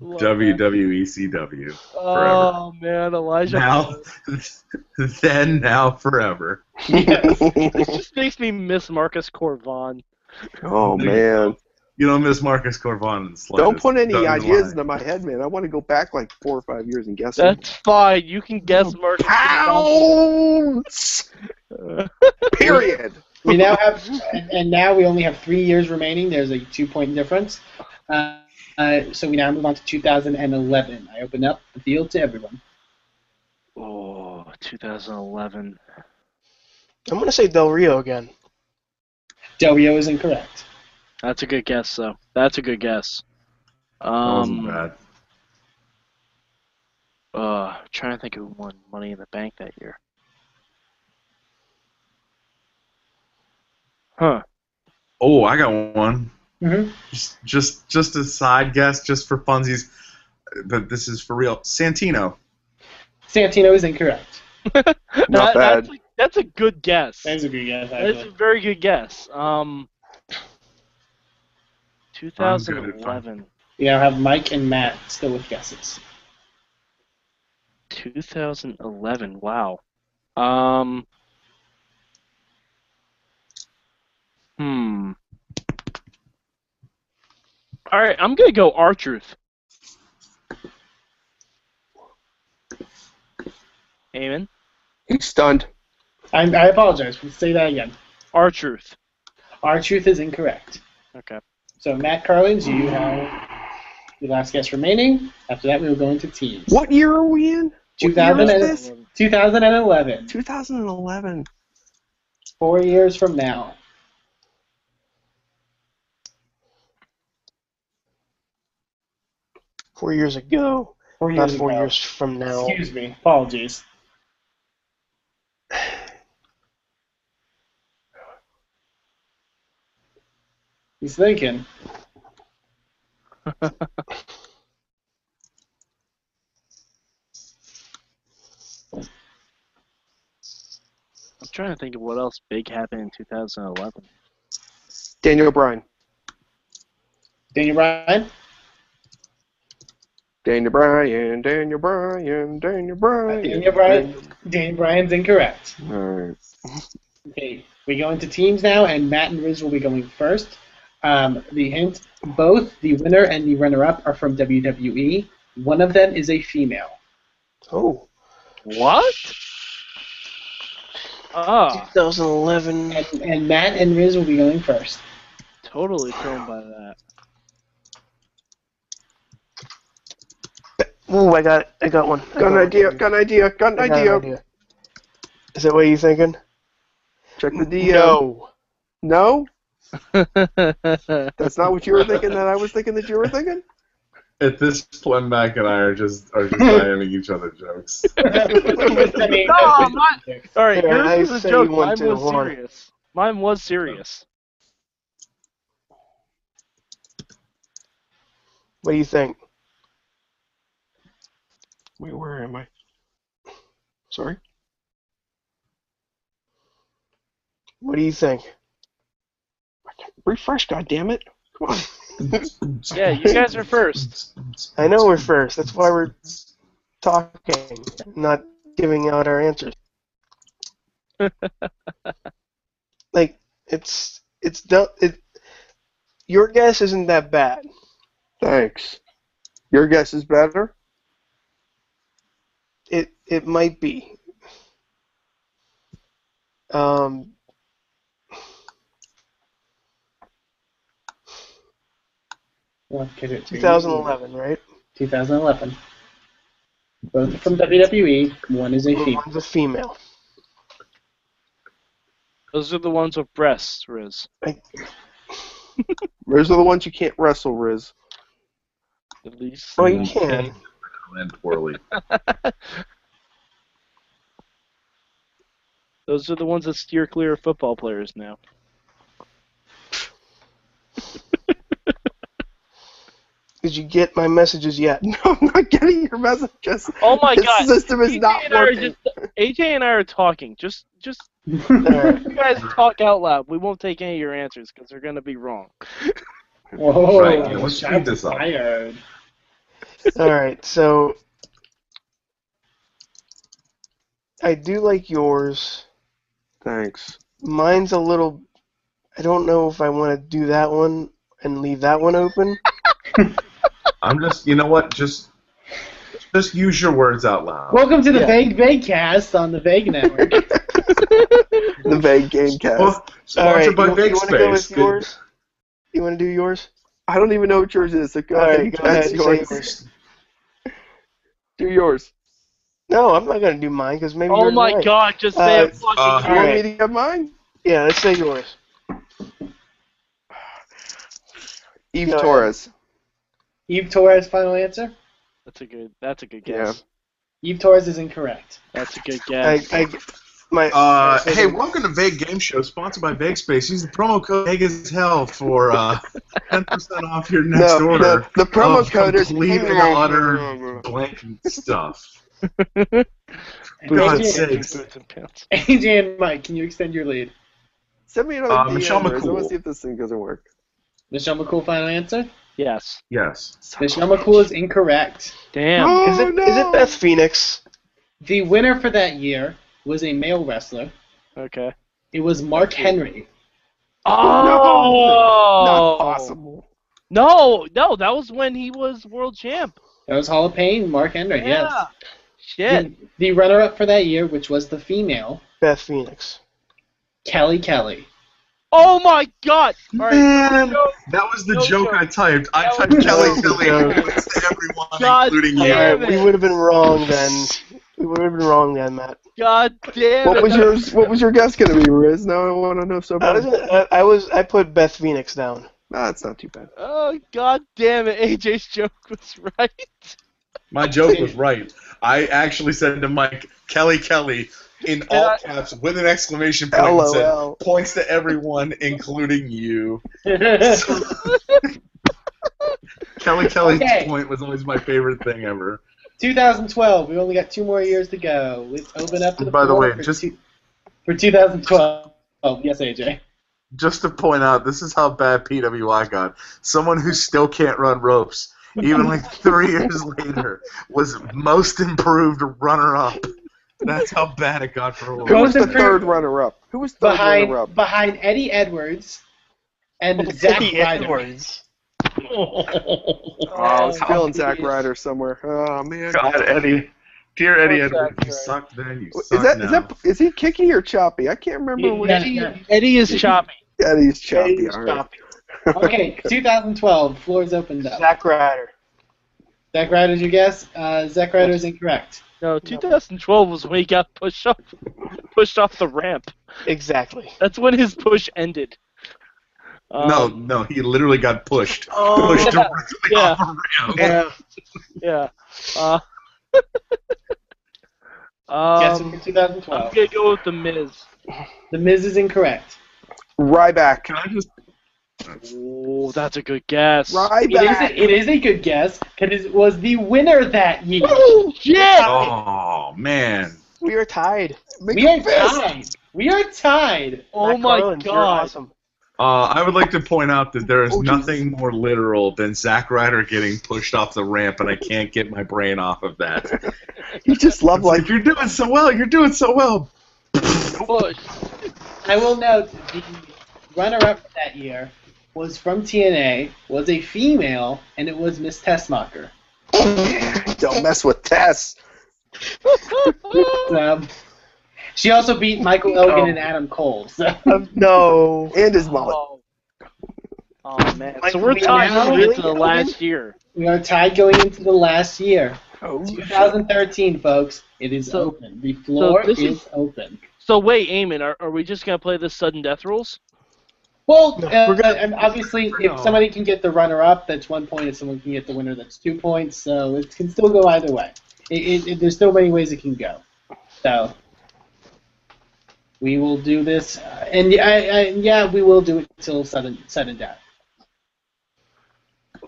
B: Love that.
D: WWECW.
B: Oh man, Elijah.
D: Now,
B: Burke.
D: then, now, forever.
B: This just makes me miss Marcus Corvon.
E: oh man,
D: You don't miss Marcus Corvon in the slightest.
E: don't put any
D: Doesn't
E: ideas
D: lie.
E: into my head, man. I want to go back like four or five years and guess. it.
B: That's fine. You can guess Marcus.
E: Pounds.
B: Corvon.
E: Period.
A: we now have, and, and now we only have three years remaining. There's a two-point difference. Uh, uh, so we now move on to 2011. I open up the field to everyone.
B: Oh, 2011.
C: I'm gonna say Del Rio again.
A: Del Rio is incorrect.
B: That's a good guess, though. That's a good guess.
D: That wasn't
B: Um,
D: bad.
B: uh, trying to think who won Money in the Bank that year. Huh.
D: Oh, I got one.
A: Mm-hmm.
D: Just, just, just a side guess, just for funsies. But this is for real. Santino.
A: Santino is incorrect.
E: Not
B: That's
E: bad.
B: a, that's a good guess.
A: That's a good guess.
B: That's a very good guess. Um, 2011.
A: We now have Mike and Matt still with guesses.
B: 2011. Wow. Um. Hmm. All right, I'm gonna go R Truth. Amen.
E: He's stunned.
A: I, I apologize. We'll say that again.
B: R Truth.
A: Our truth is incorrect.
B: Okay.
A: So Matt Carlins, you have your last guess remaining. After that, we will go into teams.
E: What year are we in? What year is
A: 2000
E: this?
A: 2011.
E: 2011.
A: Four years from now.
C: Four years ago.
A: Four
C: Not
A: years
C: four
A: ago.
C: years from now.
A: Excuse me. Apologies. He's thinking.
B: I'm trying to think of what else big happened in 2011.
E: Daniel Bryan.
A: Daniel Bryan?
E: Daniel Bryan. Daniel Bryan. Daniel Bryan.
A: Daniel Bryan. Daniel Bryan's incorrect.
E: All right.
A: Okay, we go into teams now, and Matt and Riz will be going first. Um, the hint: both the winner and the runner-up are from WWE. One of them is a female.
C: Oh.
B: What? Ah,
C: 2011.
A: And, and Matt and Riz will be going first.
B: totally thrown by that.
C: Ooh, I got I got one. I
E: Got an
C: one.
E: idea. Got an idea. Got an
C: I got
E: idea.
C: an idea. Is that what you're thinking?
E: Check the uh, DM.
C: No.
E: No? That's not what you were thinking that I was thinking that you were thinking?
D: At this point, Mac and I are just are just IMing each other jokes.
B: No, my- All right,
C: Yeah, I
B: yours was
C: say
B: a joke.
C: you went
B: Mine
C: to the
B: was
C: horn.
B: serious. Mine was serious.
C: What do you think?
E: Wait, where am I? Sorry?
C: What do you think?
E: Refresh, goddammit. Come on.
B: Yeah, you guys are first.
C: I know we're first. That's why we're talking, not giving out our answers. like it's it's du- it. Your guess isn't that bad.
E: Thanks. Your guess is better?
C: It it might be. Um.
A: Well, kick it to-
C: 2011, right?
A: 2011. Both from WWE. One is a female.
C: One's a female.
B: Those are the ones with breasts, Riz.
E: Those are the ones you can't wrestle, Riz.
B: At least.
C: Oh, you can.
F: and twirly.
B: Those are the ones that steer clear of football players now.
C: Did you get my messages yet?
E: No, I'm not getting your messages.
B: Oh my
E: this
B: god.
E: system is not
B: and I are
E: working.
B: just, AJ and I are talking. Just, just
C: Alright.
B: you guys talk out loud. We won't take any of your answers because they're gonna be wrong.
A: Whoa,
D: Right, yeah, let's
A: shots
D: speed this up.
A: Fired.
C: All right, so I do like yours.
E: Thanks.
C: Mine's a little. I don't know if I want to do that one and leave that one open.
D: I'm just, you know what? Just, just use your words out loud.
A: Welcome to the
C: Yeah.
A: Vague Vague Cast on the Vague Network.
E: The vague game cast.
D: Well,
C: All right,
D: sponsored by
C: you,
D: Big
C: want to go with
D: Space.
C: yours? You want to do yours?
E: I don't even know what yours is. So go
C: All
E: ahead.
C: right, go
E: That's
C: ahead.
E: yours.
C: Say yours.
E: Do yours.
C: No, I'm not gonna do mine because maybe.
B: Oh
C: yours is
B: my
C: right.
B: god! Just say
C: Uh,
B: it. Fucking
D: uh,
E: You want
C: right.
E: me to get mine?
C: Yeah, let's say yours.
E: Eve
C: Go ahead.
E: Torres.
A: Eve Torres, final answer?
B: that's a good. That's a good
E: Yeah.
B: guess.
A: Eve Torres is incorrect.
B: That's a good
C: I,
B: guess.
C: I, my.
D: Uh,
C: I
D: hey, welcome to Vague Game Show, sponsored by Vague Space. Use the promo code Vague as Hell for uh, 10% off your next
E: no,
D: order. Oh,
E: the, the promo
D: of
E: code is
D: complete and utter blank stuff.
A: And
D: God's
A: AJ,
D: sake.
B: Boots and pants.
A: AJ and Mike, can you extend your lead?
E: Send me another
D: Uh,
E: DM,
D: Michelle
E: Riz. I want
D: McCool.
E: to see if this thing doesn't work.
A: Michelle McCool, final answer?
B: Yes.
D: Yes.
A: Michelle McCool is incorrect.
B: Damn.
E: Oh,
C: is it is
E: no.
C: it Beth Phoenix?
A: The winner for that year was a male wrestler.
B: Okay.
A: It was Mark Henry.
B: Oh.
E: Not possible.
B: No, no, that was when he was world champ.
A: That was Hall of Pain, Mark Henry,
B: Yeah.
A: yes.
B: Shit.
A: The, the runner up for that year, which was the female,
C: Beth Phoenix.
A: Kelly Kelly.
B: Oh my god. All right.
D: Man,
B: No,
D: that was the
B: No
D: joke
B: joke.
D: I typed. I
B: That
D: typed
B: was-
D: Kelly
C: That was the
D: Kelly
C: joke.
D: and it's to everyone,
B: God
D: including
C: All
D: you.
B: damn.
C: right,
B: Damn it.
C: we would have been wrong then. We would have been wrong then, Matt.
B: God damn
E: What
B: it.
E: was yours? What was your guess gonna be, Riz? Now I want to know so
C: I
E: bad.
C: was, I, I was I put Beth Phoenix down.
E: Nah, it's not too bad.
B: Oh god damn it. AJ's joke was right.
D: My joke was right. I actually said to Mike, Kelly Kelly, in all caps with an exclamation point, and said,
E: LOL.
D: points to everyone, including you. Kelly Kelly's
A: Okay.
D: point was always my favorite thing ever.
A: 2012. We've only got two more years to go. Let's open up to the
D: By the
A: floor
D: way,
A: for
D: just-
A: two- for 2012. Oh, yes, AJ.
D: Just to point out, this is how bad PWI got. Someone who still can't run ropes, even like three years later, was most improved runner up. That's how bad it got for a
E: Who
D: while.
E: was the
A: Most
E: third
A: improved.
E: runner-up? Who was third runner-up?
A: behind behind Eddie Edwards and Zack Ryder.
E: Oh, I was feeling Zack Ryder somewhere. Oh man.
D: God, Eddie. Dear Eddie
B: Poor
D: Edwards,
B: Zack Ryder.
D: you sucked then, you
E: Is
D: suck
E: that
D: now.
E: is that is he kicky or choppy? I can't remember which.
A: Yeah,
B: Eddie,
A: yeah.
B: Eddie is choppy.
E: Eddie's choppy.
C: Eddie's
E: all right.
A: Okay, 2012. Floor's opened up. Zack,
C: Zack Ryder.
A: Ryder's your guess. Uh, Zack Ryder is incorrect.
B: No, 2012 was when he got pushed off pushed off the ramp.
C: Exactly.
B: That's when his push ended. Um,
D: no, no, he literally got pushed.
C: Oh,
D: pushed
B: yeah,
D: directly
B: yeah.
D: off a ramp.
C: Yeah.
B: Yeah. Uh,
A: Guess
B: um,
A: for
B: I'm
A: 2012.
B: gonna go with the Miz.
A: The Miz is incorrect.
E: Ryback.
D: Can I just
B: Oh, that's a good guess.
A: It is,
E: Ryback.
A: a, it is a good guess because it was the winner that year.
B: Yeah.
D: Oh man.
C: We are tied.
A: We are
E: McFist.
A: tied. We are tied.
B: Oh
C: Matt
B: my
C: Garland, you're
B: god.
C: awesome.
D: Uh, I would like to point out that there is
E: Oh, Jesus.
D: nothing more literal than Zack Ryder getting pushed off the ramp, and I can't get my brain off of that. It's
E: He just loved like
D: like you're doing so well, you're doing so well.
B: Push.
A: I will note the runner-up for that year was from TNA, was a female, and it was Miss Tessmacher.
E: don't mess with Tess.
A: Um, she also
B: Oh.
A: beat Michael Elgin and Adam Cole. So
C: Um, no.
E: And his mullet.
B: Oh. Oh man.
C: Like,
B: So we're
A: we
B: tied
A: now
B: going
A: really
B: into the
A: going?
B: last year.
A: We are tied going into the last year.
E: Oh,
A: 2013, folks. It is
B: So-
A: open. The floor
B: this
A: is,
B: is-
A: open.
B: So wait, Eamon, are, are we just gonna play the sudden death rules?
A: Well,
C: No,
A: uh,
C: we're gonna-
A: and obviously,
G: No.
A: if somebody can get the runner-up, that's one point. If someone can get the winner, that's two points. So it can still go either way. It, it, it, there's so many ways it can go. So we will do this, uh, and yeah, I, I, yeah, we will do it until sudden sudden death.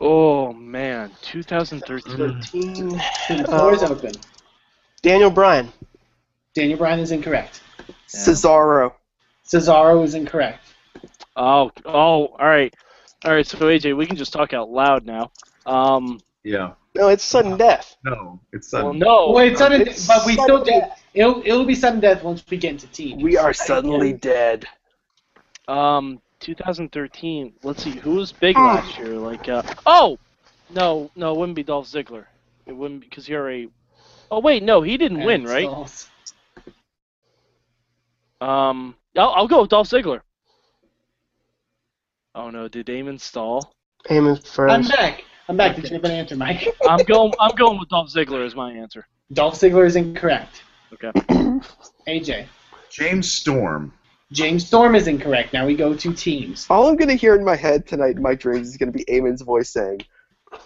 B: Oh man,
C: Mm-hmm.
B: 2013.
C: 13.
A: So the floor is
C: Uh,
A: open.
C: Daniel Bryan.
A: Daniel Bryan is incorrect.
E: Cesaro.
A: Cesaro is incorrect.
B: Oh, oh, all right, all right. So AJ, we can just talk out loud now. Um,
D: Yeah.
C: No, it's sudden death.
D: No, it's uh,
B: well,
D: sudden.
B: no.
A: Well, it's sudden,
C: Oh, it's
A: but we
C: sudden
A: still do.
C: death.
A: It'll, it'll be sudden death once we get into teams.
E: We are suddenly dead.
B: Um, 2013. Let's see, who was
E: Oh.
B: big last year? Like, uh, oh, no, no, it wouldn't be Dolph Ziggler. It wouldn't because he already. Oh wait, no, he didn't win, right? Um, I'll, I'll go with Dolph Ziggler. Oh no, did Damon stall?
C: Heyman
A: I'm
C: first.
A: back. I'm back. Did
B: Okay.
A: you have an answer, Mike?
B: I'm going. I'm going with Dolph Ziggler as my answer.
A: Dolph Ziggler is incorrect.
B: Okay.
A: AJ.
D: James Storm.
A: James Storm is incorrect. Now we go to teams.
E: All I'm gonna hear in my head tonight in my dreams is gonna be Eamon's voice saying,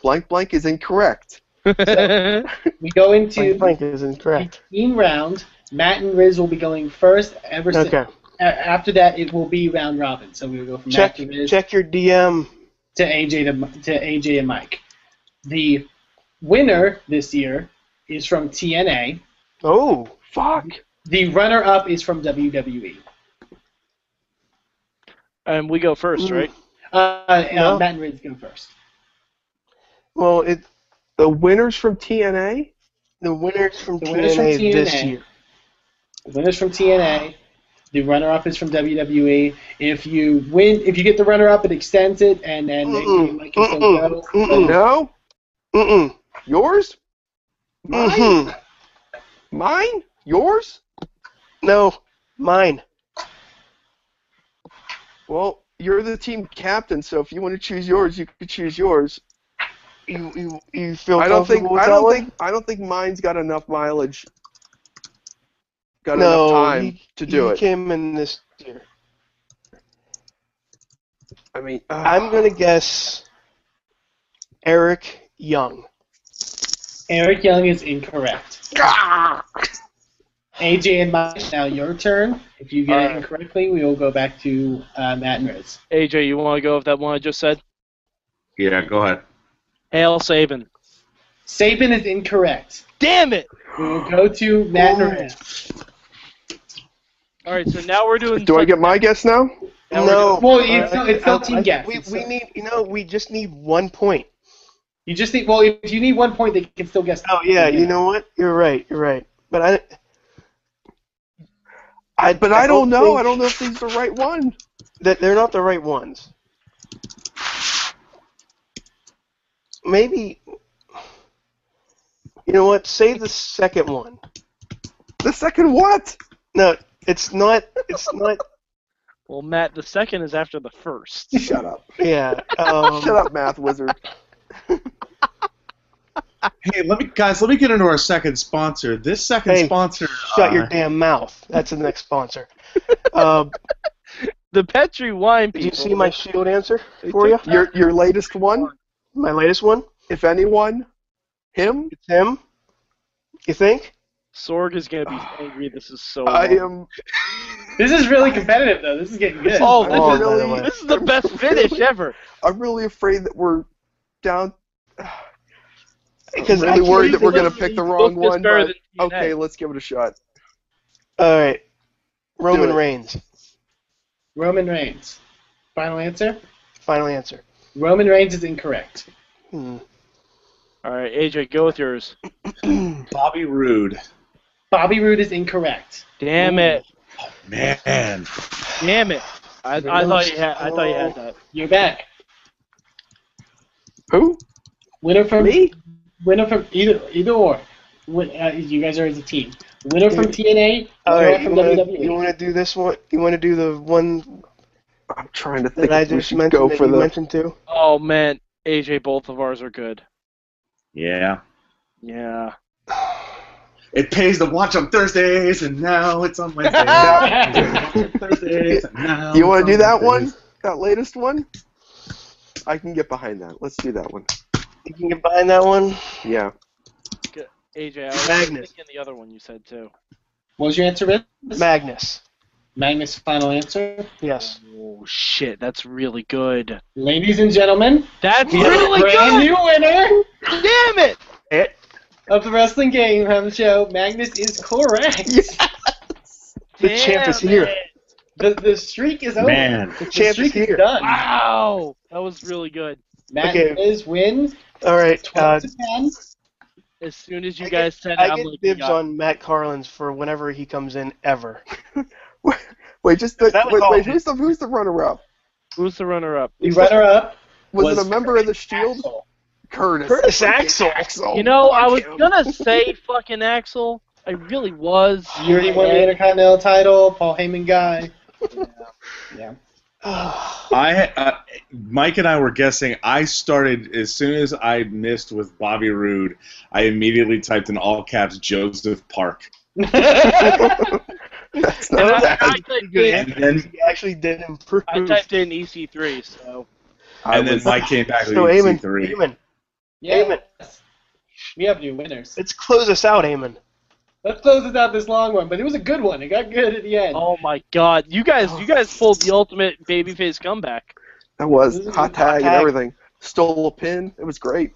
E: "Blank blank is incorrect."
A: We go into
C: Blank, blank is incorrect.
A: team round. Matt and Riz will be going first. Ever si-
C: Okay.
A: a- after that, it will be round robin. So we will go from
C: Check
A: Matt to Riz
C: check your DM.
A: to AJ to, to AJ and Mike. The winner this year is from TNA.
C: Oh,
E: Fuck.
A: The runner-up is from E. WWE.
B: and we go first, right?
A: Uh, uh,
C: No.
A: Matt and Riz go first.
C: well, it
E: The winners from TNA.
C: the winners from,
A: The winners from
C: TNA, this
A: TNA.
C: year.
A: The winner's from TNA. The runner-up is from WWE. If you win, if you get the runner-up, it extends it, and then next year
C: Mm-mm,
A: Mike can still
C: mm-mm,
A: go.
C: mm-mm,
E: No.
C: mm-mm,
E: Yours. Mine.
C: mm-hmm.
E: Mine. Yours.
C: No, mine.
E: Well, you're the team captain, so if you want to choose yours, you can choose yours.
C: You you, you feel
E: I don't think
C: comfortable with
E: I
C: that
E: don't
C: one?
E: think I don't think mine's got enough mileage. Got
C: No,
E: enough time
C: he-
E: to do
C: he
E: it.
C: came in this year.
E: I mean, uh,
C: I'm gonna guess Eric Young.
A: Eric Young is incorrect.
C: Ah!
A: AJ and Mike, now your turn. If you get it
E: Alright.
A: incorrectly, we will go back to uh, Matt and Riz.
B: AJ, you want to go with that one I just said?
D: Yeah, go ahead.
B: Hail Saban.
A: Saban is incorrect.
B: Damn it!
A: We will go to Matt and Riz.
B: All right, so now we're doing.
E: do I get my guess now?
B: Now we're
C: no,
A: Well, it's
C: uh,
A: no, it's no
C: I-
A: team
C: I-
A: guess.
C: We,
A: It's
C: we
A: no-
C: need you know we just need one point.
A: you just need. Well, if you need one point, they can still guess.
C: Oh yeah, you know what? You're right. You're right. But I
E: I, but I,
C: I
E: don't
C: don't
E: know.
C: think-
E: I don't know if these are the right one.
C: that they're not the right ones. Maybe you know what? Say the second one.
E: The second what?
C: No, it's not. It's not.
B: Well, Matt, the second is after the first.
E: Shut up.
C: Yeah. Um,
E: Shut up, math wizard.
D: Hey, let me guys, let me get into our second sponsor. This second
C: Hey,
D: sponsor
C: Shut your
D: uh,
C: damn mouth. That's the next sponsor. Uh,
B: The Petri wine
C: did
B: people.
C: you see my shield answer
B: they
C: for you?
B: took
E: Your your latest one,
C: My latest one?
E: if anyone, him.
C: It's him? You think?
B: Sorg is gonna be angry. This is so.
E: I
B: wrong.
E: am.
A: This is really competitive, though. This is getting good.
B: Oh,
E: I'm
C: Oh, by
B: this,
C: the
E: really,
C: way.
B: is, this is the best finish ever.
E: I'm really afraid that we're down.
C: Because
E: really
C: I
E: worried
C: can't
E: that we're
C: even-
E: gonna pick the wrong
B: Book is
E: one,
B: better than
E: but-
B: TNA.
E: Okay, let's give it a shot.
C: All right.
E: Do
C: Roman
E: it.
C: Reigns.
A: Roman Reigns. Final answer.
C: Final answer.
A: Roman Reigns is incorrect.
C: Hmm.
B: All right, AJ, go with yours.
D: Bobby Roode.
A: Bobby Roode is incorrect.
B: Damn it!
D: Man.
B: Damn it! I, I thought you had. I thought you had that.
A: You're back.
E: Who?
A: Winner from
E: Me?
A: winner from either either or. Win, uh, you guys are as a team. Winner from TNA. Winner
C: All right.
A: from E.
B: E.
C: You wanna,
A: WWE.
C: you wanna do this one? You wanna do the one
E: I'm trying to think.
C: Did I
E: if we
C: just
E: should
C: mention
E: go
C: that
E: for
C: you
E: the
C: mentioned too?
B: Oh man, AJ, both of ours are good.
D: Yeah.
B: Yeah.
D: It pays to watch on Thursdays, and now it's on Wednesdays. Thursdays, and now
E: You want
D: it's
E: to do
D: on
E: that one?
D: Wednesdays.
E: That latest one? I can get behind that. Let's do that one.
C: You can combine that one.
E: Yeah.
B: AJ, I was
C: Magnus.
B: thinking the other one you said too.
A: What was your answer, Vince?
C: Magnus.
A: Magnus' final answer.
C: Yes.
B: Oh shit, that's really good.
A: Ladies and gentlemen,
B: That's
C: Oh
A: we have
B: really
A: a brand
B: good.
A: new winner
B: Damn it!
C: It.
A: of the Wrestling Game Room Show. Magnus is correct.
C: The champ is here.
A: The, the streak is over.
D: Man.
C: The
A: The
C: champ is
A: streak is
C: here.
A: done.
B: Wow, that was really good.
A: Matt
C: Okay.
A: Liz wins
C: All right.
A: 12
C: Uh,
A: to 10.
B: As soon as you
C: I get-
B: guys said, it,
C: I
B: I'm
C: get
B: like,
C: dibs
B: yeah.
C: on Matt Carlins for whenever he comes in ever.
E: Wait, just the,
C: That was
E: wait,
C: all.
E: wait. Who's the who's the runner up?
B: who's the runner-up?
A: The runner up
E: Was,
A: Was
E: it a member of the Shield?
A: Axel.
E: Curtis.
C: Curtis
E: Freaking
C: Axel.
E: Axel.
B: You know, I
E: Oh, Fuck
B: was
E: him.
B: gonna say fucking Axel. I really was.
A: You already won the Intercontinental title, Paul Heyman guy. Yeah. yeah.
D: I, uh, Mike and I were guessing. I started as soon as I missed with Bobby Roode. I immediately typed in all caps Joseph Park,
E: That's
B: And I,
E: not
B: I,
E: bad.
B: typed in,
D: and then
C: He actually did improve.
B: I typed in EC3, so
E: I
D: and then
E: was-
D: Mike came back with E
C: so Eamon,
D: EC3.
C: Eamon,
A: yeah. We have new winners.
C: let's close us out, Eamon.
A: Let's close this out this long one, but it was a good one. It got good at the end.
B: oh my god, you guys, you guys pulled the ultimate babyface comeback.
E: That was hot tag and
C: tag.
E: everything. Stole a pin. It was great.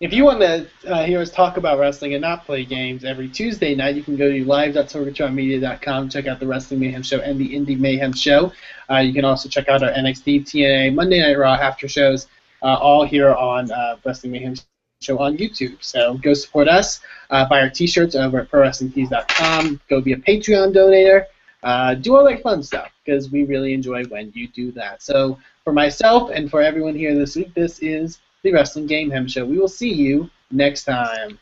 A: If you want to uh, hear us talk about wrestling and not play games every Tuesday night, you can go to live.sorgatronmedia.com, check out the Wrestling Mayhem Show and the Indie Mayhem Show. Uh, you can also check out our NXT, TNA, Monday Night Raw after shows, uh, all here on uh, Wrestling Mayhem Show on YouTube. So go support us, uh, buy our t-shirts over at prowrestlingtees.com, go be a Patreon donator, uh, do all that fun stuff because we really enjoy when you do that. So for myself and for everyone here this week, this is the Wrestling Game Hem Show. We will see you next time.